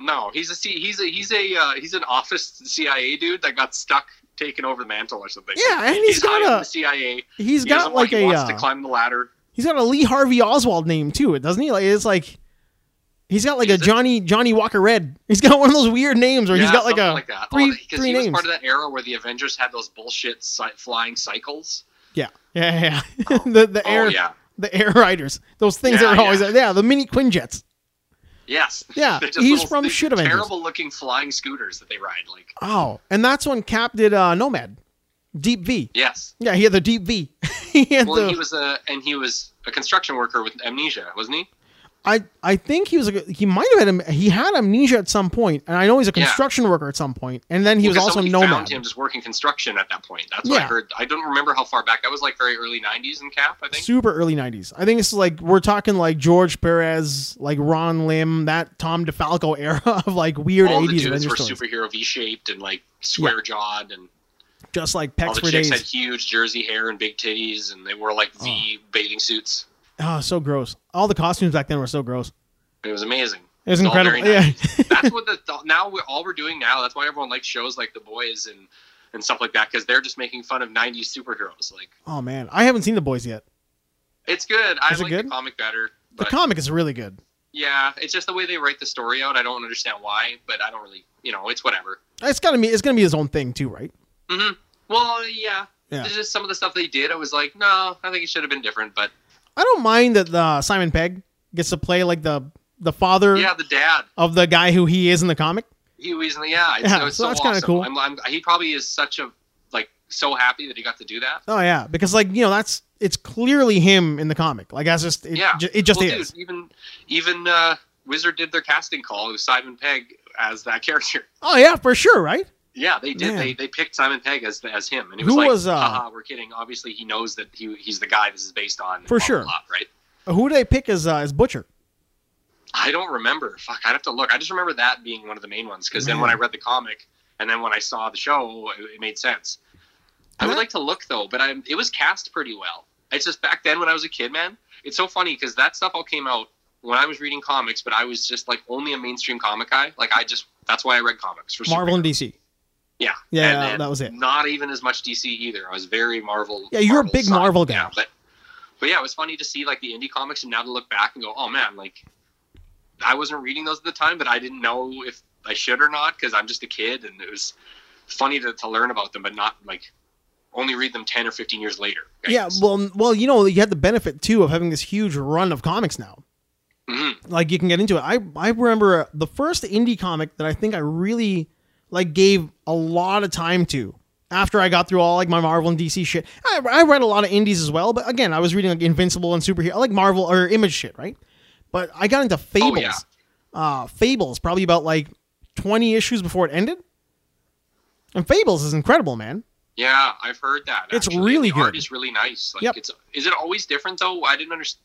S2: no, he's a C- he's a he's a uh, he's an office CIA dude that got stuck taking over the mantle or something.
S1: Yeah, and
S2: he's,
S1: he's got
S2: high up in
S1: a-
S2: the CIA.
S1: He's
S2: He
S1: got
S2: doesn't want-
S1: like
S2: he
S1: a
S2: wants
S1: uh,
S2: to climb the ladder.
S1: He's got a Lee Harvey Oswald name too, it doesn't he? Like it's like he's got like
S2: Is
S1: a
S2: it?
S1: Johnny Johnny Walker Red. He's got one of those weird names where he's got like
S2: something
S1: a
S2: that.
S1: three
S2: oh, because
S1: three
S2: he was
S1: names.
S2: part of that era where the Avengers had those bullshit cy- flying cycles.
S1: yeah, yeah, yeah. yeah. the the
S2: Oh,
S1: air
S2: yeah.
S1: the air riders. Those things
S2: Yeah,
S1: that are always
S2: yeah.
S1: yeah. the mini Quinjets.
S2: Yes.
S1: Yeah,
S2: They're just
S1: he's
S2: little-
S1: from
S2: they're
S1: Shit Avengers.
S2: Terrible looking flying scooters that they ride. Like
S1: Oh, and that's when Cap did uh, Nomad, Deep V.
S2: yes.
S1: Yeah, he had the Deep V. he had
S2: Well,
S1: the,
S2: he was a and he was a construction worker with amnesia, wasn't he?
S1: I I think he was a, he might have had am- he had amnesia at some point, and I know he's a
S2: Yeah.
S1: construction worker at some point, and then he was
S2: Because
S1: also
S2: somebody
S1: Nomad.
S2: Found him just working construction at that point. That's what I
S1: Yeah.
S2: heard. I don't remember how far back. That was like very early '90s in Cap, I think.
S1: super early 90s i think it's like we're talking like george perez like ron lim that tom defalco era of like weird
S2: All the
S1: 80s
S2: dudes
S1: adventure
S2: were
S1: stories
S2: superhero V-shaped and like square jawed, and
S1: just like
S2: all
S1: pecs
S2: the
S1: for
S2: chicks had
S1: days
S2: huge jersey hair and big titties, and they wore like V bathing suits.
S1: oh so gross all the costumes back then were so gross
S2: It was amazing.
S1: it was
S2: It's all very
S1: incredible yeah
S2: 90s. that's what the th- now we're, all we're doing now. That's why everyone likes shows like The Boys and and stuff like that because they're just making fun of '90s superheroes. Like
S1: oh man i haven't seen the boys yet
S2: it's good. I
S1: Is it
S2: like
S1: good?
S2: the comic better.
S1: the
S2: But
S1: comic is really good
S2: yeah, it's just the way they write the story out. I don't understand why, but I don't really, you know, it's whatever.
S1: it's gotta be it's gonna be his own thing too right
S2: hmm Well, yeah.
S1: Yeah.
S2: It's just some of the stuff they did. I was like, no, I think it should have been different. But
S1: i don't mind that uh, simon pegg gets to play like the the father
S2: yeah, the dad.
S1: of the guy who he is in the comic
S2: He was in the yeah. It's,
S1: Yeah,
S2: it's
S1: so
S2: so,
S1: that's kinda
S2: awesome.
S1: cool.
S2: I'm, I'm, he probably is such a like so happy that he got to do that.
S1: oh yeah because like you know that's it's clearly him in the comic like that's just it,
S2: yeah,
S1: ju- it just
S2: Well,
S1: is
S2: Dude, even even uh, Wizard did their casting call. It was Simon Pegg as that character.
S1: Oh yeah, for sure, right?
S2: Yeah, they did.
S1: Man.
S2: They they picked Simon Pegg as as him, and it was
S1: Who
S2: like,
S1: was, uh,
S2: haha, we're kidding. Obviously, he knows that he he's the guy this is based on.
S1: For
S2: blah, blah,
S1: sure.
S2: blah, right?
S1: Who do they pick as uh, as Butcher?
S2: I don't remember. Fuck, I'd have to look. I just remember that being one of the main ones because then when I
S1: Man.
S2: read the comic and then when I saw the show, it, it made sense. I would
S1: Huh?
S2: like to look though, but I it was cast pretty well. It's just back then when I was a kid, man. It's so funny because that stuff all came out when I was reading comics, but I was just like only a mainstream comic guy. Like I just that's why I read comics for
S1: Marvel
S2: superheroes.
S1: and DC.
S2: Yeah,
S1: Yeah,
S2: And then
S1: that was it.
S2: Not even as much DC either. I was very Marvel.
S1: Yeah, you're a big
S2: side.
S1: Marvel guy.
S2: Yeah, but but yeah, it was funny to see like the indie comics and now to look back and go, oh man, like I wasn't reading those at the time, but I didn't know if I should or not because I'm just a kid, and it was funny to, to learn about them, but not like only read them ten or fifteen years later. I
S1: Yeah,
S2: guess.
S1: well, n- well, you know, you had the benefit too of having this huge run of comics now.
S2: Mhm.
S1: Like you can get into it. I I remember uh, the first indie comic that I think I really like gave a lot of time to after I got through all like my Marvel and DC shit. I, I read a lot of indies as well, but again, I was reading like Invincible and superhero, I like Marvel or Image shit, right? But I got into Fables.
S2: yeah.
S1: uh, Fables probably about like twenty issues before it ended. And Fables is incredible, man.
S2: Yeah, I've heard that.
S1: It's
S2: actually.
S1: really
S2: the art
S1: good.
S2: is really nice. Like
S1: Yep.
S2: it's is it always different though? I didn't understand.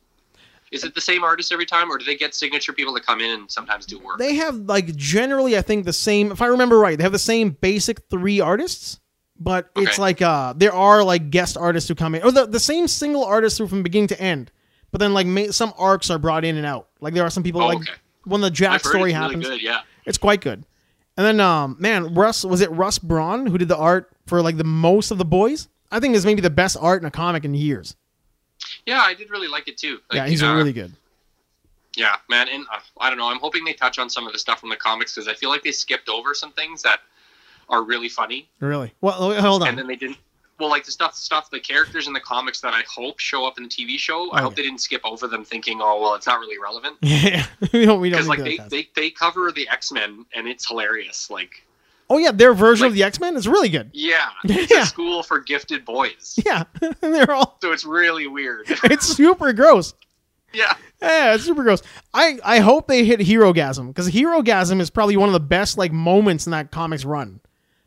S2: Is it the same artist every time, or do they get signature people to come in and sometimes do work?
S1: They have like generally, I think the same. If I remember right, they have the same basic three artists, but it's
S2: Okay.
S1: like uh, there are like guest artists who come in, or the, the same single artist who from beginning to end. But then like ma- some arcs are brought in and out. Like there are some people
S2: Oh,
S1: like
S2: okay.
S1: when the Jack
S2: I've heard
S1: story
S2: it's
S1: happens,
S2: Really good, yeah.
S1: it's quite good. And then um, man, Russ was it Russ Braun who did the art for like the most of the boys? I think is maybe the best art in a comic in years.
S2: Yeah, I did really like it too. Like,
S1: yeah, he's
S2: uh,
S1: really good.
S2: Yeah, man, and uh, I don't know. I'm hoping they touch on some of the stuff from the comics because I feel like they skipped over some things that are really funny,
S1: Really. Well, oh, hold on.
S2: and then they didn't. Well, like the stuff, stuff, the characters in the comics that I hope show up in the TV show. I
S1: Oh,
S2: hope
S1: yeah.
S2: they didn't skip over them, thinking, "Oh, well, it's not really relevant."
S1: yeah, we don't. We don't.
S2: Because
S1: need
S2: like
S1: to
S2: they,
S1: address that.
S2: they they cover the X Men, and it's hilarious. Like,
S1: Oh yeah, their version of
S2: like-
S1: the X Men is really good.
S2: yeah, it's
S1: Yeah.
S2: a school for gifted boys,
S1: Yeah, and they're all.
S2: so it's really weird.
S1: It's super gross.
S2: yeah,
S1: Yeah, it's super gross. I I hope they hit Hero Gasm because Hero Gasm is probably one of the best like moments in that comics run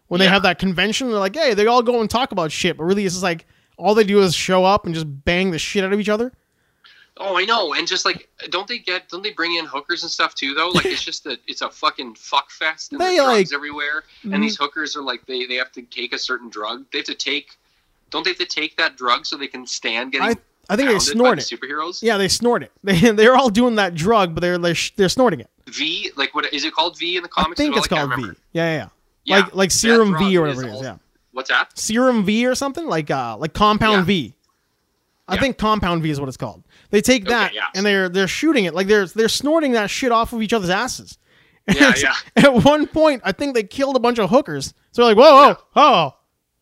S1: when they
S2: Yeah.
S1: have that convention. They're like, hey, they all go and talk about shit, but really it's just like all they do is show up and just bang the shit out of each other.
S2: Oh, I know. And just like, don't they get? Don't they bring in hookers and stuff too? Though, like, it's just that it's a fucking fuck fest. And
S1: They,
S2: there's drugs
S1: like-
S2: everywhere,
S1: Mhm.
S2: and these hookers are like, they they have to take a certain drug. They have to take. Don't they have to take that drug so they can stand getting?
S1: I I think they
S2: pounded
S1: snort
S2: by the
S1: it.
S2: Superheroes.
S1: Yeah, they snort it. They they're all doing that drug, but they're they're, sh- they're snorting it.
S2: V, like, what is it called? V in the
S1: I
S2: comics?
S1: think
S2: at all?
S1: it's
S2: I can't
S1: called V.
S2: remember.
S1: Yeah, yeah, yeah.
S2: Yeah,
S1: Like like
S2: that
S1: serum
S2: drug
S1: V or whatever
S2: is
S1: it is.
S2: all-
S1: Yeah.
S2: What's that?
S1: Serum V or something like uh like Compound
S2: Yeah.
S1: V. I
S2: Yeah.
S1: think Compound V is what it's called. They take
S2: Okay,
S1: that
S2: yeah.
S1: and they're they're shooting it like they're they're snorting that shit off of each other's asses. And
S2: Yeah,
S1: it's-
S2: yeah.
S1: At one point, I think they killed a bunch of hookers. So they're like, whoa, whoa, oh,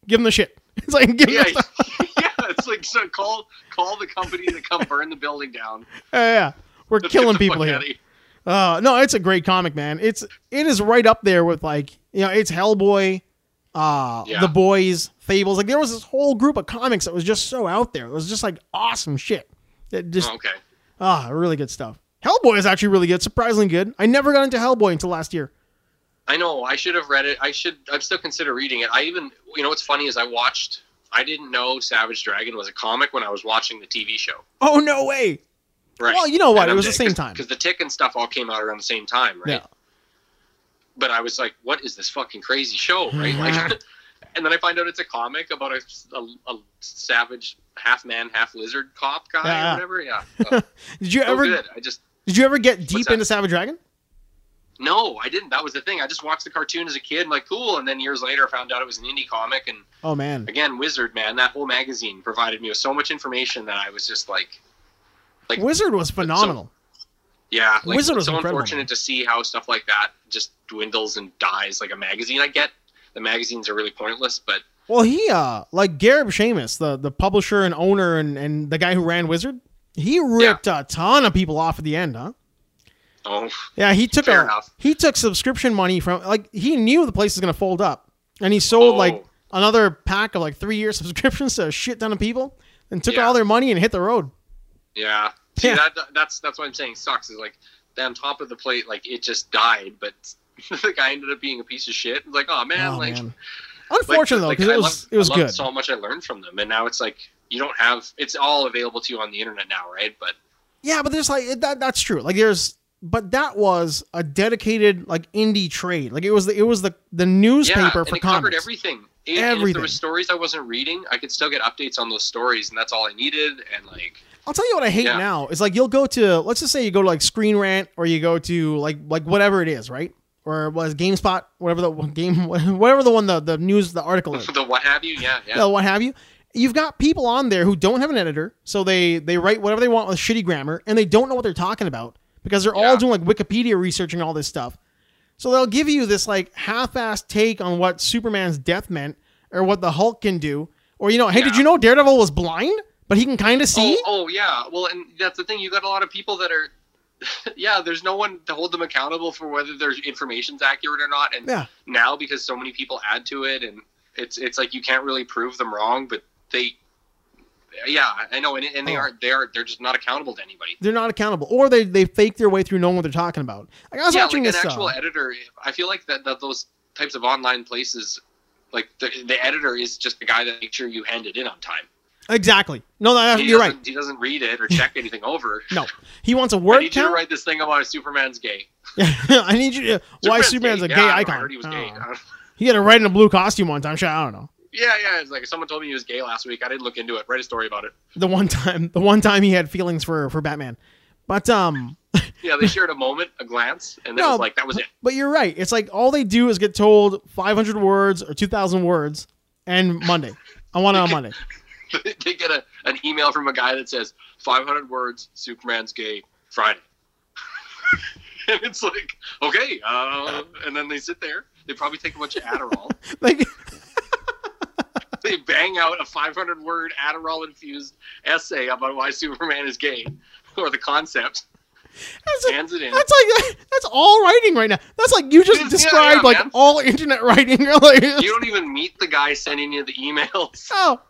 S1: give them the shit. It's like give
S2: Yeah,
S1: them the,
S2: yeah. It's like so. Call call the company to come burn the building down.
S1: yeah, yeah. We're
S2: Let's get
S1: killing
S2: the
S1: people
S2: fuck
S1: here.
S2: outta
S1: Uh, no, it's a great comic, man. It's it is right up there with like you know it's Hellboy, uh,
S2: Yeah.
S1: the boys, Fables. Like there was this whole group of comics that was just so out there. It was just like awesome shit. That just
S2: Oh, okay.
S1: Ah, really good stuff. Hellboy is actually really good, surprisingly good. I never got into Hellboy until last year.
S2: I know. I should have read it. I should. I'm still consider reading it. I even. You know what's funny is I watched. I didn't know Savage Dragon was a comic when I was watching the TV show.
S1: Oh no way!
S2: Right.
S1: Well, you know what? It was the same time.
S2: Because the Tick and stuff all came out around the same time, right?
S1: Yeah.
S2: But I was like, "What is this fucking crazy show?" Right. Like, and then I find out it's a comic about a, a, a savage half man, half lizard cop guy
S1: Yeah.
S2: or whatever. Yeah. Uh,
S1: Did you
S2: so
S1: ever
S2: good. I just
S1: did you ever get deep
S2: that?
S1: into Savage Dragon?
S2: no, I didn't. That was the thing. I just watched the cartoon as a kid, and like cool. And then years later, I found out it was an indie comic, and
S1: Oh man,
S2: again, Wizard man, that whole magazine provided me with so much information that I was just like, like
S1: Wizard was phenomenal.
S2: yeah, like,
S1: Wizard was
S2: so
S1: incredible,
S2: unfortunate
S1: man.
S2: to see how stuff like that just dwindles and dies like a magazine. I get the magazines are really pointless, but
S1: Well, he uh like Garib Sheamus, the the publisher and owner and and the guy who ran Wizard, he ripped a ton of people off at the end, huh?
S2: oh,
S1: Yeah, he took
S2: Fair
S1: a,
S2: enough.
S1: he took subscription money from like he knew the place was gonna fold up, and he sold
S2: Oh.
S1: like another pack of like three year subscriptions to a shit ton of people, and took
S2: Yeah.
S1: all their money and hit the road.
S2: yeah, see
S1: Yeah.
S2: that that's that's what I'm saying. Sucks is like on top of the plate, like it just died, but the guy ended up being a piece of shit. Like oh man,
S1: Oh,
S2: like.
S1: man.
S2: like,
S1: Unfortunately,
S2: like,
S1: though,
S2: I
S1: because
S2: loved-
S1: it was,
S2: I
S1: it
S2: loved
S1: was good.
S2: So much I learned from them, and now it's like you don't have. It's all available to you on the internet now, right? But
S1: Yeah, but there's like it- that. That's true. Like there's, but that was a dedicated like indie trade. Like it was the it was the the
S2: yeah,
S1: newspaper
S2: and
S1: for
S2: it covered
S1: comics.
S2: everything. And, and if
S1: Everything.
S2: there were stories I wasn't reading, I could still get updates on those stories, and that's all I needed. And like,
S1: I'll tell you what I hate
S2: Yeah.
S1: now is like you'll go to let's just say you go to like Screen Rant or you go to like like whatever it is, right? Or it was GameSpot, whatever the one game, whatever the one the the news the article is.
S2: the what have you? Yeah, yeah.
S1: uh, what have you. You've got people on there who don't have an editor, so they they write whatever they want with shitty grammar, and they don't know what they're talking about because they're all
S2: Yeah.
S1: doing like Wikipedia research and all this stuff. So they'll give you this like half-assed take on what Superman's death meant, or what the Hulk can do, or you know, hey, did
S2: Yeah.
S1: you know Daredevil was blind, but he can kind of see?
S2: Oh, oh, yeah. Well, and that's the thing. You got a lot of people that are. yeah, there's no one to hold them accountable for whether their information's accurate or not. And
S1: Yeah.
S2: now, because so many people add to it, and It's it's like you can't really prove them wrong, but they, yeah, I know, and, and they
S1: Oh.
S2: aren't. They are. They're just not accountable to anybody.
S1: They're not accountable, or they they fake their way through knowing what they're talking about. Like, I was
S2: yeah,
S1: watching
S2: like
S1: this.
S2: an actual
S1: uh,
S2: editor. I feel like that, that those types of online places, like the, the editor is just the guy that makes sure you hand it in on time.
S1: exactly. No, no,
S2: He
S1: Uh, you're right.
S2: doesn't- He doesn't read it or check anything over.
S1: No, he wants a
S2: I
S1: word
S2: need you to
S1: count.
S2: write this thing about Superman's gay.
S1: I need you. To, why Superman's a gay
S2: Yeah, I
S1: icon? Oh.
S2: heard he was
S1: I
S2: gay.
S1: don't know. He had to write in a blue costume one time. Shit, I don't know.
S2: Yeah, yeah. It's like someone told me he was gay last week. I didn't look into it. Write a story about it.
S1: The one time, the one time he had feelings for for Batman, but um,
S2: Yeah, they shared a moment, a glance, and then
S1: No.
S2: was like that was it.
S1: but you're right. It's like all they do is get told 500 words or 2,000 words, and Monday. I want it on Monday.
S2: they get a, an email from a guy that says 500 words. Superman's gay. Friday. and it's like okay, uh, and then they sit there. They probably take a bunch of Adderall.
S1: Like,
S2: they bang out a 500 word Adderall infused essay about why Superman is gay or the concept.
S1: that's, like,
S2: Hands it in.
S1: that's like that's all writing right now. That's like you just
S2: Yeah, yeah,
S1: described like
S2: man.
S1: all internet writing. You're like,
S2: You don't even meet the guy sending you the emails.
S1: oh,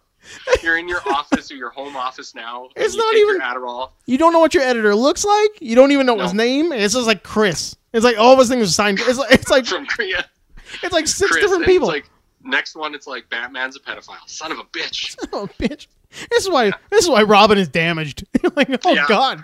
S2: You're in your office or your home office now. and
S1: It's
S2: you
S1: not
S2: take
S1: even-
S2: your Adderall.
S1: you don't know what your editor looks like. You don't even know
S2: No.
S1: his name. And it's just like Chris. It's like all of his things are signed. It's like it's like
S2: from Korea.
S1: it's like six
S2: Chris,
S1: different
S2: and it's
S1: people.
S2: like next one, it's like Batman's a pedophile. Son of a bitch.
S1: oh, bitch. This is why this is why Robin is damaged. like, oh
S2: Yeah.
S1: god.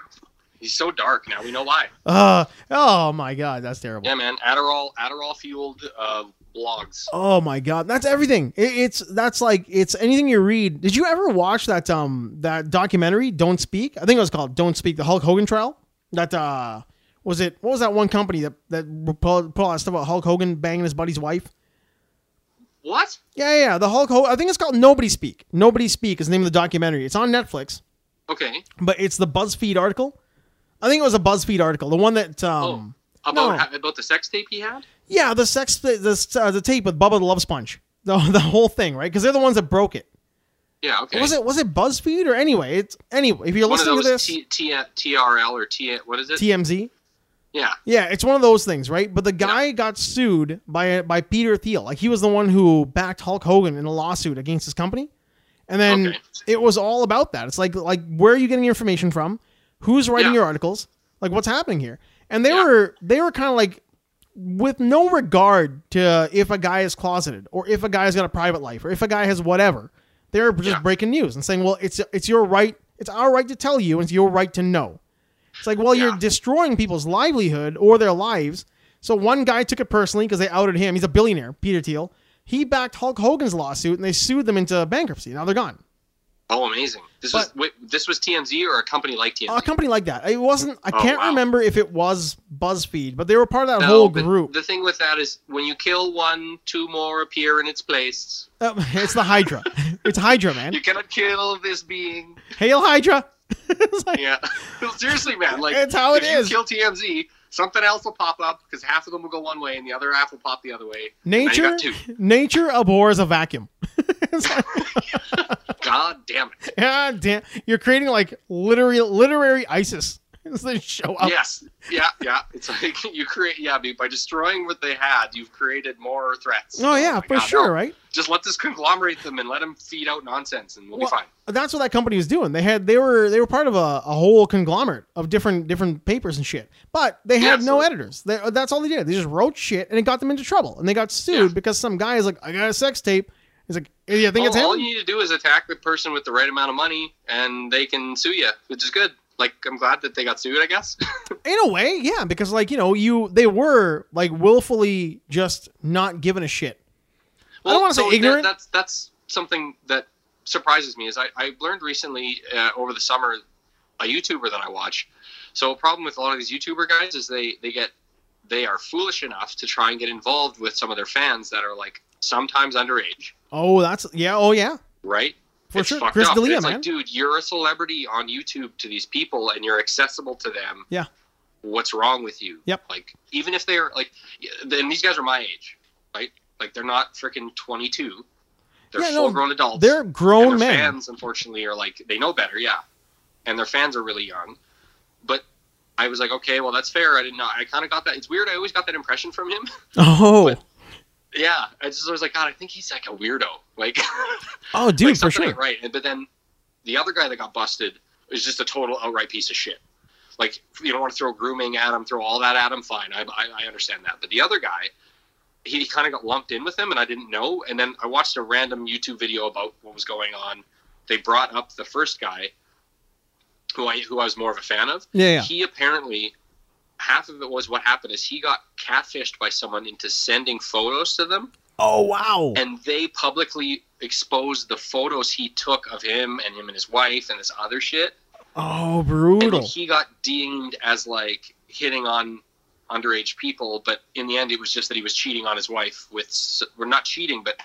S2: He's so dark. Now we know why.
S1: Uh, oh my god, that's terrible.
S2: Yeah, man. Adderall, Adderall fueled uh, blogs.
S1: Oh my god, that's everything. It, it's that's like it's anything you read. Did you ever watch that um that documentary Don't Speak? I think it was called Don't Speak, the Hulk Hogan trial. That uh was it? What was that one company that that put put all that stuff about Hulk Hogan banging his buddy's wife?
S2: What?
S1: Yeah, yeah, yeah, the Hulk Hogan. I think it's called Nobody Speak. Nobody Speak is the name of the documentary. It's on Netflix,
S2: Okay.
S1: but it's the BuzzFeed article. I think it was a BuzzFeed article, the one that um
S2: About
S1: No.
S2: ha- about the sex tape he had.
S1: yeah the sex the uh, the tape with Bubba the Love Sponge, the the whole thing, right? Because they're the ones that broke it.
S2: Yeah. Okay.
S1: Was it was it BuzzFeed or anyway? It's anyway. If you're
S2: one of
S1: listening to this,
S2: those T- T- TRL or T? What is it?
S1: TMZ.
S2: yeah.
S1: Yeah, it's one of those things, right? But the guy got sued by by Peter Thiel. Like he was the one who backed Hulk Hogan in a lawsuit against his company, and then
S2: Okay.
S1: it was all about that. It's like like where are you getting your information from? Who's writing
S2: Yeah.
S1: your articles? Like what's happening here? And they
S2: Yeah.
S1: were they were kind of like with no regard to if a guy is closeted or if a guy's got a private life or if a guy has whatever. They're just
S2: Yeah.
S1: breaking news and saying, "Well, it's it's your right, it's our right to tell you, and it's your right to know." It's like, well, you're
S2: Yeah.
S1: destroying people's livelihood or their lives. So one guy took it personally because they outed him. He's a billionaire, Peter Thiel. He backed Hulk Hogan's lawsuit and they sued them into bankruptcy. Now they're gone.
S2: Oh, amazing. This was wait, this was TMZ or a company like TMZ.
S1: A company like that. It wasn't. I
S2: Oh,
S1: can't
S2: wow.
S1: remember if it was BuzzFeed, but they were part of that
S2: No,
S1: whole
S2: but
S1: group.
S2: The thing with that is when you kill one, two more appear in its place.
S1: Uh, it's the Hydra. it's Hydra, man.
S2: You cannot kill this being.
S1: Hail Hydra. It's like-
S2: Yeah. Seriously, man. Like
S1: It's how
S2: if
S1: it
S2: you
S1: is.
S2: kill TMZ, something else will pop up because half of them will go one way and the other half will pop the other way. Now you
S1: Nature,
S2: got two.
S1: nature abhors a vacuum. It's like,
S2: God damn it.
S1: ah, damn, you're creating like literary literary ISIS. It's the show up.
S2: Yes. Yeah. Yeah. It's like you create. Yeah. By destroying what they had, you've created more threats.
S1: Oh yeah,
S2: my
S1: for
S2: God,
S1: sure,
S2: no.
S1: right?
S2: Just let this conglomerate them and let them feed out nonsense, and we'll,
S1: Well,
S2: be fine.
S1: That's what that company was doing. They had they were they were part of a, a whole conglomerate of different different papers and shit. But they had
S2: Yeah,
S1: no
S2: so-
S1: editors. They, that's all they did. They just wrote shit and it got them into trouble. And they got sued
S2: Yeah.
S1: because some guy is like, I got a sex tape. He's like, "Yeah, I think
S2: all,
S1: it's him.
S2: all you need to do is attack the person with the right amount of money, and they can sue you, which is good. Like I'm glad that they got sued. I guess.
S1: In a way, yeah, because like you know, you they were like willfully just not giving a shit. I don't want to
S2: so
S1: say ignorant.
S2: That, that's that's something that surprises me. Is I, I learned recently uh, over the summer a YouTuber that I watch. So a problem with a lot of these YouTuber guys is they they get they are foolish enough to try and get involved with some of their fans that are like sometimes underage,
S1: oh, that's yeah. Oh yeah,
S2: right?
S1: for
S2: it's
S1: sure.
S2: fucked
S1: Chris
S2: up.
S1: D'Elia,
S2: it's
S1: man.
S2: like, dude, you're a celebrity on YouTube to these people, and you're accessible to them.
S1: Yeah.
S2: What's wrong with you?
S1: Yep.
S2: Like, even if they're like, yeah, then these guys are my age, right? Like, they're not freaking 22. They're
S1: Yeah, no,
S2: full-grown adults.
S1: They're
S2: and
S1: grown
S2: their
S1: men.
S2: fans, unfortunately, are like they know better. Yeah, and their fans are really young. But I was like, okay, well, that's fair. I didn't know. I kind of got that. It's weird. I always got that impression from him.
S1: Oh,
S2: But- yeah, I just was like, God, I think he's like a weirdo. Like,
S1: Oh, dude,
S2: like
S1: for
S2: something
S1: sure.
S2: ain't right. And but then the other guy that got busted is just a total outright piece of shit. Like you don't want to throw grooming at him, throw all that at him. Fine, I, I, I understand that. But the other guy, he kind of got lumped in with him, and I didn't know. And then I watched a random YouTube video about what was going on. They brought up the first guy, who I who I was more of a fan of.
S1: Yeah, yeah.
S2: He apparently half of it was what happened is he got catfished by someone into sending photos to them
S1: Oh wow.
S2: and they publicly exposed the photos he took of him and him and his wife and this other shit.
S1: Oh,
S2: And
S1: brutal.
S2: then he got deemed as like hitting on underage people, but in the end, it was just that he was cheating on his wife with, s- or not cheating, but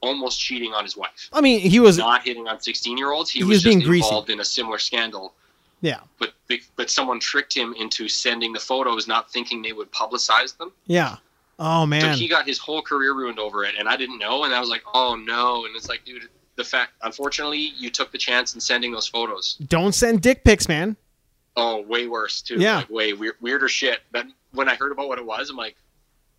S2: almost cheating on his wife.
S1: I mean, he was
S2: Not hitting on sixteen-year-olds. He,
S1: He
S2: was,
S1: was
S2: just
S1: being greasy.
S2: involved in a similar scandal.
S1: yeah,
S2: But, but someone tricked him into sending the photos, not thinking they would publicize them.
S1: yeah. Oh man.
S2: So he got his whole career ruined over it, and I didn't know, and I was like, oh no, and it's like, dude, the fact, unfortunately, you took the chance in sending those photos.
S1: Don't send dick pics, man.
S2: Oh, way worse too.
S1: Yeah.
S2: like, way weir- weirder shit. But when I heard about what it was, I'm like,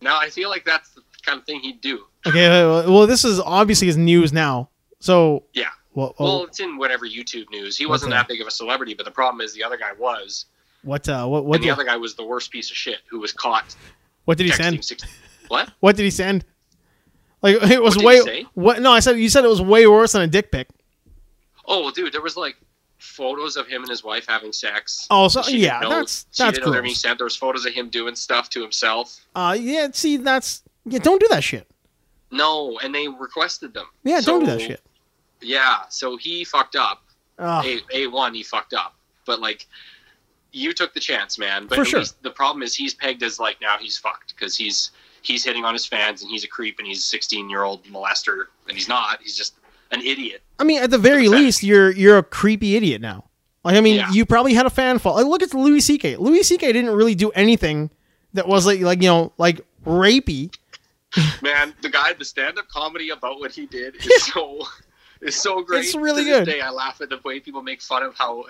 S2: now I feel like that's the kind of thing he'd do.
S1: Okay. Well, well, this is obviously is news now. So
S2: Yeah.
S1: Well,
S2: Well, it's in whatever YouTube news. He wasn't
S1: Oh. Okay.
S2: that big of a celebrity, but the problem is the other guy was,
S1: what? Uh, what? What?
S2: and the
S1: Did,
S2: other guy was the worst piece of shit who was caught
S1: what did he
S2: texting.
S1: send?
S2: Six- what?
S1: What did he send? Like it was
S2: did
S1: way.
S2: you say?
S1: What? No, I said you said it was way worse than a dick pic.
S2: Oh, well, dude, there was like photos of him and his wife having sex.
S1: Oh, so-
S2: She didn't
S1: yeah,
S2: know-
S1: that's-
S2: she
S1: that's
S2: didn't know they were
S1: gross.
S2: being sent. There was photos of him doing stuff to himself.
S1: Uh, yeah. See, that's yeah. Don't do that shit.
S2: No, and they requested them.
S1: Yeah, don't do
S2: So,
S1: that shit.
S2: Yeah, so he fucked up.
S1: Uh,
S2: A A one, he fucked up. But like, you took the chance, man. But
S1: For
S2: at
S1: sure.
S2: least the problem is he's pegged as like now he's fucked because he's he's hitting on his fans and he's a creep and he's a sixteen year old molester and he's not. He's just an idiot.
S1: I mean, at the very least, you're you're a creepy idiot now. Like, I mean,
S2: Yeah.
S1: you probably had a fan fall. Like, look at Louis C.K. Louis C.K. didn't really do anything that was like like you know like rapey.
S2: Man, the guy, the stand up comedy about what he did is so is so great.
S1: It's really
S2: to this
S1: good.
S2: Day, I laugh at the way people make fun of how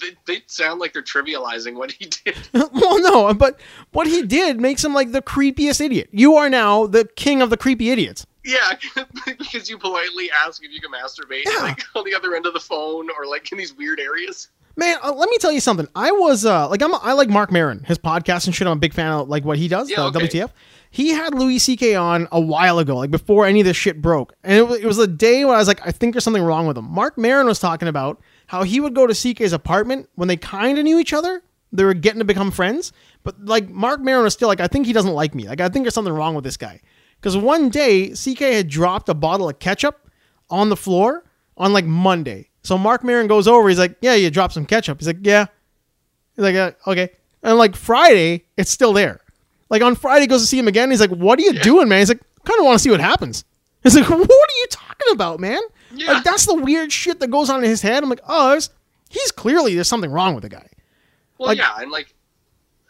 S2: they, they sound like they're trivializing what he did.
S1: well, no, but what he did makes him like the creepiest idiot. You are now the king of the creepy idiots.
S2: Yeah, because you politely ask if you can masturbate
S1: Yeah.
S2: like on the other end of the phone or like in these weird areas.
S1: Man, uh, let me tell you something. I was uh, like, I'm I like Mark Maron, his podcast and shit. I'm a big fan of like what he does.
S2: Yeah,
S1: the
S2: okay.
S1: WTF. He had Louis C.K. on a while ago, like before any of this shit broke, and it, wa- it was a day when I was like, I think there's something wrong with him. Mark Maron was talking about how he would go to C.K.'s apartment when they kind of knew each other. They were getting to become friends, but like Mark Maron was still like, I think he doesn't like me. Like I think there's something wrong with this guy. Because one day C.K. had dropped a bottle of ketchup on the floor on like Monday. So Mark Maron goes over. He's like, "Yeah, you dropped some ketchup." He's like, "Yeah." He's like, "Uh, "Okay." And like Friday, it's still there. Like on Friday, he goes to see him again. He's like, "What are you doing, man?" He's like, "Kind of want to see what happens." He's like, "What are you talking about, man?"
S2: Yeah.
S1: Like that's the weird shit that goes on in his head. I'm like, "Oh, there's, he's clearly there's something wrong with the guy."
S2: Well,
S1: Like-
S2: yeah, and like,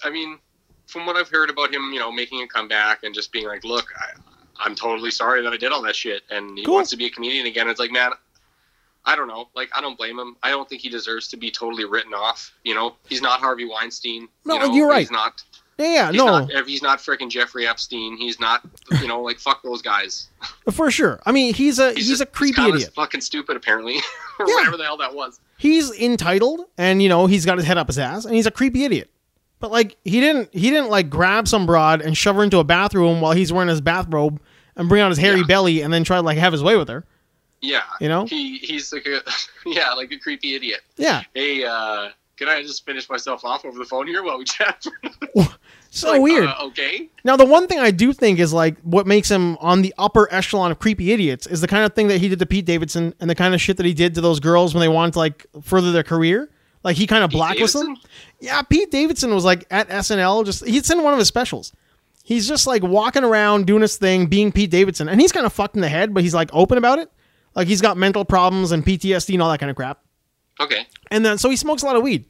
S2: I mean, from what I've heard about him, you know, making a comeback and just being like, "Look, I, I'm totally sorry that I did all that shit," and he
S1: Cool.
S2: wants to be a comedian again. It's like, man, I don't know. Like, I don't blame him. I don't think he deserves to be totally written off. You know, he's not Harvey Weinstein.
S1: No,
S2: you know?
S1: you're right.
S2: He's not.
S1: Yeah, yeah,
S2: He's
S1: no,
S2: not. He's not freaking Jeffrey Epstein. He's not. You know, like fuck those guys.
S1: for sure. I mean, he's a he's, a
S2: just-
S1: creepy
S2: kinda
S1: idiot.
S2: Fucking stupid, apparently, or
S1: Yeah.
S2: whatever the hell that was.
S1: he's entitled and you know he's got his head up his ass and he's a creepy idiot but like he didn't he didn't like grab some broad and shove her into a bathroom while he's wearing his bathrobe and bring out his hairy
S2: Yeah.
S1: belly and then try to like have his way with her
S2: Yeah,
S1: You know?
S2: he he's like a yeah, like a creepy idiot.
S1: yeah
S2: Hey, uh, can I just finish myself off over the phone here while we chat?
S1: so
S2: Like,
S1: weird
S2: Uh, okay.
S1: now the one thing i do think is like what makes him on the upper echelon of creepy idiots is the kind of thing that he did to pete davidson and the kind of shit that he did to those girls when they wanted to like further their career like he kind of
S2: Pete
S1: blacklisted them
S2: Davidson?
S1: Yeah, Pete Davidson was like at SNL. Just he's in one of his specials. He's just like walking around doing his thing, being Pete Davidson, and he's kind of fucked in the head, but he's like open about it. Like he's got mental problems and PTSD and all that kind of crap.
S2: Okay.
S1: And then so he smokes a lot of weed.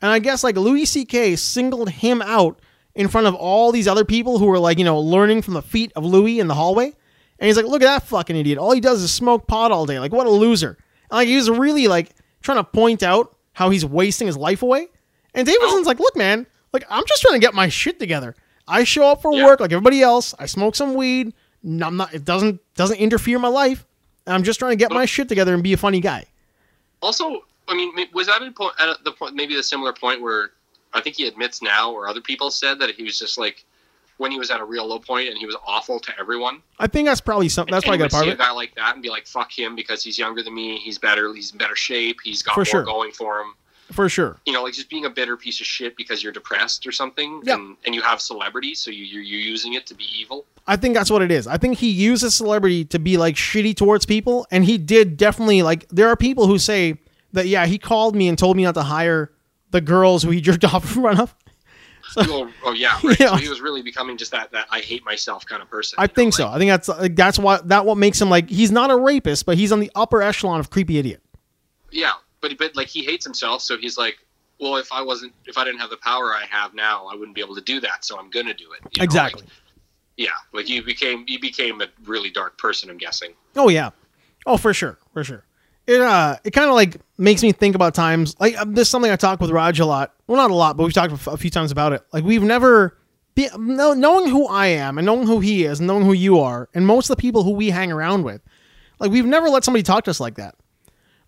S1: And I guess like Louis C.K. singled him out in front of all these other people who were like, you know, learning from the feet of Louis in the hallway. And he's like, look at that fucking idiot. All he does is smoke pot all day. Like, what a loser. And, like, he was really like trying to point out how he's wasting his life away. And Davidson's like, look, man, like, I'm just trying to get my shit together. I show up for
S2: Yeah.
S1: work like everybody else. I smoke some weed. n- I'm not. It doesn't doesn't interfere my life. I'm just trying to get my shit together and be a funny guy.
S2: Also, I mean, ma- was that at, a point, at the point, maybe the similar point where I think he admits now, or other people said that he was just like when he was at a real low point and he was awful to everyone.
S1: I think that's probably something. That's
S2: and
S1: probably
S2: you
S1: got a
S2: would
S1: part
S2: see
S1: of
S2: a
S1: it.
S2: guy like that and be like, "Fuck him," because he's younger than me. He's better. He's in better shape. He's got
S1: For
S2: more
S1: sure.
S2: going for him.
S1: for sure.
S2: You know, like just being a bitter piece of shit because you're depressed or something,
S1: Yeah.
S2: and, and you have celebrity, so you, you're you're using it to be evil.
S1: I think that's what it is. I think he uses celebrity to be like shitty towards people, and he did definitely like. There are people who say that yeah, he called me and told me not to hire the girls who he jerked off in front of.
S2: oh, oh yeah, right.
S1: Yeah.
S2: So he was really becoming just that that I hate myself kind of person.
S1: I
S2: you know,
S1: think
S2: like-
S1: so. I think that's like, that's why that what makes him like he's not a rapist, but he's on the upper echelon of creepy idiot.
S2: Yeah, but but like he hates himself, so he's like, well, if I wasn't, if I didn't have the power I have now, I wouldn't be able to do that. So I'm gonna do it. you know,
S1: Exactly.
S2: like- yeah, like you became you became a really dark person. I'm guessing.
S1: Oh yeah. Oh for sure, for sure. It uh, it kind of like makes me think about times like uh, this. Is something I talk with Raj a lot. Well, not a lot, but we've talked a f- a few times about it. Like we've never, be, no, knowing who I am and knowing who he is and knowing who you are and most of the people who we hang around with, like we've never let somebody talk to us like that.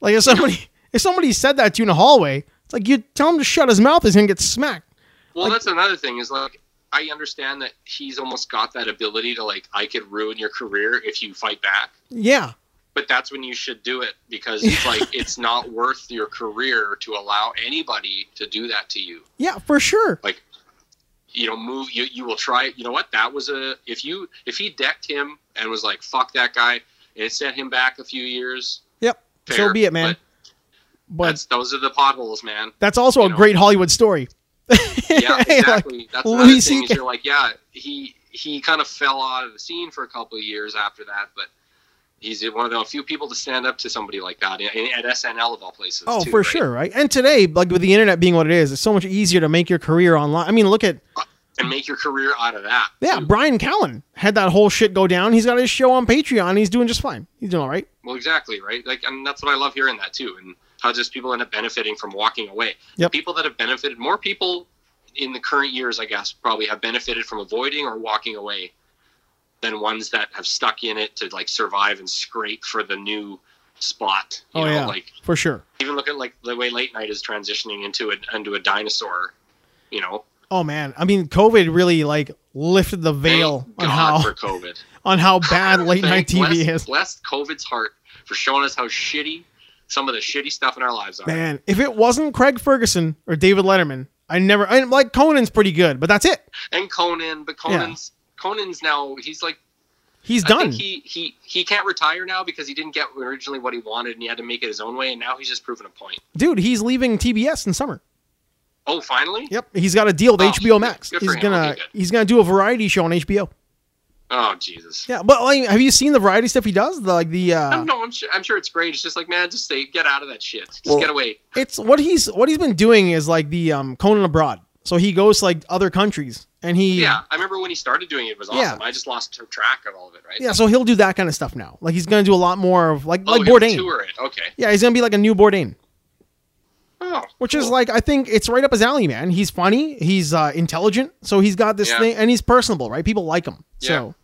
S1: Like if somebody if somebody said that to you in a hallway, it's like you tell him to shut his mouth. He's gonna get smacked.
S2: Well, that's another thing is like I understand that he's almost got that ability to like I could ruin your career if you fight back.
S1: Yeah,
S2: But that's when you should do it because it's like it's not worth your career to allow anybody to do that to you.
S1: yeah, for sure.
S2: like you know move you, you will try it. you know what that was a if you if he decked him and was like fuck that guy and it sent him back a few years
S1: Yep. so
S2: fair,
S1: be it, man.
S2: but
S1: But
S2: that's, those are the potholes man
S1: that's also
S2: you
S1: a
S2: know.
S1: great Hollywood story.
S2: yeah
S1: Like,
S2: exactly that's another
S1: Louis
S2: thing is
S1: CK.
S2: you're like yeah he he kind of fell out of the scene for a couple of years after that but he's one of the few people to stand up to somebody like that in, in- at snl of all places
S1: Oh,
S2: too,
S1: for
S2: right?
S1: sure, right? And today, like with the internet being what it is, it's so much easier to make your career online. I mean, look at
S2: and make your career out of that
S1: yeah,
S2: too.
S1: Brian Callen had that whole shit go down. He's got his show on Patreon. He's doing just fine. He's doing all right.
S2: Well, exactly, right? Like, and that's what I love hearing that too, and how just people end up benefiting from walking away. The
S1: Yep.
S2: People that have benefited, more people in the current years, I guess, probably have benefited from avoiding or walking away than ones that have stuck in it to like survive and scrape for the new spot. You
S1: Oh,
S2: know,
S1: yeah.
S2: like
S1: for sure.
S2: even look at like the way late night is transitioning into a into a dinosaur. You know,
S1: Oh man, I mean, COVID really like lifted the veil
S2: Thank
S1: on
S2: Oh, God
S1: how
S2: for COVID.
S1: on how bad late night
S2: Thank-
S1: TV
S2: bless,
S1: is.
S2: Bless COVID's heart for showing us how shitty some of the shitty stuff in our lives are.
S1: Man, if it wasn't Craig Ferguson or David Letterman, I never. I, like Conan's pretty good, but that's it.
S2: and Conan, but
S1: Yeah.
S2: Conan's Conan's now he's like
S1: He's
S2: I
S1: done.
S2: think he he he can't retire now because he didn't get originally what he wanted and he had to make it his own way and now he's just proving a point.
S1: Dude, he's leaving TBS in summer.
S2: Oh, finally?
S1: Yep, he's got a deal with
S2: Oh,
S1: HBO
S2: good-
S1: Max.
S2: good for
S1: he's
S2: him.
S1: gonna
S2: Okay, good.
S1: he's gonna do a variety show on HBO.
S2: Oh, Jesus.
S1: Yeah, but like, have you seen the variety stuff he does? The, like the
S2: I
S1: uh,
S2: don't know. I'm sure. I'm sure it's great. It's just like, man, just stay, get out of that shit. Just
S1: Well-
S2: get away.
S1: it's what he's what he's been doing is like the um, Conan abroad. So he goes to, like other countries and he
S2: Yeah, I remember when he started doing it. It was
S1: Yeah.
S2: awesome. I just lost t- track of all of it. Right?
S1: yeah. So he'll do that kind of stuff now. Like he's gonna do a lot more of like
S2: Oh,
S1: like
S2: he'll
S1: Bourdain.
S2: Tour it. Okay.
S1: Yeah, he's gonna be like a new Bourdain,
S2: Oh,
S1: which is
S2: cool.
S1: like I think it's right up his alley, man. He's funny, he's uh, intelligent, so he's got this
S2: Yeah.
S1: thing, and he's personable, right? People like him, so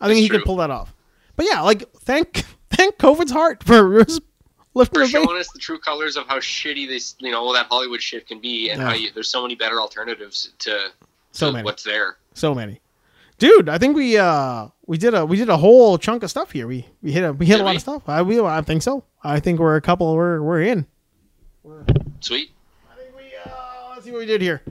S1: I think
S2: That's
S1: he could
S2: true.
S1: pull that off. But yeah, like thank thank COVID's heart for lifting
S2: for
S1: the veil.
S2: showing us the true colors of how shitty this, you know, all that Hollywood shit can be, and
S1: Yeah.
S2: how you, there's so many better alternatives to,
S1: So
S2: to
S1: many.
S2: what's there.
S1: So many. Dude, I think we uh we did a we did a whole chunk of stuff here. We we hit a we hit
S2: Did
S1: a lot
S2: we?
S1: of stuff. I we I think so. I think we're a couple we're we're in.
S2: Sweet.
S1: I think we uh let's see what we did here.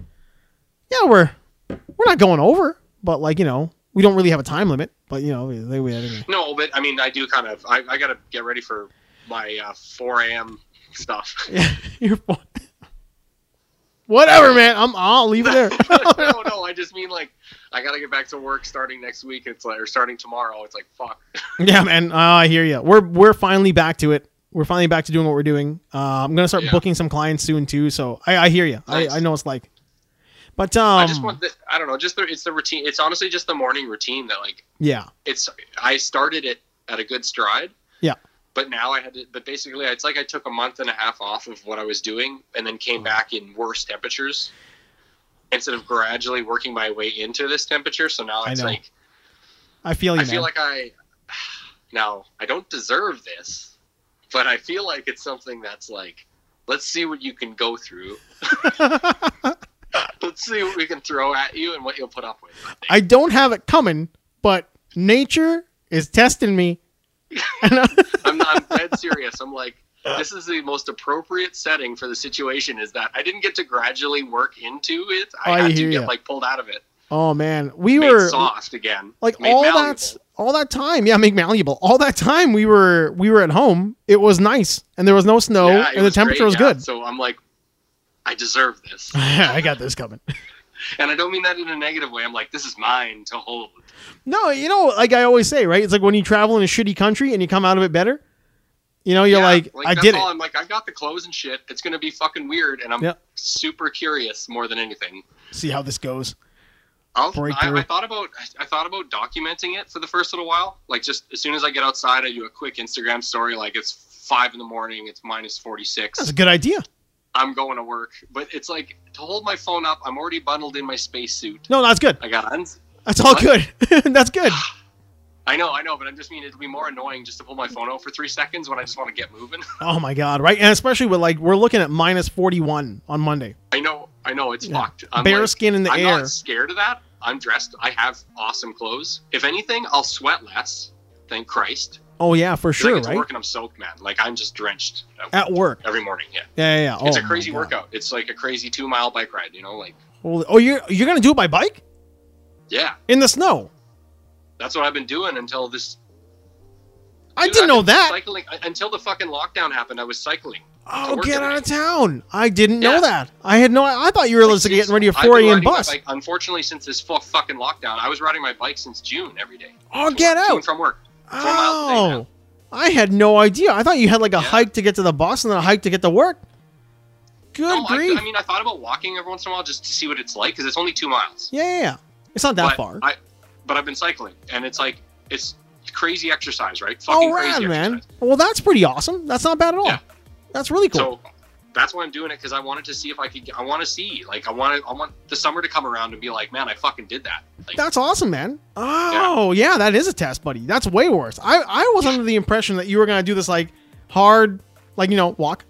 S1: Yeah, we're we're not going over, but like, you know, we don't really have a time limit, but you know, I think we had it.
S2: No, but I mean, I do kind of. I, I got to get ready for my uh, 4 a.m. stuff.
S1: Yeah, you're fine. Whatever, man. I'm I'll leave it there.
S2: no, no, I just mean like I got to get back to work starting next week. It's like or starting tomorrow. It's like fuck.
S1: yeah, man. Uh, I hear you. We're we're finally back to it. We're finally back to doing what we're doing. Uh, I'm gonna start
S2: Yeah.
S1: booking some clients soon too. So I, I hear you.
S2: Nice.
S1: I, I know it's like, but um,
S2: I just want. The, I don't know. Just the, it's the routine. It's honestly just the morning routine that like
S1: yeah,
S2: it's. I started it at a good stride.
S1: Yeah.
S2: But now I had to. But basically, it's like I took a month and a half off of what I was doing, and then
S1: Oh.
S2: came back in worse temperatures. Instead of gradually working my way into this temperature, so now
S1: I
S2: it's
S1: know.
S2: like
S1: I feel you.
S2: I feel
S1: man.
S2: like I now I don't deserve this, but I feel like it's something that's like, let's see what you can go through. let's see what we can throw at you and what you'll put up with.
S1: I don't have it coming, but nature is testing me.
S2: I'm, I'm dead serious. I'm like, this is the most appropriate setting for the situation. Is that I didn't get to gradually work into it. I
S1: I
S2: had to
S1: hear
S2: get
S1: ya.
S2: like pulled out of it,
S1: Oh man, we
S2: made
S1: were
S2: soft again,
S1: like
S2: made
S1: all
S2: malleable.
S1: that all that time. Yeah, make malleable. All that time we were we were at home. It was nice, and there was no snow,
S2: Yeah, it
S1: and the
S2: was
S1: temperature
S2: great,
S1: was
S2: yeah.
S1: good.
S2: So I'm like, I deserve this.
S1: I got this coming.
S2: And I don't mean that in a negative way. I'm like, this is mine to hold.
S1: No, you know, like I always say, right? It's like when you travel in a shitty country and you come out of it better. You know, you're
S2: Yeah,
S1: like, I
S2: that's
S1: did it.
S2: all. I'm like, I got the clothes and shit. It's gonna be fucking weird, and I'm
S1: Yeah.
S2: super curious more than anything.
S1: See how this goes.
S2: I'll, I,
S1: Breakthrough.
S2: I thought about I thought about documenting it for the first little while. Like just as soon as I get outside, I do a quick Instagram story. Like it's five in the morning. It's minus forty
S1: That's
S2: six.
S1: a good idea.
S2: I'm going to work, but it's like to hold my phone up. I'm already bundled in my spacesuit.
S1: No, that's good.
S2: I got uns.
S1: That's all
S2: What?
S1: good. that's good.
S2: I know, I know, but I'm just mean it'll be more annoying just to pull my phone out for three seconds when I just want to get moving.
S1: Oh my god, right? And especially with like we're looking at minus forty one on Monday.
S2: I know, I know, it's
S1: Yeah.
S2: fucked. I'm
S1: Bare
S2: like-
S1: skin in the
S2: I'm
S1: air.
S2: not scared of that. I'm dressed. I have awesome clothes. If anything, I'll sweat less. Thank Christ.
S1: Oh yeah, for
S2: 'Cause
S1: sure,
S2: I get to
S1: right?
S2: work and I'm soaked, man. Like I'm just drenched
S1: At work.
S2: every morning. Yeah,
S1: Yeah, yeah, yeah. Oh,
S2: it's a
S1: my
S2: crazy
S1: God.
S2: workout. It's like a crazy two mile bike ride. You know, like
S1: Holy- Oh, you're you're gonna do it by bike
S2: yeah,
S1: in the snow?
S2: that's what I've been doing until this.
S1: I
S2: Dude,
S1: didn't
S2: I've
S1: know
S2: been
S1: that.
S2: Cycling uh, until the fucking lockdown happened. I was cycling.
S1: oh,
S2: work
S1: get
S2: today.
S1: out of town! I didn't know
S2: Yeah.
S1: that. I had no. I thought you were
S2: Like,
S1: like,
S2: since-
S1: getting ready for
S2: I've been
S1: four a.m.
S2: riding my
S1: bus.
S2: bike- unfortunately, since this fu- fucking lockdown, I was riding my bike since June every day.
S1: Oh, get
S2: To and
S1: out!
S2: from work. Four miles a day, man.
S1: Oh, I had no idea. I thought you had like a
S2: Yeah.
S1: hike to get to the bus and then a hike to get to work. Good
S2: No, Oh, I,
S1: grief!
S2: I mean, I thought about walking every once in a while just to see what it's like because it's only two miles.
S1: yeah, yeah, yeah. It's not that
S2: but
S1: far.
S2: I, but I've been cycling, and it's like it's crazy exercise, right? Fucking
S1: oh, rad,
S2: crazy
S1: man.
S2: exercise.
S1: Well, that's pretty awesome. That's not bad at all.
S2: Yeah.
S1: That's really cool.
S2: So that's why I'm doing it because I wanted to see if I could. Get, I want to see, like, I want to, I want the summer to come around and be like, man, I fucking did that. Like,
S1: That's awesome, man. Oh, yeah. that is a test, buddy. That's way worse. I, I was under the impression that you were going to do this like hard, like, you know, walk.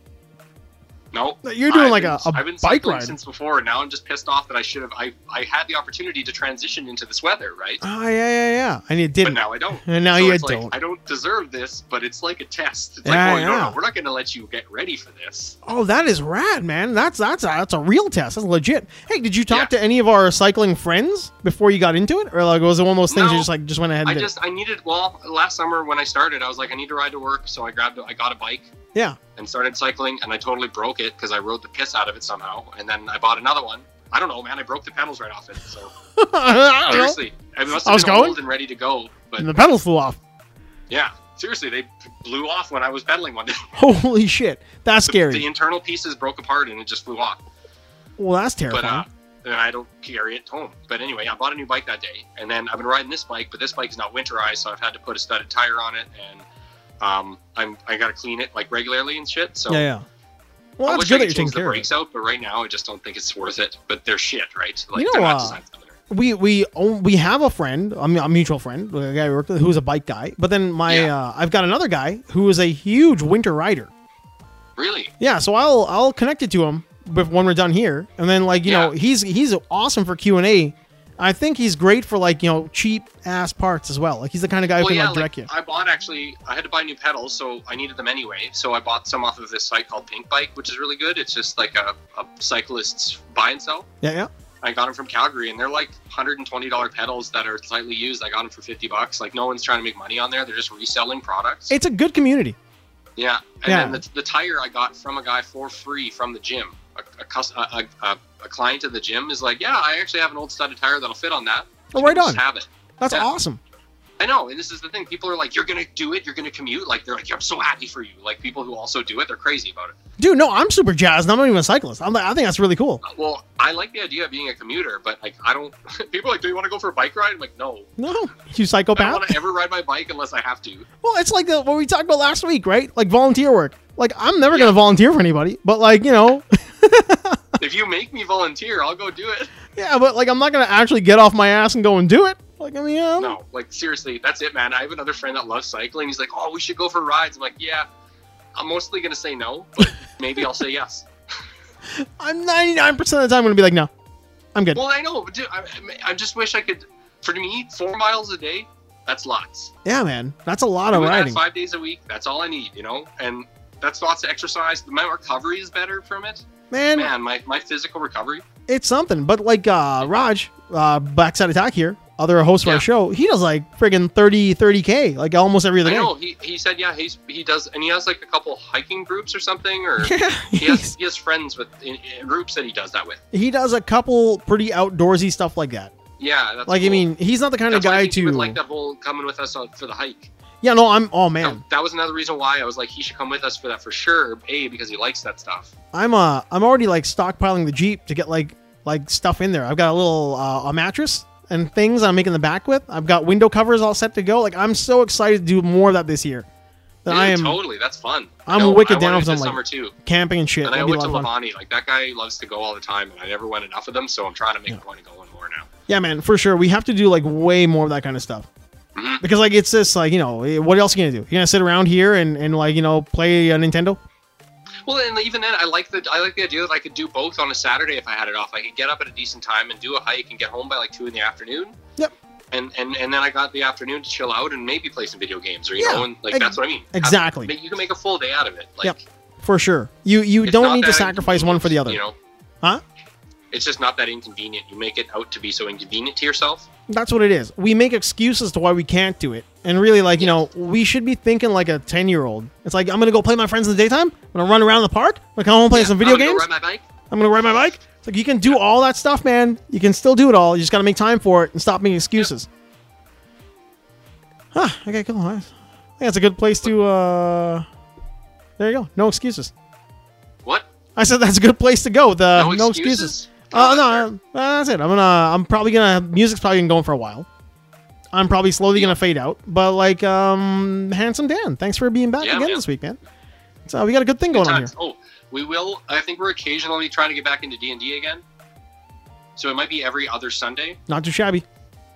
S2: no,
S1: You're doing
S2: I've
S1: like
S2: been-
S1: a, a
S2: I've been
S1: bike
S2: cycling
S1: ride.
S2: since before. and Now I'm just pissed off that I should have. I I had the opportunity to transition into this weather, right?
S1: Ah, yeah, yeah, yeah. And you
S2: But
S1: didn't.
S2: now I don't.
S1: and now
S2: So
S1: you
S2: it's like,
S1: don't.
S2: I don't deserve this, but it's like a test. It's
S1: Yeah,
S2: like, oh, no,
S1: yeah.
S2: no, we're not going to let you get ready for this.
S1: oh, that is rad, man. That's that's a, that's a real test. That's legit. Hey, did you talk
S2: Yeah.
S1: to any of our cycling friends before you got into it, or like was it one of those things you
S2: No.
S1: just like just went ahead and
S2: I
S1: did? it?
S2: just I needed well last summer when I started I was like I need to ride to work so I grabbed a- I got a bike
S1: Yeah.
S2: and started cycling and I totally broke it because I rode the piss out of it somehow and then I bought another one I don't know man I broke the pedals right off it so
S1: I don't know.
S2: seriously I must
S1: I was
S2: have been
S1: going.
S2: old and ready to go but
S1: And the pedal flew off.
S2: yeah seriously they blew off when I was pedaling one day
S1: Holy shit, that's
S2: the,
S1: scary.
S2: internal pieces broke apart and it just flew off
S1: well, that's
S2: but
S1: terrifying.
S2: uh, and I don't carry it home but anyway I bought a new bike that day and then I've been riding this bike but this bike is not winterized so I've had to put a studded tire on it and um, I'm I gotta clean it like regularly and shit so
S1: yeah, yeah. Well,
S2: I
S1: that's
S2: wish
S1: good
S2: I
S1: that you're
S2: could
S1: taking
S2: change the
S1: care of it.
S2: brakes out, but right now I just don't think it's worth it. But they're shit, right? Like
S1: You know,
S2: they're not
S1: uh,
S2: designed for winter.
S1: we we own- we have a friend, I mean, a mutual friend, a guy we work with, who's a bike guy. But then my
S2: Yeah.
S1: uh, I've got another guy who is a huge winter rider.
S2: Really?
S1: Yeah, so I'll I'll connect it to him bef- when we're done here, and then like you know
S2: Yeah.
S1: he's he's awesome for Q and A. I think he's great for like you know cheap ass parts as well. Like he's the kind of guy who
S2: well,
S1: can
S2: yeah.
S1: like direct
S2: Like,
S1: you.
S2: I bought actually. I had to buy new pedals, so I needed them anyway. So I bought some off of this site called Pink Bike, which is really good. It's just like a, a cyclist's buy and sell.
S1: yeah, yeah.
S2: I got them from Calgary, and they're like hundred and twenty dollar pedals that are slightly used. I got them for fifty bucks. Like no one's trying to make money on there. They're just reselling products.
S1: It's a good community.
S2: Yeah, and
S1: Yeah.
S2: then the, the tire I got from a guy for free from the gym. A, a, cus- a, a, a, a client of the gym is like, "Yeah, I actually have an old studded tire that'll fit on that."
S1: Oh,
S2: You
S1: right
S2: can just
S1: on.
S2: Have it.
S1: That's
S2: Yeah.
S1: awesome.
S2: I know, and this is the thing. People are like, "You're gonna do it. You're gonna commute." Like they're like, "I'm so happy for you." Like people who also do it, they're crazy about it.
S1: Dude, no, I'm super jazzed. I'm not even a cyclist. I'm like, I think that's really cool.
S2: Uh, Well, I like the idea of being a commuter, but like I don't. People are like, "Do you want to go for a bike ride?" I'm like, "No."
S1: No, you
S2: I don't
S1: psychopath.
S2: want to ever ride my bike unless I have to.
S1: Well, it's like the, what we talked about last week, right? Like volunteer work. Like I'm never gonna volunteer for anybody, but like you know,
S2: if you make me volunteer, I'll go do it.
S1: yeah, but like I'm not gonna actually get off my ass and go and do it. Like I mean, um,
S2: No, like seriously, that's it, man. I have another friend that loves cycling. He's like, "Oh, we should go for rides." I'm like, "Yeah." I'm mostly gonna say no, but maybe I'll say yes.
S1: I'm 99 percent of the time gonna be like, no, I'm good.
S2: Well, I know. but Dude, I, I just wish I could. For me, four miles a day, that's lots.
S1: yeah, man, that's a lot of
S2: Doing that
S1: riding.
S2: Five days a week, that's all I need, you know? And that's lots of exercise. My recovery is better from it.
S1: Man,
S2: Man, my, my physical recovery.
S1: it's something. But like uh, Raj, uh, backside attack here, other host of
S2: Yeah.
S1: our show, he does like friggin' 30, 30k, like almost every other
S2: I
S1: day.
S2: know. He, he said, yeah, he's, he does. And he has like a couple hiking groups or something, or
S1: Yeah,
S2: he,
S1: he's-
S2: has, he has friends with in, in groups that he does that with.
S1: he does a couple pretty outdoorsy stuff like that.
S2: Yeah. That's
S1: like I
S2: cool.
S1: mean, he's not the kind
S2: that's
S1: of
S2: why I
S1: guy
S2: think he
S1: to.
S2: would like that whole coming with us on, for the hike.
S1: yeah, no, I'm. Oh
S2: That-
S1: man,
S2: that was another reason why I was like, he should come with us for that for sure. A, because he likes that stuff.
S1: I'm uh, I'm already like stockpiling the Jeep to get like like stuff in there. I've got a little uh, a mattress and things I'm making the back with. I've got window covers all set to go. Like I'm so excited to do more of that this year. That
S2: Dude,
S1: I am
S2: totally. That's fun.
S1: I'm
S2: No,
S1: wicked
S2: I
S1: down
S2: wanna
S1: for
S2: do this
S1: something
S2: summer
S1: like-
S2: too.
S1: camping and shit.
S2: And I
S1: That'd be
S2: owe
S1: a lot
S2: it to
S1: of fun.
S2: Lavani. Like that guy loves to go all the time, and I never went enough of them. So I'm trying to make a point of going more now.
S1: Yeah, man, for sure. We have to do like way more of that kind of stuff.
S2: Mhm.
S1: Because like it's just like you know eh, what else are you gonna do? You gonna sit around here and, and like you know play a Nintendo?
S2: Well, and even then, I like the I like the idea that I could do both on a Saturday if I had it off. I could get up at a decent time and do a hike and get home by like two in the afternoon.
S1: Yep.
S2: And and and then I got the afternoon to chill out and maybe play some video games or you
S1: Yeah,
S2: know, and like
S1: ex-
S2: that's what I mean. Have-
S1: exactly.
S2: make- you can make a full day out of it. Like
S1: Yep. For sure. You you
S2: it's
S1: don't
S2: not
S1: need to
S2: that
S1: sacrifice one for the other.
S2: You know.
S1: Huh?
S2: It's just not that inconvenient. You make it out to be so inconvenient to yourself.
S1: That's what it is. We make excuses to why we can't do it. And really, like, you know, we should be thinking like a 10 year old. It's like, I'm going to go play with my friends in the daytime. I'm going to run around the park. I'm going to come home and play
S2: Yeah,
S1: some
S2: I'm
S1: video
S2: gonna go
S1: games.
S2: ride my bike.
S1: I'm going to ride my bike. It's like, you can do all that stuff, man. You can still do it all. You just got to make time for it and stop making excuses. Huh. Okay, cool. I think that's a good place to, uh, there you go. No excuses.
S2: What?
S1: I said that's a good place to go. The
S2: No
S1: Uh, no,
S2: excuses?
S1: excuses. Oh
S2: Come on,
S1: no, uh, that's it. I'm gonna. I'm probably gonna. Music's probably gonna go on for a while. I'm probably slowly gonna fade out. But like, um, handsome Dan, thanks for being back
S2: Yeah,
S1: again
S2: man.
S1: this week, man. So we got a good thing going on here.
S2: times. Oh, we will. I think we're occasionally trying to get back into D and D again. So it might be every other Sunday.
S1: Not too shabby.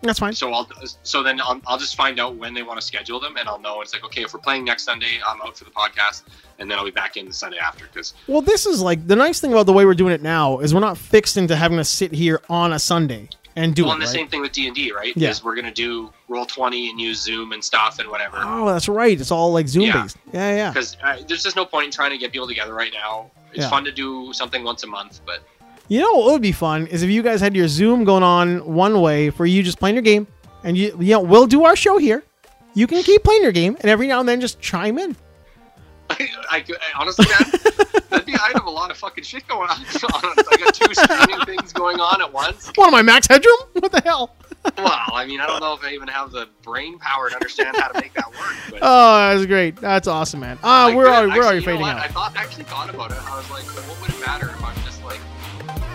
S1: That's fine.
S2: So I'll so then I'll, I'll just find out when they want to schedule them, and I'll know. It's like okay, if we're playing next Sunday, I'm out for the podcast, and then I'll be back in the Sunday after because
S1: Well, this is like the nice thing about the way we're doing it now is we're not fixed into having to sit here on a Sunday and do
S2: well,
S1: it.
S2: and the
S1: right?
S2: same thing with D and D, right?
S1: Yeah.
S2: Is we're gonna do roll twenty and use Zoom and stuff and whatever.
S1: Oh, that's right. It's all like Zoom
S2: Yeah.
S1: based. Yeah, yeah.
S2: because uh, there's just no point in trying to get people together right now. It's
S1: Yeah.
S2: fun to do something once a month, but
S1: You know what would be fun is if you guys had your Zoom going on one way for you just playing your game, and you, you know, we'll do our show here. You can keep playing your game, and every now and then just chime in.
S2: I, I, could- I honestly, that, that'd be, I'd have a lot of fucking shit going on. I got two streaming things going on at once.
S1: What am I, Max Headroom? What the hell?
S2: Well, I mean, I don't know if I even have the brain power to understand how to make that work. But
S1: Oh, that's great. That's awesome, man. Ah,
S2: Like,
S1: we're
S2: yeah,
S1: already, we're
S2: actually,
S1: already
S2: you know
S1: fading
S2: what? I
S1: out.
S2: thought, actually thought about it. I was like, what would it matter if I'm just like